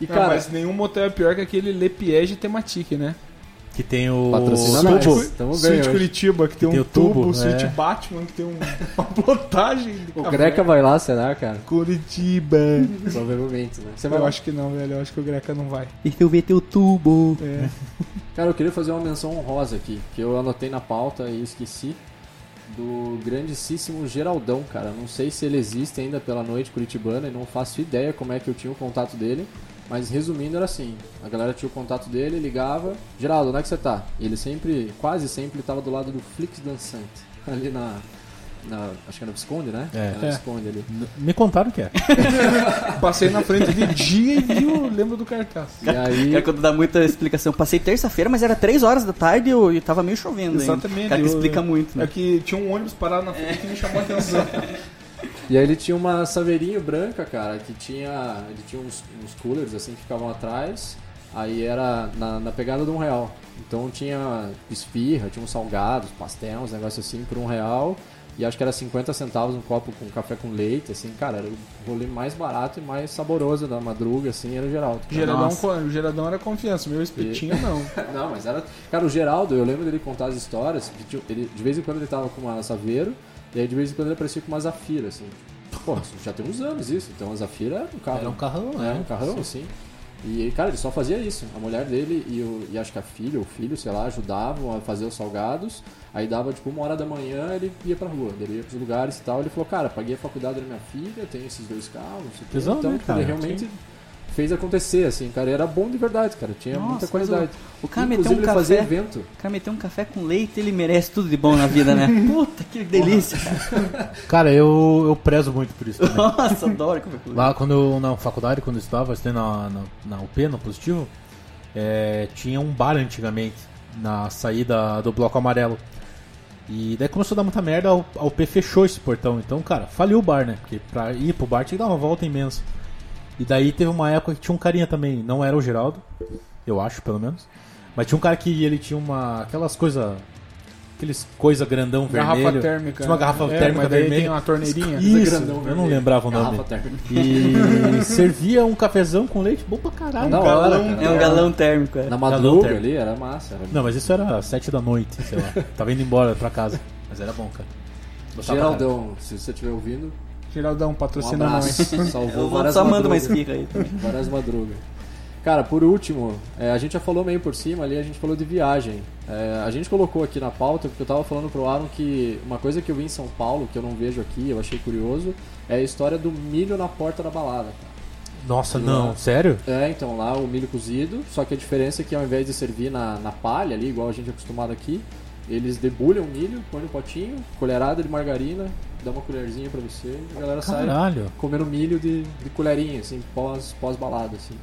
Speaker 6: E,
Speaker 3: Não,
Speaker 6: cara,
Speaker 3: mas nenhum motel é pior que aquele Le Piège Tematique, né?
Speaker 4: Que tem o.
Speaker 6: Patrocina
Speaker 4: o
Speaker 6: nós.
Speaker 4: tubo.
Speaker 6: Tamo bem
Speaker 3: Suíte
Speaker 6: hoje.
Speaker 3: Curitiba, que tem,
Speaker 4: tem
Speaker 3: um
Speaker 4: o tubo,
Speaker 3: tubo, suíte
Speaker 4: é.
Speaker 3: Batman, que tem um- uma plotagem. de
Speaker 6: né? o
Speaker 3: café.
Speaker 6: Greca vai lá, será, cara?
Speaker 3: Curitiba.
Speaker 6: Provavelmente, né? Você vai
Speaker 3: Eu
Speaker 6: lá.
Speaker 3: acho que não, velho. Eu acho que o Greca não vai.
Speaker 5: E tu vê teu tubo.
Speaker 3: É.
Speaker 6: Cara, eu queria fazer uma menção honrosa aqui, que eu anotei na pauta e esqueci. Do grandíssimo Geraldão, cara. Não sei se ele existe ainda pela noite curitibana e não faço ideia como é que eu tinha o contato dele. Mas resumindo, era assim: a galera tinha o contato dele, ligava. Geraldo, onde é que você tá? E ele sempre, quase sempre, estava do lado do Flix Dançante. Ali na. na- acho que era Visconde, né?
Speaker 4: É.
Speaker 6: Era Visconde ali.
Speaker 4: Me contaram que é.
Speaker 3: Passei na frente de dia e vi o lembro do cartaz.
Speaker 6: E aí.
Speaker 5: É quando dá muita explicação. Passei terça-feira, mas era três horas da tarde e eu, e tava meio chovendo ainda.
Speaker 3: Exatamente,
Speaker 5: Cara, que
Speaker 3: eu-
Speaker 5: explica muito,
Speaker 3: É
Speaker 5: né?
Speaker 3: que tinha um ônibus parado na frente que me chamou a atenção.
Speaker 6: E aí ele tinha uma saveirinha branca, cara, que tinha. Ele tinha uns, uns coolers assim que ficavam atrás. Aí era na, na pegada de um real. Então tinha espirra, tinha uns salgados, pastel, uns negócios assim por um real. E acho que era 50 centavos um copo com café com leite, assim, cara, era o rolê mais barato e mais saboroso da madruga, assim, era o Geraldo. cara.
Speaker 3: Geradão, o Geradão era confiança, meu espetinho não.
Speaker 6: Não, mas era. Cara, o Geraldo, eu lembro dele contar as histórias. Que tinha- ele, de vez em quando ele tava com uma saveiro, e aí de vez em quando ele aparecia com uma zafira, assim. Pô, já tem uns anos isso. Então a Zafira era um carro.
Speaker 4: Era um carrão,
Speaker 6: É,
Speaker 4: né?
Speaker 6: um carrão, assim. E, cara, ele só fazia isso. A mulher dele e, o, e acho que a filha, o filho, sei lá, ajudavam a fazer os salgados. Aí dava, tipo, uma hora da manhã, ele ia pra rua. Ele ia pros lugares e tal. Ele falou, cara, paguei a faculdade da minha filha, tenho esses dois carros, não sei o quê.
Speaker 4: Tesão,
Speaker 6: Então,
Speaker 4: né,
Speaker 6: tipo,
Speaker 4: cara?
Speaker 6: ele realmente fez acontecer, assim, cara. E era bom de verdade, cara. Tinha
Speaker 5: Nossa,
Speaker 6: muita
Speaker 5: mas
Speaker 6: qualidade.
Speaker 5: O cara meteu
Speaker 6: Inclusive,
Speaker 5: um
Speaker 6: ele fazia
Speaker 5: café.
Speaker 6: evento.
Speaker 5: O cara meteu um café com leite, ele merece tudo de bom na vida, né? Puta que delícia, cara.
Speaker 4: Cara, eu, eu prezo muito por isso. Também.
Speaker 5: Nossa, adoro café com leite.
Speaker 4: Lá quando eu, na faculdade, quando eu estudava, eu estudei na, na, na UP, no Positivo, é, tinha um bar antigamente, na saída do Bloco Amarelo. E daí começou a dar muita merda, a U- a UP fechou esse portão. Então, cara, faliu o bar, né? Porque pra ir pro bar tinha que dar uma volta imensa. E daí teve uma época que tinha um carinha também, não era o Geraldo, eu acho, pelo menos. Mas tinha um cara que ele tinha uma. aquelas coisas. Aqueles coisa grandão
Speaker 3: Garrafa
Speaker 4: vermelho.
Speaker 3: térmica.
Speaker 4: Tinha uma garrafa
Speaker 3: É,
Speaker 4: térmica
Speaker 3: mas daí
Speaker 4: vermelha.
Speaker 3: tem uma torneirinha.
Speaker 4: Isso, eu
Speaker 6: grandão
Speaker 4: não
Speaker 6: vermelho.
Speaker 4: lembrava o nome.
Speaker 6: Garrafa térmica.
Speaker 4: E servia um cafezão com leite bom pra caralho.
Speaker 6: Na
Speaker 4: cara.
Speaker 6: hora, cara.
Speaker 5: É um galão térmico, é.
Speaker 6: Na madruga
Speaker 4: térmica.
Speaker 6: ali, era massa. Era...
Speaker 4: é- Não, mas isso era sete da noite, sei lá. Tava indo embora pra casa. Mas era bom, cara. Gostava
Speaker 6: Geraldão, se você estiver ouvindo,
Speaker 3: Geraldão,
Speaker 6: um
Speaker 3: patrocina
Speaker 6: abraço.
Speaker 3: nós.
Speaker 6: Salvou
Speaker 5: Eu vou
Speaker 6: várias
Speaker 5: só manda uma
Speaker 6: madrugas.
Speaker 5: esfirra aí também.
Speaker 6: Várias madrugas. Cara, por último, é, a gente já falou meio por cima ali, a gente falou de viagem. É, a gente colocou aqui na pauta, porque eu tava falando pro Aaron que uma coisa que eu vi em São Paulo, que eu não vejo aqui, eu achei curioso, é a história do milho na porta da balada. cara.
Speaker 4: pra- Nossa, não, sério?
Speaker 6: É, então lá o milho cozido, só que a diferença é que ao invés de servir na, na palha ali, igual a gente é acostumado aqui, eles debulham o milho, põem no potinho, colherada de margarina, dá uma colherzinha pra você e a galera sai
Speaker 4: Caralho.
Speaker 6: comendo milho de, de colherinha, assim, pós, pós balada, assim.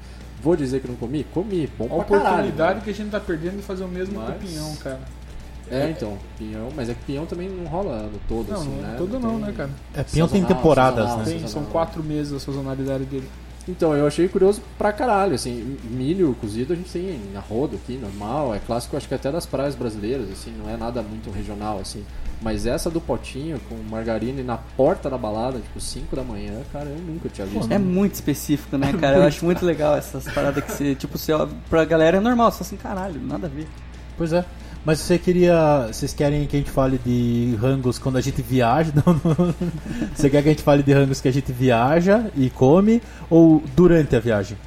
Speaker 6: Vou dizer que não comi? Comi, bom
Speaker 3: A
Speaker 6: pra
Speaker 3: oportunidade
Speaker 6: caralho. né?
Speaker 3: que a gente tá perdendo de fazer o mesmo
Speaker 6: Mas-
Speaker 3: com o pinhão, cara.
Speaker 6: né? É, então, pinhão, mas é que pinhão também não rola ano todo,
Speaker 3: Não,
Speaker 6: assim,
Speaker 3: não,
Speaker 6: né?
Speaker 3: todo não,
Speaker 6: tem-
Speaker 3: né, cara?
Speaker 4: É, pinhão tem
Speaker 6: Sazonal,
Speaker 4: temporadas,
Speaker 6: sazonal,
Speaker 4: né?
Speaker 3: Tem, são quatro meses a sazonalidade dele.
Speaker 6: Então, eu achei curioso pra caralho, assim, milho cozido a gente tem em arrodo aqui, normal, é clássico, acho que até das praias brasileiras, assim, não é nada muito regional, assim. Mas essa do potinho com margarina e na porta da balada, tipo, 5 da manhã, cara, eu nunca tinha visto.
Speaker 5: É muito específico, né, cara? Eu acho muito legal essas paradas que você, tipo, você, olha- pra galera é normal, só assim, caralho, nada a ver.
Speaker 4: Pois é. Mas você queria. Vocês querem que a gente fale de rangos quando a gente viaja? Não, não. Você quer que a gente fale de rangos que a gente viaja e come ou durante a viagem?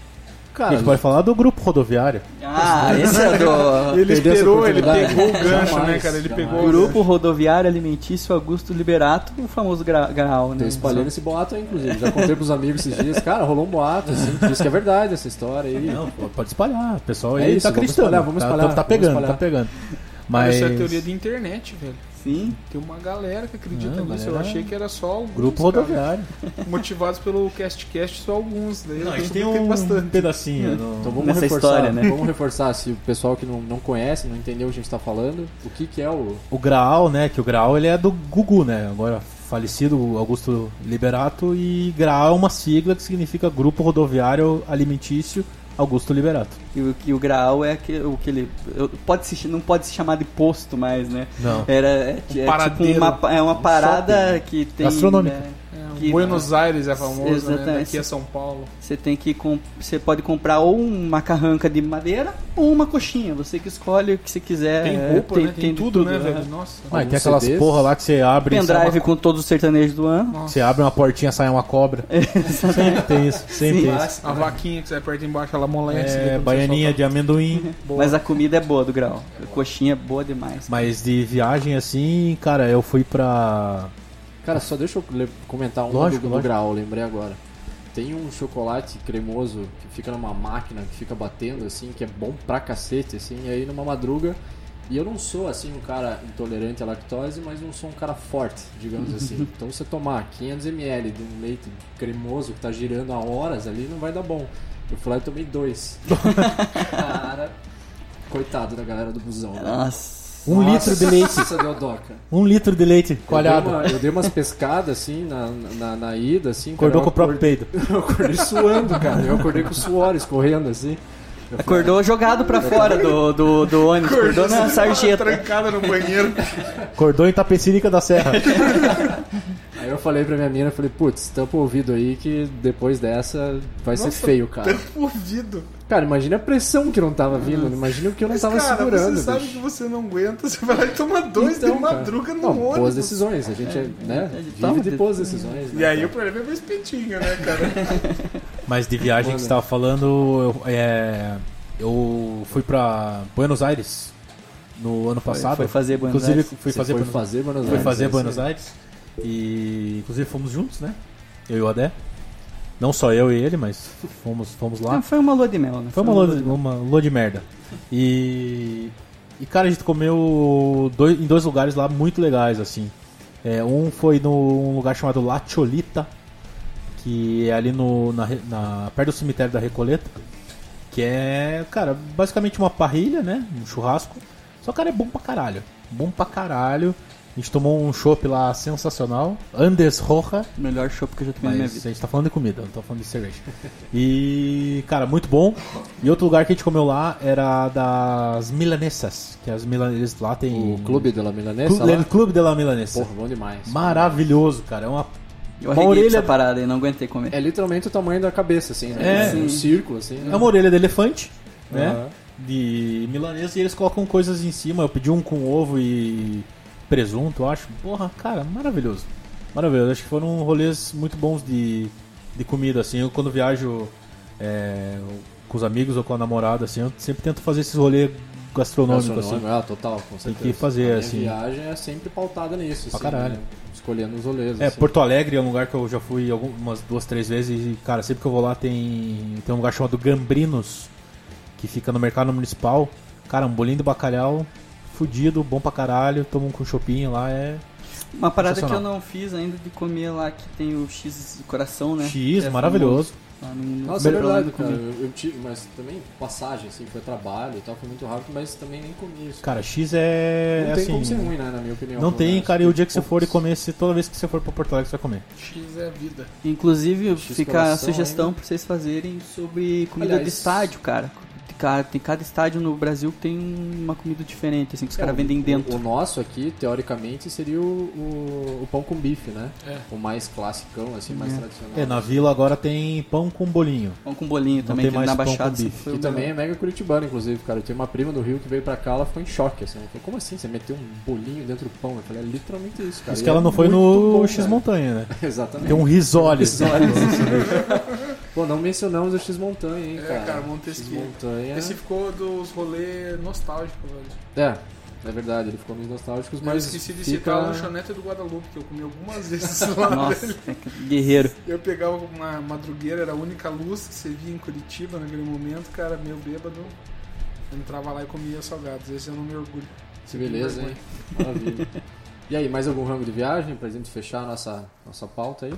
Speaker 4: a
Speaker 6: Cara,
Speaker 4: gente pode falar do grupo rodoviário.
Speaker 5: Ah, esse é do
Speaker 3: Ele
Speaker 6: Perdeu essa
Speaker 3: esperou, ele
Speaker 6: oportunidade.
Speaker 3: pegou o gancho,
Speaker 6: Jamais,
Speaker 3: né, cara? Ele pegou
Speaker 6: jamais.
Speaker 3: o gancho.
Speaker 5: Grupo Rodoviário Alimentício Augusto Liberato, o famoso gra- grau,
Speaker 6: Tô
Speaker 5: né?
Speaker 6: espalhando esse boato aí, inclusive. Já contei pros amigos esses dias. Cara, rolou um boato, assim. Diz que é verdade essa história aí.
Speaker 4: Não, pô, pode espalhar. O pessoal
Speaker 6: É
Speaker 4: aí
Speaker 6: isso,
Speaker 4: tá
Speaker 6: vamos
Speaker 4: acreditando.
Speaker 6: espalhar, vamos
Speaker 4: Tá- tá,
Speaker 6: espalhar,
Speaker 4: tá
Speaker 6: vamos
Speaker 4: pegando,
Speaker 6: espalhar.
Speaker 4: tá pegando.
Speaker 3: Cara,
Speaker 4: Mas.
Speaker 3: Isso é teoria de internet, velho.
Speaker 5: Sim.
Speaker 3: Tem uma galera que acredita
Speaker 4: Não,
Speaker 3: nisso. Eu
Speaker 4: galera-
Speaker 3: achei que era só alguns,
Speaker 4: Grupo
Speaker 3: cara.
Speaker 4: rodoviário.
Speaker 3: Motivados pelo CastCast, só alguns. Daí
Speaker 4: Não, a
Speaker 3: eu
Speaker 4: gente tem
Speaker 3: descobri
Speaker 4: um
Speaker 3: bastante.
Speaker 4: pedacinho. né? no-
Speaker 6: Então vamos
Speaker 5: Nessa
Speaker 6: reforçar,
Speaker 5: história, né?
Speaker 6: Vamos reforçar, se o pessoal que não, não conhece, não entendeu o que a gente tá falando, o que que é o...
Speaker 4: O Graal, né? Que o Graal ele é do Gugu, né? Agora falecido o Augusto Liberato. E Graal é uma sigla que significa Grupo Rodoviário Alimentício Augusto Liberato.
Speaker 5: E o, que o grau é aquele, o que ele. eu- Pode se, ch- não pode se chamar de posto mais, né?
Speaker 4: Não.
Speaker 5: Era é, ti- é tipo
Speaker 3: Um paradeiro. Um
Speaker 5: uma, pa- é uma parada que tem.
Speaker 4: Gastronômica.
Speaker 5: né,
Speaker 3: É,
Speaker 5: que-
Speaker 3: Buenos Aires é famoso, né?
Speaker 5: Exatamente.
Speaker 3: Daqui é São Paulo.
Speaker 5: Você tem que com- você pode comprar ou uma carranca de madeira ou uma coxinha. Você que escolhe o que você quiser.
Speaker 3: Tem
Speaker 5: é,
Speaker 3: roupa, né? Tem,
Speaker 5: de
Speaker 3: tudo, né,
Speaker 5: aham.
Speaker 3: velho? Nossa.
Speaker 4: Ah, e tem
Speaker 6: Alguns
Speaker 4: aquelas
Speaker 6: CDs.
Speaker 4: porra lá que você abre. e sai
Speaker 5: Pendrive
Speaker 4: uma-
Speaker 5: com todos os sertanejos do ano.
Speaker 4: Você abre uma portinha, sai uma cobra. Sempre tem isso, sempre tem isso.
Speaker 3: A vaquinha que você aperta embaixo, ela amolece.
Speaker 4: É,
Speaker 3: né, quando
Speaker 4: baianinha
Speaker 3: você
Speaker 4: de amendoim.
Speaker 5: Mas a comida é boa do grau. A coxinha é boa demais.
Speaker 4: Mas de viagem assim, cara, eu fui pra.
Speaker 6: Cara, só deixa eu le- comentar um
Speaker 4: Lógico,
Speaker 6: do, do
Speaker 4: lógico.
Speaker 6: grau, lembrei agora. Tem um chocolate cremoso que fica numa máquina, que fica batendo, assim, que é bom pra cacete, assim, e aí numa madruga... E eu não sou, assim, um cara intolerante à lactose, mas não sou um cara forte, digamos assim. Então, você tomar 500ml de um leite cremoso que tá girando há horas ali, não vai dar bom. Eu fui lá e tomei dois. cara, coitado da galera do busão. né?
Speaker 5: Nossa.
Speaker 4: Um litro de leite.
Speaker 6: Nossa, deu dó, cara.
Speaker 4: Um litro de leite
Speaker 6: Eu dei,
Speaker 4: coalhado.
Speaker 6: uma- eu dei umas pescadas assim na, na, na ida, assim. cara,
Speaker 4: Acordou
Speaker 6: eu
Speaker 4: com o próprio
Speaker 6: acordei-
Speaker 4: peido.
Speaker 6: Eu acordei suando, cara. Eu acordei com suor escorrendo assim. Eu falei,
Speaker 5: Acordou jogado pra fora do, do, do ônibus. Acordou na sarjeta.
Speaker 3: solta. Trancada no banheiro.
Speaker 4: Acordou em Tapecirica da Serra.
Speaker 6: Aí eu falei pra minha mina, eu falei, putz, tampa o ouvido aí que depois dessa vai ser feio, cara.
Speaker 3: Tampa o ouvido.
Speaker 6: Cara, imagina a pressão que não tava vindo, imagina o que eu não
Speaker 3: Mas,
Speaker 6: tava
Speaker 3: cara,
Speaker 6: segurando.
Speaker 3: você sabe
Speaker 6: bicho.
Speaker 3: que você não aguenta, você vai lá e toma dois
Speaker 6: Então,
Speaker 3: de
Speaker 6: cara.
Speaker 3: madruga no
Speaker 6: Não, boas
Speaker 3: um ônibus.
Speaker 6: decisões, a gente, é, né,
Speaker 5: é de
Speaker 6: vive
Speaker 5: tal-
Speaker 6: de boas decisões. né.
Speaker 3: E aí o problema é o espetinho, né, cara?
Speaker 4: Mas de viagem que você tava falando, eu, é, eu fui pra Buenos Aires no ano passado.
Speaker 5: foi fazer Buenos
Speaker 4: Inclusive,
Speaker 5: Aires.
Speaker 4: fui fazer
Speaker 6: foi
Speaker 4: Buenos Aires.
Speaker 6: fazer Buenos
Speaker 4: Fui
Speaker 6: Aires.
Speaker 4: fazer
Speaker 6: é isso aí.
Speaker 4: Buenos Aires. E inclusive fomos juntos, né? Eu e o Adé. Não só eu e ele, mas fomos, fomos lá.
Speaker 5: Ah, foi uma lua de mel, né?
Speaker 4: Foi uma lua, uma lua de merda. E. E cara, a gente comeu dois- em dois lugares lá muito legais, assim. É, um foi num lugar chamado La Cholita, que é ali no, na, re- na- perto do cemitério da Recoleta. Que é, cara, basicamente uma parrilha, né? Um churrasco. Só, cara, é bom pra caralho. Bom pra caralho. A gente tomou um chopp lá sensacional. Andes Roja.
Speaker 5: Melhor chopp que eu já tomei na minha
Speaker 4: Mas
Speaker 5: vida.
Speaker 4: a gente tá falando de comida, não tá falando de cerveja. E, cara, muito bom. E outro lugar que a gente comeu lá era das milanesas, que as milanesas lá tem...
Speaker 6: O Clube de la Milanesa
Speaker 4: Clube,
Speaker 6: lá?
Speaker 4: Clube de la Milanesa.
Speaker 6: Porra, bom demais.
Speaker 4: Maravilhoso, cara. É uma,
Speaker 5: Eu
Speaker 4: uma
Speaker 5: arreguei
Speaker 4: orelha...
Speaker 5: essa parada e não aguentei comer.
Speaker 6: É literalmente o tamanho da cabeça, assim,
Speaker 4: É.
Speaker 6: né? um círculo, assim. né?
Speaker 4: É uma orelha de elefante, né?
Speaker 6: Aham.
Speaker 4: De milanesa e eles colocam coisas em cima. Eu pedi um com ovo e presunto, eu acho. Porra, cara, maravilhoso. Maravilhoso. Acho que foram rolês muito bons de, de comida, assim. Eu quando viajo é, com os amigos ou com a namorada, assim, eu sempre tento fazer esses rolês gastronômicos, assim.
Speaker 6: Gastronômico, ah, total, com certeza.
Speaker 4: que fazer,
Speaker 6: a minha
Speaker 4: assim.
Speaker 6: viagem é sempre pautada nisso,
Speaker 4: Pra
Speaker 6: assim,
Speaker 4: caralho.
Speaker 6: né? Escolhendo os rolês,
Speaker 4: É,
Speaker 6: assim.
Speaker 4: Porto Alegre é um lugar que eu já fui algumas duas, três vezes e, cara, sempre que eu vou lá tem, tem um lugar chamado Gambrinos, que fica no mercado municipal. Cara, um bolinho de bacalhau fudido, bom pra caralho, toma um com chopinho lá, é
Speaker 5: Uma parada que eu
Speaker 4: sensacional.
Speaker 5: não fiz ainda de comer lá que tem o X do coração, né?
Speaker 4: X,
Speaker 5: Que é
Speaker 4: maravilhoso.
Speaker 5: famoso lá no- no-
Speaker 6: Nossa, é
Speaker 5: pra lá
Speaker 6: verdade,
Speaker 5: não comi.
Speaker 6: cara. Eu, eu tive, mas também passagem, assim, foi trabalho e tal, foi muito rápido, mas também nem comi isso.
Speaker 4: Cara, X é,
Speaker 6: não
Speaker 4: é
Speaker 6: tem
Speaker 4: assim,
Speaker 6: como ser ruim, né, na minha opinião.
Speaker 4: não
Speaker 6: pelo
Speaker 4: tem,
Speaker 6: menos.
Speaker 4: cara, e o dia que você
Speaker 6: Putz,
Speaker 4: for e comer, se toda vez que você for pra Porto Alegre você vai comer.
Speaker 3: X é a vida.
Speaker 5: Inclusive,
Speaker 6: X
Speaker 5: fica a
Speaker 6: coração
Speaker 5: sugestão pra vocês fazerem sobre comida
Speaker 6: Aliás-
Speaker 5: de estádio, cara. Tem ca- Tem cada estádio no Brasil que tem uma comida diferente, assim, que os caras vendem
Speaker 6: O
Speaker 5: dentro.
Speaker 6: nosso aqui, teoricamente, seria o, o, o pão com bife, né? O mais classicão, assim, mais
Speaker 5: É.
Speaker 6: tradicional.
Speaker 4: É, na vila agora tem pão com bolinho.
Speaker 5: Pão com bolinho
Speaker 4: Não
Speaker 5: também,
Speaker 4: tem
Speaker 5: que
Speaker 4: mais
Speaker 5: na
Speaker 4: pão com
Speaker 5: Baixada.
Speaker 4: bife.
Speaker 5: sempre foi
Speaker 6: Que
Speaker 5: o
Speaker 6: também é
Speaker 5: melhor.
Speaker 6: mega curitibano, inclusive, cara. Eu tenho uma prima do Rio que veio pra cá, ela ficou em choque, assim. Ela falou, como assim? Você meteu um bolinho dentro do pão? Eu falei, é literalmente isso, cara.
Speaker 4: Isso
Speaker 6: E
Speaker 4: que
Speaker 6: é
Speaker 4: ela não foi
Speaker 6: muito
Speaker 4: no
Speaker 6: bom,
Speaker 4: X
Speaker 6: cara.
Speaker 4: Montanha, né?
Speaker 6: Exatamente. né?
Speaker 4: Tem um risole.
Speaker 6: Pô, não mencionamos o X Montanha, hein,
Speaker 3: É,
Speaker 6: cara.
Speaker 3: cara, Montesquieu.
Speaker 6: X Montanha.
Speaker 3: Esse ficou dos rolês nostálgicos, velho.
Speaker 6: É, é verdade, ele ficou nos nostálgicos,
Speaker 3: Mas eu
Speaker 6: mas.
Speaker 3: esqueci de
Speaker 6: fica...
Speaker 3: citar a lanchonete do Guadalupe, que eu comi algumas vezes lá.
Speaker 5: Nossa, é guerreiro.
Speaker 3: Eu pegava uma madrugueira, era a única luz que você via em Curitiba naquele momento, cara, meio bêbado. Eu entrava lá e comia salgados. Esse eu não me orgulho.
Speaker 6: Que beleza, hein? Maravilha. E aí, mais algum ramo de viagem pra gente fechar a nossa, nossa pauta aí?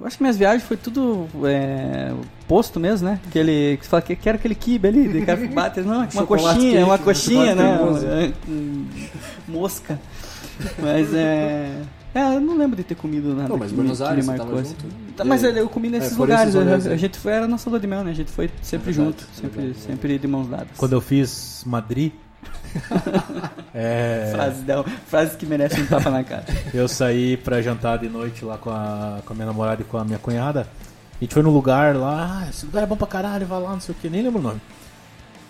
Speaker 5: Eu acho que minhas viagens foi tudo é, posto mesmo, né? Aquele, que você fala que quero aquele kibe ali, daí o cara bate, não, é uma
Speaker 6: Chocolate
Speaker 5: coxinha, é uma
Speaker 6: quente,
Speaker 5: coxinha,
Speaker 6: chocolate
Speaker 5: né?
Speaker 6: cremoso.
Speaker 5: É, hum, mosca. Mas é. É, eu não lembro de ter comido nada.
Speaker 6: Não, mas
Speaker 5: que me-
Speaker 6: Buenos
Speaker 5: que me
Speaker 6: Aires, você
Speaker 5: marcou,
Speaker 6: tava
Speaker 5: assim.
Speaker 6: junto?
Speaker 5: Tá,
Speaker 6: E
Speaker 5: mas
Speaker 6: aí?
Speaker 5: eu, eu comi nesses
Speaker 6: foram
Speaker 5: lugares, é,
Speaker 6: esses rolês,
Speaker 5: a, a
Speaker 6: né?
Speaker 5: gente foi, era a nossa lua de mel, né? A gente foi sempre
Speaker 6: É verdade,
Speaker 5: junto,
Speaker 6: é
Speaker 5: sempre,
Speaker 6: verdade, é
Speaker 5: sempre de mãos dadas.
Speaker 4: Quando eu fiz Madrid. É,
Speaker 5: Frases, da- frases que merecem um tapa na cara.
Speaker 4: eu saí pra jantar de noite lá com a, com a minha namorada e com a minha cunhada. A gente foi num lugar lá, ah, esse lugar é bom pra caralho, vai lá, não sei o que, nem lembro o nome.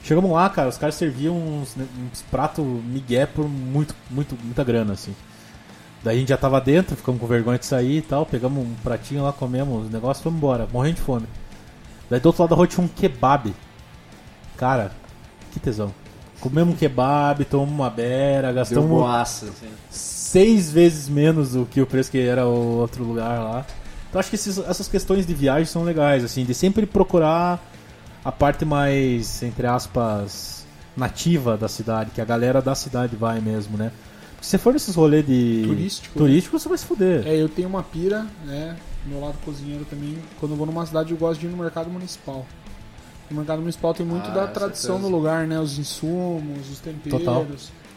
Speaker 4: Chegamos lá, cara, os caras serviam uns, né, uns pratos migué por muito, muito, muita grana, assim. Daí a gente já tava dentro, ficamos com vergonha de sair e tal, pegamos um pratinho lá, comemos os negócios, fomos embora, morrendo de fome. Daí do outro lado da rua tinha um kebab. Cara, que tesão. Comemos um kebab, tomamos uma beira,
Speaker 6: Deu
Speaker 4: gastamos
Speaker 6: boaça, assim.
Speaker 4: seis vezes menos do que o preço que era o outro lugar lá. Então acho que esses- essas questões de viagem são legais, assim, de sempre procurar a parte mais, entre aspas, nativa da cidade, que a galera da cidade vai mesmo, né? Porque se você for nesses rolês de
Speaker 3: Turístico. né?
Speaker 4: turístico, você vai se fuder.
Speaker 3: É, eu tenho uma pira, né? Meu lado cozinheiro também. Quando eu vou numa cidade, eu gosto de ir no mercado municipal. O mercado municipal tem muito
Speaker 6: Ah,
Speaker 3: da
Speaker 6: com
Speaker 3: tradição do
Speaker 6: certeza.
Speaker 3: lugar, né? Os insumos, os temperos.
Speaker 4: Total.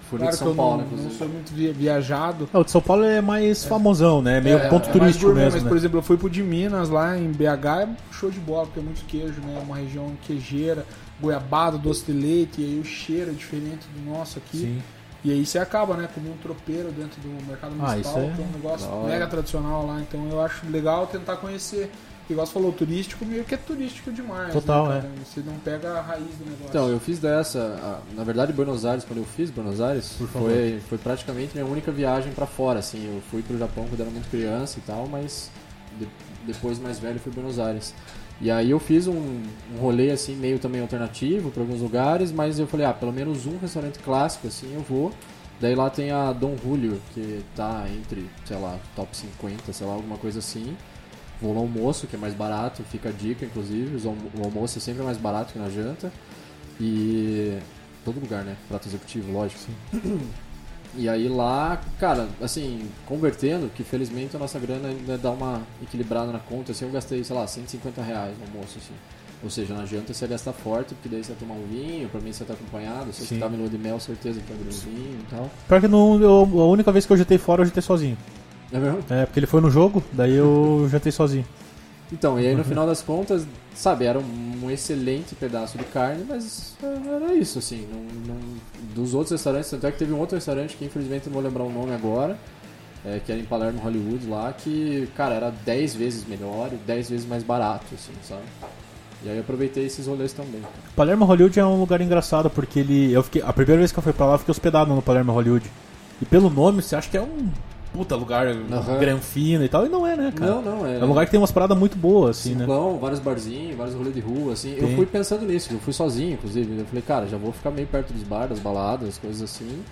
Speaker 6: Fúria
Speaker 3: Claro
Speaker 6: de
Speaker 3: que eu
Speaker 6: São Paulo, né,
Speaker 3: não, não
Speaker 6: inclusive.
Speaker 3: sou muito vi- viajado.
Speaker 4: É, o de São Paulo é mais famosão, né? É Meio ponto
Speaker 6: É, é mais
Speaker 3: mais
Speaker 4: turístico
Speaker 3: gourmet,
Speaker 4: mesmo,
Speaker 3: mas,
Speaker 4: né?
Speaker 3: por exemplo, eu fui pro de Minas lá em BH, é show de bola, porque é muito queijo, né? É uma região queijeira, goiabada, doce de leite, e aí o cheiro é diferente do nosso aqui.
Speaker 4: Sim.
Speaker 3: E aí você acaba, né, como um tropeiro dentro do mercado
Speaker 4: Ah,
Speaker 3: municipal,
Speaker 4: isso é
Speaker 3: que é um negócio
Speaker 6: da hora.
Speaker 3: mega tradicional lá, então eu acho legal tentar conhecer. Igual você falou, turístico meio que é turístico demais.
Speaker 4: Total, é.
Speaker 3: né, cara? Você não pega a raiz do negócio.
Speaker 6: Então, eu fiz dessa, a- na verdade, Buenos Aires, quando eu fiz Buenos Aires, foi, foi praticamente minha única viagem pra fora, assim, eu fui pro Japão quando era muito criança e tal, mas de- depois mais velho fui Buenos Aires. E aí eu fiz um, um rolê assim meio também alternativo pra alguns lugares, mas eu falei, ah, pelo menos um restaurante clássico assim eu vou. Daí lá tem a Don Julio, que tá entre, sei lá, top 50, sei lá, alguma coisa assim. Vou no almoço, que é mais barato, fica a dica, inclusive. os almo- O almoço é sempre mais barato que na janta. E. Todo lugar, né? Prato executivo, lógico. E aí lá, cara, assim, convertendo, que felizmente a nossa grana ainda dá uma equilibrada na conta, assim, eu gastei, sei lá, 150 reais no almoço, assim. Ou seja, na janta você gasta forte, porque daí você vai tomar um vinho, pra mim você tá acompanhado, se você
Speaker 4: Sim.
Speaker 6: tava em lua de mel, certeza que vai abrir um vinho e tal.
Speaker 4: Pior que não, eu- a única vez que eu jantei fora, eu jantei sozinho.
Speaker 6: É mesmo?
Speaker 4: É, porque ele foi no jogo, daí eu jantei sozinho.
Speaker 6: Então, e aí no final das contas, sabe, era um excelente pedaço de carne, mas é, era isso, assim. Não, não- dos outros restaurantes, tanto é que teve um outro restaurante que infelizmente eu não vou lembrar o nome agora, é, que era em Palermo, Hollywood, lá, que, cara, era 10 vezes melhor e 10 vezes mais barato, assim, sabe? E aí eu aproveitei esses rolês também.
Speaker 4: Palermo Hollywood é um lugar engraçado porque ele. Eu fiquei, a primeira vez que eu fui pra lá, eu fiquei hospedado no Palermo Hollywood. E pelo nome, você acha que é um puta lugar granfino e tal. E não é, né, cara?
Speaker 6: Não, não, é.
Speaker 4: É um lugar que tem umas paradas muito boas, assim, né?
Speaker 6: Simplão, vários barzinhos, vários rolês de rua, assim.
Speaker 4: Sim.
Speaker 6: Eu fui pensando nisso, eu fui sozinho, inclusive. Eu falei, cara, já vou ficar meio perto dos bares, das baladas, coisas assim.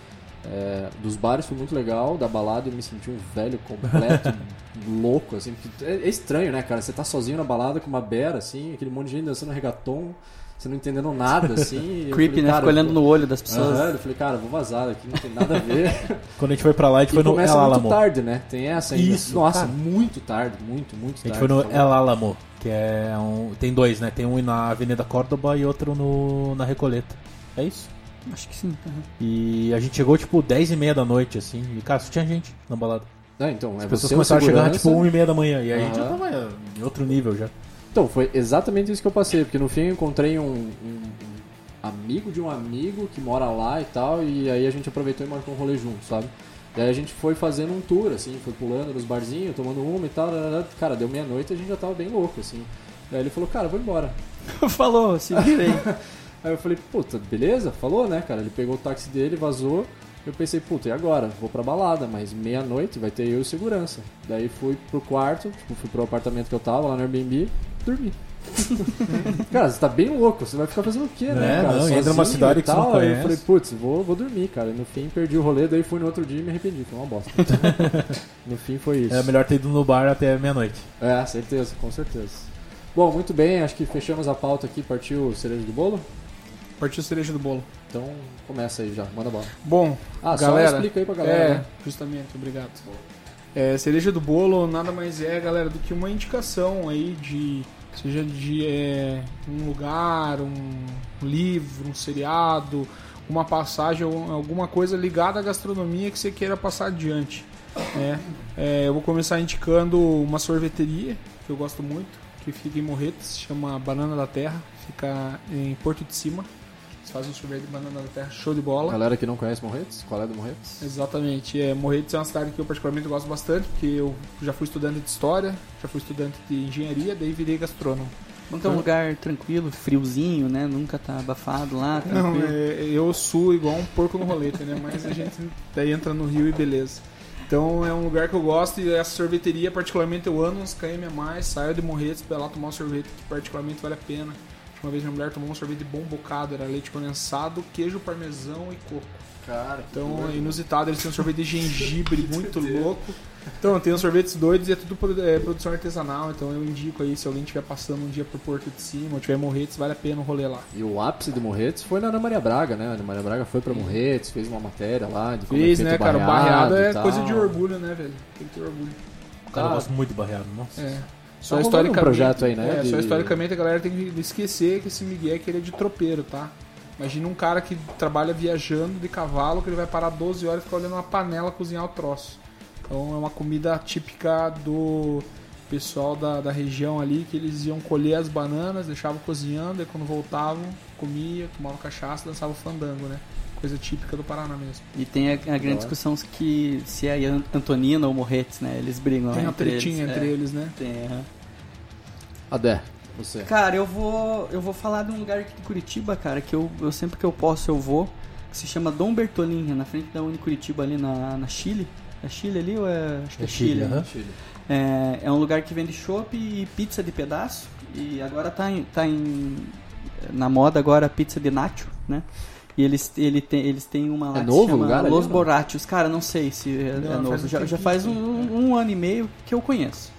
Speaker 6: É, dos bares foi muito legal, da balada eu me senti um velho completo, louco, assim. porque É, é estranho, né, cara? Você tá sozinho na balada com uma bera, assim, aquele monte de gente dançando reggaeton, você não entendendo nada, assim. e eu
Speaker 5: Creepy,
Speaker 6: falei,
Speaker 5: né?
Speaker 6: cara,
Speaker 5: Fica olhando no olho das
Speaker 6: Aham,
Speaker 5: pessoas.
Speaker 6: eu falei, cara, eu vou vazar aqui, não tem nada a ver.
Speaker 4: Quando a gente foi pra lá, a gente
Speaker 6: e
Speaker 4: foi no El
Speaker 6: começa muito
Speaker 4: Alamo. A
Speaker 6: tarde, né? Tem essa ainda.
Speaker 4: Isso,
Speaker 6: Nossa,
Speaker 4: cara.
Speaker 6: muito tarde, muito, muito tarde.
Speaker 4: gente foi no
Speaker 6: Falando-
Speaker 4: El Alamo, que é um. Tem dois, né? Tem um na Avenida Córdoba e outro no, na Recoleta. É isso.
Speaker 5: Acho que sim. aham.
Speaker 4: E a gente chegou tipo 10 e meia da noite, assim. E, cara, só tinha gente na balada.
Speaker 6: É, então,
Speaker 4: As
Speaker 6: é
Speaker 4: pessoas
Speaker 6: você, o
Speaker 4: começaram a chegar tipo
Speaker 6: segurança.
Speaker 4: 1 e meia da manhã. E aí a gente já
Speaker 6: Aham.
Speaker 4: tava em outro nível já.
Speaker 6: Então, foi exatamente isso que eu passei, porque no fim eu encontrei um, um- um amigo de um amigo que mora lá e tal, e aí a gente aproveitou e marcou um rolê junto, sabe? Daí a gente foi fazendo um tour, assim, foi pulando nos barzinhos, tomando uma e tal, tarará. cara, deu meia-noite e a gente já tava bem louco, assim. Daí ele falou, cara, eu vou embora.
Speaker 5: Falou, se virei.
Speaker 6: Aí eu falei, puta, beleza? Falou, né, cara? Ele pegou o táxi dele, vazou. Eu pensei, puta, e agora? Vou pra balada, mas meia-noite vai ter eu e segurança. Daí fui pro quarto, tipo, fui pro apartamento que eu tava lá no Airbnb, dormi. cara, você tá bem louco, você vai ficar fazendo o quê, né?
Speaker 4: É,
Speaker 6: Cara?
Speaker 4: não, entra numa
Speaker 6: Sozinho
Speaker 4: cidade
Speaker 6: e
Speaker 4: que você não
Speaker 6: tal. Aí eu
Speaker 4: conhece.
Speaker 6: falei, putz, vou, vou dormir, cara. E no fim perdi o rolê, daí fui no outro dia e me arrependi, foi uma bosta. no fim foi isso.
Speaker 4: É melhor ter ido no bar até meia-noite.
Speaker 6: É, certeza, com certeza. Bom, muito bem, acho que fechamos a pauta aqui, partiu cereja do bolo?
Speaker 3: Partiu a cereja do bolo.
Speaker 6: Então começa aí já, manda bola.
Speaker 3: Bom,
Speaker 6: Ah,
Speaker 3: galera,
Speaker 6: só explica aí pra galera,
Speaker 3: é,
Speaker 6: né?
Speaker 3: justamente, obrigado. É, cereja do bolo nada mais é, galera, do que uma indicação aí de seja de é, um lugar, um livro, um seriado, uma passagem, ou alguma coisa ligada à gastronomia que você queira passar adiante. né? É, eu vou começar indicando uma sorveteria que eu gosto muito, que fica em Morretes, chama Banana da Terra, fica em Porto de Cima. Eles fazem um sorvete de banana da terra, show de bola.
Speaker 6: Galera que não conhece Morretes, qual é do Morretes?
Speaker 3: Exatamente. É, Morretes é uma cidade que eu particularmente gosto bastante, porque eu já fui estudante de história, já fui estudante de engenharia, daí virei gastrônomo.
Speaker 5: Nunca é um lugar tranquilo, friozinho, né? Nunca tá abafado lá,
Speaker 3: Não,
Speaker 5: Ah, tranquilo.
Speaker 3: é, eu suo igual um porco no rolete, né? Mas a gente daí entra no rio e beleza. Então é um lugar que eu gosto e essa sorveteria, particularmente, eu ando uns km a mais, saio de Morretes pra ir lá tomar um sorvete que particularmente vale a pena. Uma vez minha mulher tomou um sorvete bom bocado, era leite condensado, queijo parmesão e coco.
Speaker 6: Cara,
Speaker 3: Então, é inusitado, eles têm um sorvete de gengibre muito louco. Então, tem uns sorvetes doidos e é tudo produ- é, produção artesanal. Então, eu indico aí, se alguém estiver passando um dia pro Porto de Cima ou tiver Morretes, vale a pena o rolê lá.
Speaker 6: E o ápice do Morretes foi na Ana Maria Braga, né? A Ana Maria Braga foi pra Morretes, fez uma matéria lá de como
Speaker 3: Fez,
Speaker 6: é feito
Speaker 3: Uhum. né,
Speaker 6: o
Speaker 3: cara? O
Speaker 6: barreado
Speaker 3: barreado
Speaker 6: e
Speaker 3: é
Speaker 6: tal.
Speaker 3: coisa de orgulho, né, velho? Tem que ter orgulho.
Speaker 4: Cara, eu
Speaker 6: Ah.
Speaker 4: gosto muito de barreado, nossa.
Speaker 3: É.
Speaker 6: Tá rolando um projeto aí, né,
Speaker 3: É,
Speaker 6: de-
Speaker 3: só historicamente a galera tem que esquecer que esse Miguel que ele é de tropeiro, tá? Imagina um cara que trabalha viajando de cavalo, que ele vai parar 12 horas e ficar olhando uma panela cozinhar o troço. Então é uma comida típica do pessoal da, da região ali, que eles iam colher as bananas, deixavam cozinhando, e quando voltavam, comia, tomavam cachaça, dançavam fandango, né? coisa típica do Paraná mesmo.
Speaker 5: E tem a, a grande discussão que se é An- Antonina ou Morretes, né? Eles brigam
Speaker 3: Tem
Speaker 5: lá
Speaker 3: uma tretinha
Speaker 5: eles,
Speaker 3: entre
Speaker 5: é.
Speaker 3: eles, né?
Speaker 5: Tem, aham.
Speaker 6: Adé, você.
Speaker 5: Cara, eu vou, eu vou falar de um lugar aqui de Curitiba, cara, que eu, eu sempre que eu posso eu vou, que se chama Dom Bertolini, na frente da Uni Curitiba ali na, na Chile. É Chile ali ou é... Acho que é,
Speaker 4: É Chile,
Speaker 5: Chile. né?
Speaker 4: aham.
Speaker 6: Chile.
Speaker 5: É, é um lugar que vende chopp e pizza de pedaço. E agora tá, em, tá em, na moda agora a pizza de nacho, né? E eles, ele tem, eles têm uma lá
Speaker 6: É
Speaker 5: que
Speaker 6: novo
Speaker 5: se chama
Speaker 6: lugar ali,
Speaker 5: Los
Speaker 6: não?
Speaker 5: Borrachos. Cara, não sei se é,
Speaker 3: Não,
Speaker 5: é
Speaker 3: faz
Speaker 5: novo.
Speaker 3: um
Speaker 5: já, já
Speaker 3: tempinho, né?
Speaker 5: faz um, um ano e meio que eu conheço.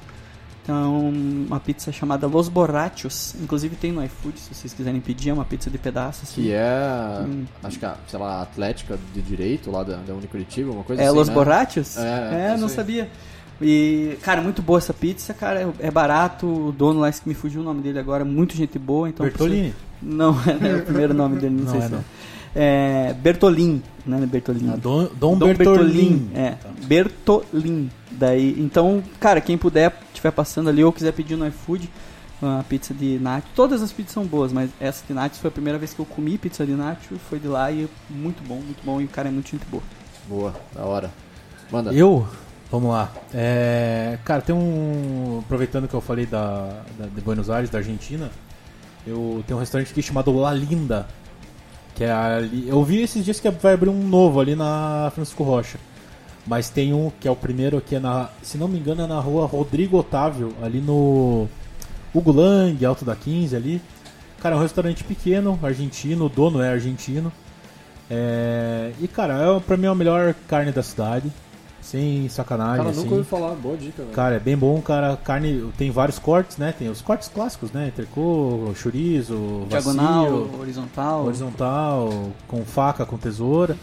Speaker 5: Então, uma pizza chamada Los Borrachos. Inclusive tem no iFood, se vocês quiserem pedir. É uma pizza de pedaço. assim.
Speaker 6: Que é,
Speaker 3: Hum.
Speaker 6: acho que, a, sei lá, Atlética de Direito, lá da, da Unicuritiba, uma coisa
Speaker 5: É
Speaker 6: assim,
Speaker 5: Los
Speaker 6: né?
Speaker 5: Borrachos?
Speaker 6: É, é
Speaker 5: não
Speaker 6: isso aí.
Speaker 5: sabia. E, cara, muito boa essa pizza, cara. É barato. O dono lá, esse que me fugiu o nome dele agora, muito gente boa. Então
Speaker 4: Bertolini.
Speaker 5: preciso- Não, é o primeiro nome dele, não,
Speaker 4: Não
Speaker 5: sei
Speaker 4: é,
Speaker 5: se
Speaker 4: não.
Speaker 5: é. É Bertolin, né? Bertolin.
Speaker 4: Ah, Dom, Dom, Tá.
Speaker 5: Dom
Speaker 4: Bertolini.
Speaker 5: É, Bertolin. Daí, então, cara, quem puder, estiver passando ali ou quiser pedir no iFood, uma pizza de nacho. Todas as pizzas são boas, mas essa de nacho foi a primeira vez que eu comi pizza de nacho. Foi de lá e é muito bom, muito bom. E o cara é muito gente boa.
Speaker 6: Boa, da hora. Manda.
Speaker 4: Tá. Eu? Vamos lá. É, cara, tem um. Aproveitando que eu falei da, da- de Buenos Aires, da Argentina, eu tenho um restaurante aqui chamado La Linda. Que é ali. Eu vi esses dias que vai abrir um novo ali na Francisco Rocha. Mas tem um que é o primeiro que é na. Se não me engano, é na rua Rodrigo Otávio, ali no. Hugo Lang, Alto da 15 ali. Cara, é um restaurante pequeno, argentino, o dono é argentino. É, e cara, é pra mim é a melhor carne da cidade. Sem sacanagem,
Speaker 6: Cara,
Speaker 4: assim.
Speaker 6: nunca ouvi falar, boa dica, velho.
Speaker 4: Cara, é bem bom, cara. Carne tem vários cortes, né? Tem os cortes clássicos, né? Tricô, chorizo,
Speaker 5: Diagonal,
Speaker 4: vacío,
Speaker 5: horizontal.
Speaker 4: horizontal, com faca, com tesoura.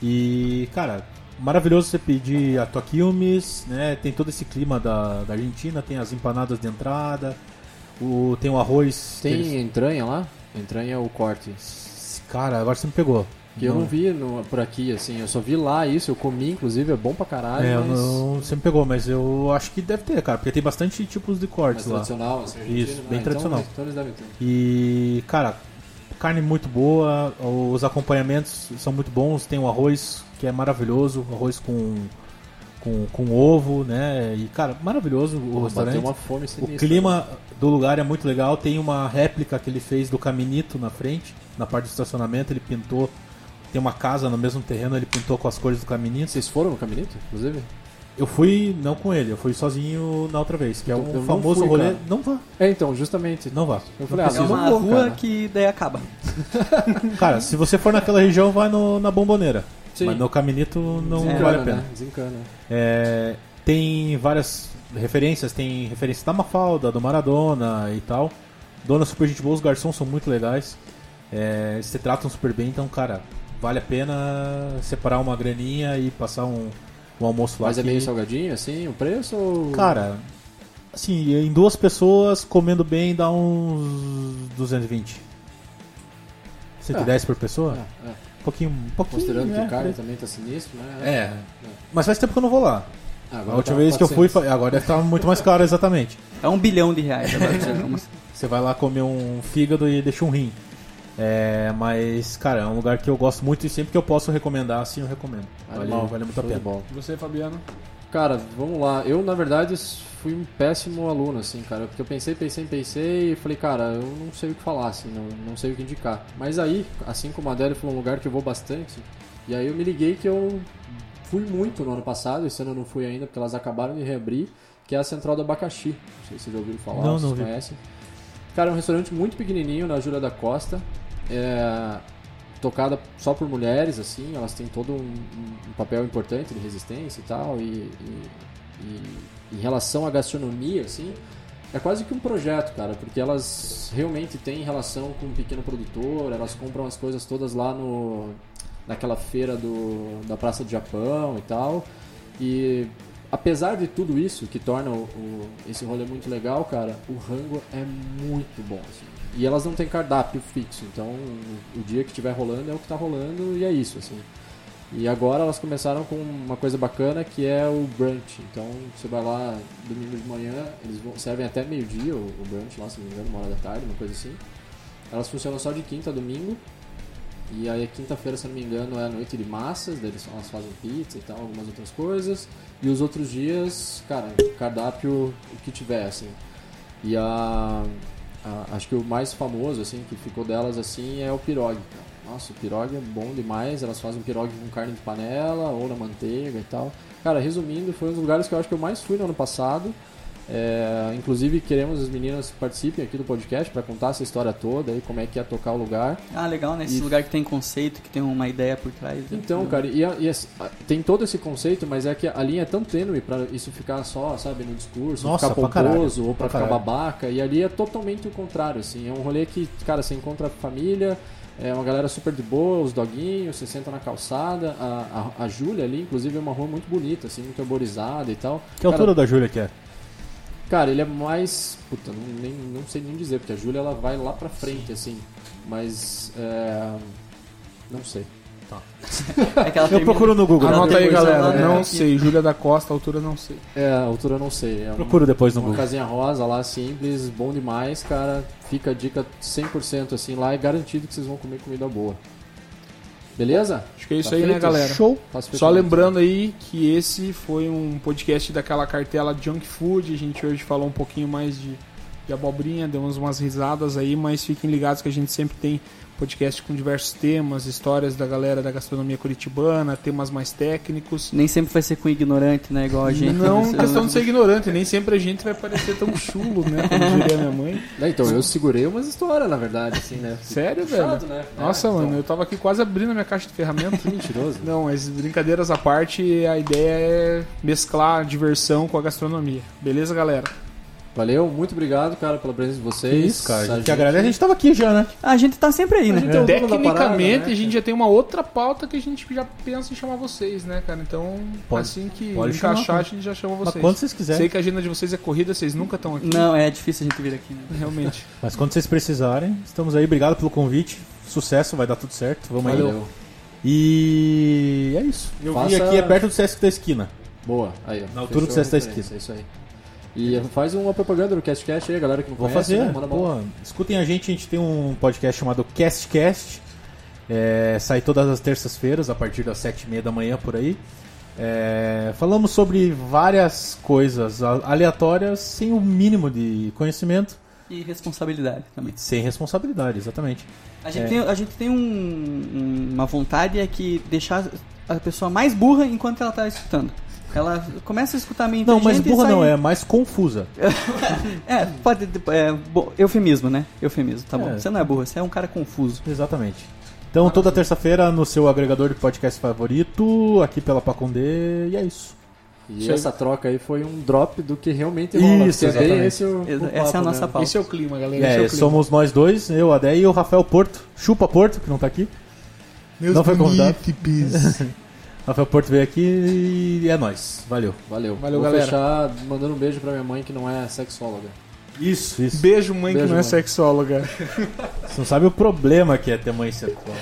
Speaker 4: E, cara, maravilhoso você pedir a tua quilmes, né? Tem todo esse clima da, da Argentina, tem as empanadas de entrada, o, tem o arroz. que
Speaker 6: Tem
Speaker 4: eles-
Speaker 6: entranha lá? Entranha é o corte.
Speaker 4: Cara, agora você me pegou.
Speaker 6: Que eu não vi no- por aqui, assim, eu só vi lá isso, eu comi, inclusive, é bom pra caralho,
Speaker 4: É, eu
Speaker 6: mas,
Speaker 4: não, você me pegou, mas eu acho que deve ter, cara, porque tem bastante tipos de cortes
Speaker 6: mas
Speaker 4: lá.
Speaker 6: tradicional, assim, argentino,
Speaker 4: Isso,
Speaker 6: né?
Speaker 4: bem
Speaker 6: Então,
Speaker 4: tradicional.
Speaker 6: Então eles devem ter.
Speaker 4: E, cara, carne muito boa, os acompanhamentos são muito bons, tem o arroz que é maravilhoso, arroz com, com, com ovo, né? E, cara, maravilhoso o
Speaker 6: Pô,
Speaker 4: restaurante.
Speaker 6: bateu uma né? fome
Speaker 4: O
Speaker 6: sinistra.
Speaker 4: clima do lugar é muito legal, tem uma réplica que ele fez do Caminito na frente, na parte do estacionamento, ele pintou, tem uma casa no mesmo terreno, ele pintou com as cores do Caminito.
Speaker 6: Vocês foram no Caminito, inclusive?
Speaker 4: Eu fui, não com ele, eu fui sozinho na outra vez, que é
Speaker 6: Eu- eu
Speaker 4: um
Speaker 6: não
Speaker 4: famoso
Speaker 6: fui,
Speaker 4: rolê.
Speaker 6: cara.
Speaker 4: Não vá,
Speaker 6: É, então, justamente.
Speaker 4: não vá.
Speaker 6: Eu falei, ah,
Speaker 5: É
Speaker 6: não
Speaker 5: uma
Speaker 6: vou,
Speaker 5: rua
Speaker 6: cara.
Speaker 5: que daí acaba.
Speaker 4: Cara, se você for naquela região, vai no- na Bomboneira.
Speaker 6: Sim.
Speaker 4: Mas no Caminito não
Speaker 6: Desencana,
Speaker 4: vale a pena.
Speaker 6: Né? Desencana.
Speaker 4: É, tem várias referências, tem referência da Mafalda, do Maradona e tal. Dona super gente boa, os garçons são muito legais. É, eles se tratam super bem, então, cara, vale a pena separar uma graninha e passar um, um almoço lá.
Speaker 6: Mas é
Speaker 4: que-
Speaker 6: meio salgadinho, assim, o preço ou...
Speaker 4: Cara, assim, em duas pessoas, comendo bem, dá uns 220. 110 por pessoa?
Speaker 6: É, é.
Speaker 4: Um pouquinho, um pouquinho.
Speaker 6: Considerando que
Speaker 4: né?
Speaker 6: o cara também tá sinistro, né?
Speaker 4: É. Mas faz tempo que eu não vou lá.
Speaker 6: Ah,
Speaker 4: a última vez que eu fui, fa- agora deve estar muito mais caro, exatamente.
Speaker 5: É um bilhão de reais agora. pra você como-
Speaker 4: Você vai lá comer um fígado e deixa um rim. É, mas, cara, é um lugar que eu gosto muito e sempre que eu posso recomendar, assim, eu recomendo. Vale, vale muito a pena.
Speaker 3: Você, Fabiano?
Speaker 6: Cara, vamos lá. Eu, na verdade, fui um péssimo aluno, assim, cara. Porque eu pensei, pensei, pensei e falei, cara, eu não sei o que falar, assim, não, não sei o que indicar. Mas aí, assim como a Adélia foi um lugar que eu vou bastante, e aí eu me liguei que eu fui muito no ano passado, esse ano eu não fui ainda, porque elas acabaram de reabrir, que é a Central do Abacaxi. Não sei se vocês já ouviram falar,
Speaker 4: Não,
Speaker 6: vocês
Speaker 4: não vi.
Speaker 6: conhecem. Cara, é um restaurante muito pequenininho na Júlia da Costa. É, tocada só por mulheres, assim, elas têm todo um, um- um papel importante de resistência e tal, e, e- e em relação à gastronomia, assim, é quase que um projeto, cara, porque elas realmente têm relação com um pequeno produtor, elas compram as coisas todas lá no naquela feira do, da Praça do Japão e tal, e apesar de tudo isso que torna o, o- esse rolê muito legal, cara, o rango é muito bom, assim. E elas não têm cardápio fixo, então o, o dia que estiver rolando é o que tá rolando e é isso, assim. E agora elas começaram com uma coisa bacana que é o brunch. Então você vai lá domingo de manhã, eles vão- servem até meio-dia o, o brunch lá, se não me engano, uma hora da tarde, uma coisa assim. Elas funcionam só de quinta a domingo. E aí quinta-feira, se eu não me engano, é a noite de massas, daí eles- elas fazem pizza e tal, algumas outras coisas. E os outros dias, cara, cardápio o que tiver, assim. E a, a- acho que o mais famoso, assim, que ficou delas, assim, é o pirogue, cara. Nossa, o pirogue é bom demais, elas fazem pirogue com carne de panela ou na manteiga e tal. Cara, resumindo, foi um dos lugares que eu acho que eu mais fui no ano passado. É, inclusive queremos as meninas participem aqui do podcast para contar essa história toda e como é que ia tocar o lugar.
Speaker 5: Ah, legal, né? Esse
Speaker 6: E-
Speaker 5: lugar que tem conceito, que tem uma ideia por trás. né?
Speaker 6: Então, cara, e, a- e as- a- tem todo esse conceito, mas é que a linha é tão tênue pra isso ficar só, sabe, no discurso,
Speaker 4: Nossa,
Speaker 6: ficar
Speaker 4: pra
Speaker 6: pomposo
Speaker 4: caralho,
Speaker 6: ou pra,
Speaker 4: pra
Speaker 6: ficar
Speaker 4: caralho.
Speaker 6: babaca, e ali é totalmente o contrário, assim. É um rolê que, cara, você encontra a família, é uma galera super de boa, os doguinhos, você senta na calçada. A, a, a Júlia ali, inclusive, é uma rua muito bonita, assim, muito arborizada e tal.
Speaker 4: Que altura da Júlia
Speaker 6: tá
Speaker 4: que é?
Speaker 6: Cara, ele é mais. Puta, não, nem, não sei nem dizer, porque a Júlia ela vai lá pra frente, assim. Mas. É... Não sei.
Speaker 5: É que ela
Speaker 4: Eu
Speaker 5: termina-
Speaker 4: procuro no Google.
Speaker 5: Ela
Speaker 3: Anota aí,
Speaker 5: depois
Speaker 3: galera.
Speaker 5: ela-
Speaker 3: Não
Speaker 5: é,
Speaker 3: sei. Júlia da Costa, altura não sei.
Speaker 6: É, a altura eu não sei. É uma-
Speaker 4: Procuro depois no
Speaker 6: Uma
Speaker 4: Google.
Speaker 6: casinha rosa lá, simples, bom demais, cara. Fica a dica 100% assim lá, é garantido que vocês vão comer comida boa. Beleza?
Speaker 3: Acho que é isso
Speaker 6: Tá
Speaker 3: aí, né,
Speaker 6: feito?
Speaker 3: galera?
Speaker 4: Show.
Speaker 6: Faço
Speaker 3: Só
Speaker 6: fechamento.
Speaker 3: lembrando aí que esse foi um podcast daquela cartela junk food. A gente hoje falou um pouquinho mais de, de abobrinha, demos umas risadas aí, mas fiquem ligados que a gente sempre tem podcast com diversos temas, histórias da galera da gastronomia curitibana, temas mais técnicos.
Speaker 5: Nem sempre vai ser com ignorante, né? Igual a gente.
Speaker 3: Não
Speaker 5: Você-
Speaker 3: questão de ser ignorante, nem sempre a gente vai parecer tão chulo, né? Como diria minha mãe.
Speaker 6: É, então, eu segurei umas histórias, na verdade, assim, né?
Speaker 3: Sério,
Speaker 6: Chato,
Speaker 3: velho?
Speaker 6: né?
Speaker 3: Nossa,
Speaker 6: É,
Speaker 3: mano,
Speaker 4: então.
Speaker 3: eu tava aqui quase abrindo a minha caixa de ferramentas.
Speaker 6: então, mentiroso.
Speaker 3: Não, mas brincadeiras à parte, a ideia é mesclar a diversão com a gastronomia. Beleza, galera?
Speaker 6: Valeu, muito obrigado, cara, pela presença de
Speaker 4: Que
Speaker 6: vocês.
Speaker 4: isso, cara. A gente, agradece. A gente tava aqui já, né?
Speaker 5: A gente tá sempre aí, né?
Speaker 3: então
Speaker 4: Então,
Speaker 6: gente é o dono da
Speaker 3: Tecnicamente,
Speaker 6: parada, né,
Speaker 3: a gente já tem uma outra pauta que a gente já pensa em chamar vocês, né, cara? Então,
Speaker 4: Pode-
Speaker 3: assim que
Speaker 4: pode
Speaker 3: encaixar,
Speaker 4: chamar.
Speaker 3: a gente já chama
Speaker 4: Mas
Speaker 3: vocês.
Speaker 4: quando vocês
Speaker 3: Sei
Speaker 4: quiserem.
Speaker 3: que a agenda de vocês é corrida, vocês nunca estão aqui.
Speaker 5: Não, é difícil a gente vir aqui, né?
Speaker 3: Realmente.
Speaker 4: Mas quando vocês precisarem, estamos aí. Obrigado pelo convite. Sucesso, vai dar tudo certo. Vamos aí.
Speaker 6: Valeu.
Speaker 4: E é isso. Eu vi
Speaker 6: Faça-
Speaker 4: aqui, é perto do Sesc da esquina.
Speaker 6: Boa, aí, ó.
Speaker 4: Na altura do
Speaker 6: Fechou a
Speaker 4: sexta
Speaker 6: referência,
Speaker 4: esquina.
Speaker 6: É isso aí. E faz uma propaganda do CastCast aí, galera que não
Speaker 4: Vou
Speaker 6: conhece,
Speaker 4: fazer.
Speaker 6: né? Manda bola.
Speaker 4: Boa. Escutem a gente, a gente tem um podcast chamado CastCast. É, sai todas as terças-feiras, a partir das sete e meia da manhã, por aí. É, falamos sobre várias coisas a- aleatórias, sem o mínimo de conhecimento,
Speaker 5: E responsabilidade também.
Speaker 4: sem responsabilidade, exatamente.
Speaker 5: A gente tem, a gente tem um- um- uma vontade é que deixar a pessoa mais burra enquanto ela tá escutando. Ela começa a escutar meio
Speaker 4: Não, mas
Speaker 5: inteligente e
Speaker 4: burra
Speaker 5: sai-
Speaker 4: não, é mais confusa.
Speaker 5: É, pode. É, bo- eufemismo, né? Eufemismo, tá bom.
Speaker 4: É.
Speaker 5: Você não é burra, você é um cara confuso.
Speaker 4: Exatamente. Então, toda terça-feira no seu agregador de podcast favorito, aqui pela Pacondê, e é isso.
Speaker 6: E
Speaker 3: Isso aí.
Speaker 6: essa troca aí foi um drop do que realmente rola.
Speaker 4: Isso,
Speaker 6: porque é bem
Speaker 4: exatamente.
Speaker 6: esse o, o
Speaker 5: Essa é a
Speaker 6: papo,
Speaker 5: nossa
Speaker 6: né?
Speaker 5: pauta.
Speaker 3: Esse é o clima, galera. Esse é o
Speaker 4: É,
Speaker 3: clima.
Speaker 4: somos nós dois, eu, a Déia e o Rafael Porto. Chupa Porto, que não tá aqui. não foi convidado. Rafael Porto veio aqui e é nóis. Valeu.
Speaker 6: Valeu.
Speaker 3: Valeu,
Speaker 6: Vou
Speaker 3: galera.
Speaker 6: fechar mandando um beijo pra minha mãe que não é sexóloga.
Speaker 4: Isso, isso.
Speaker 3: Beijo, mãe
Speaker 6: Beijo,
Speaker 3: que não é
Speaker 6: mãe.
Speaker 3: sexóloga.
Speaker 4: Você não sabe o problema que é ter mãe sexual.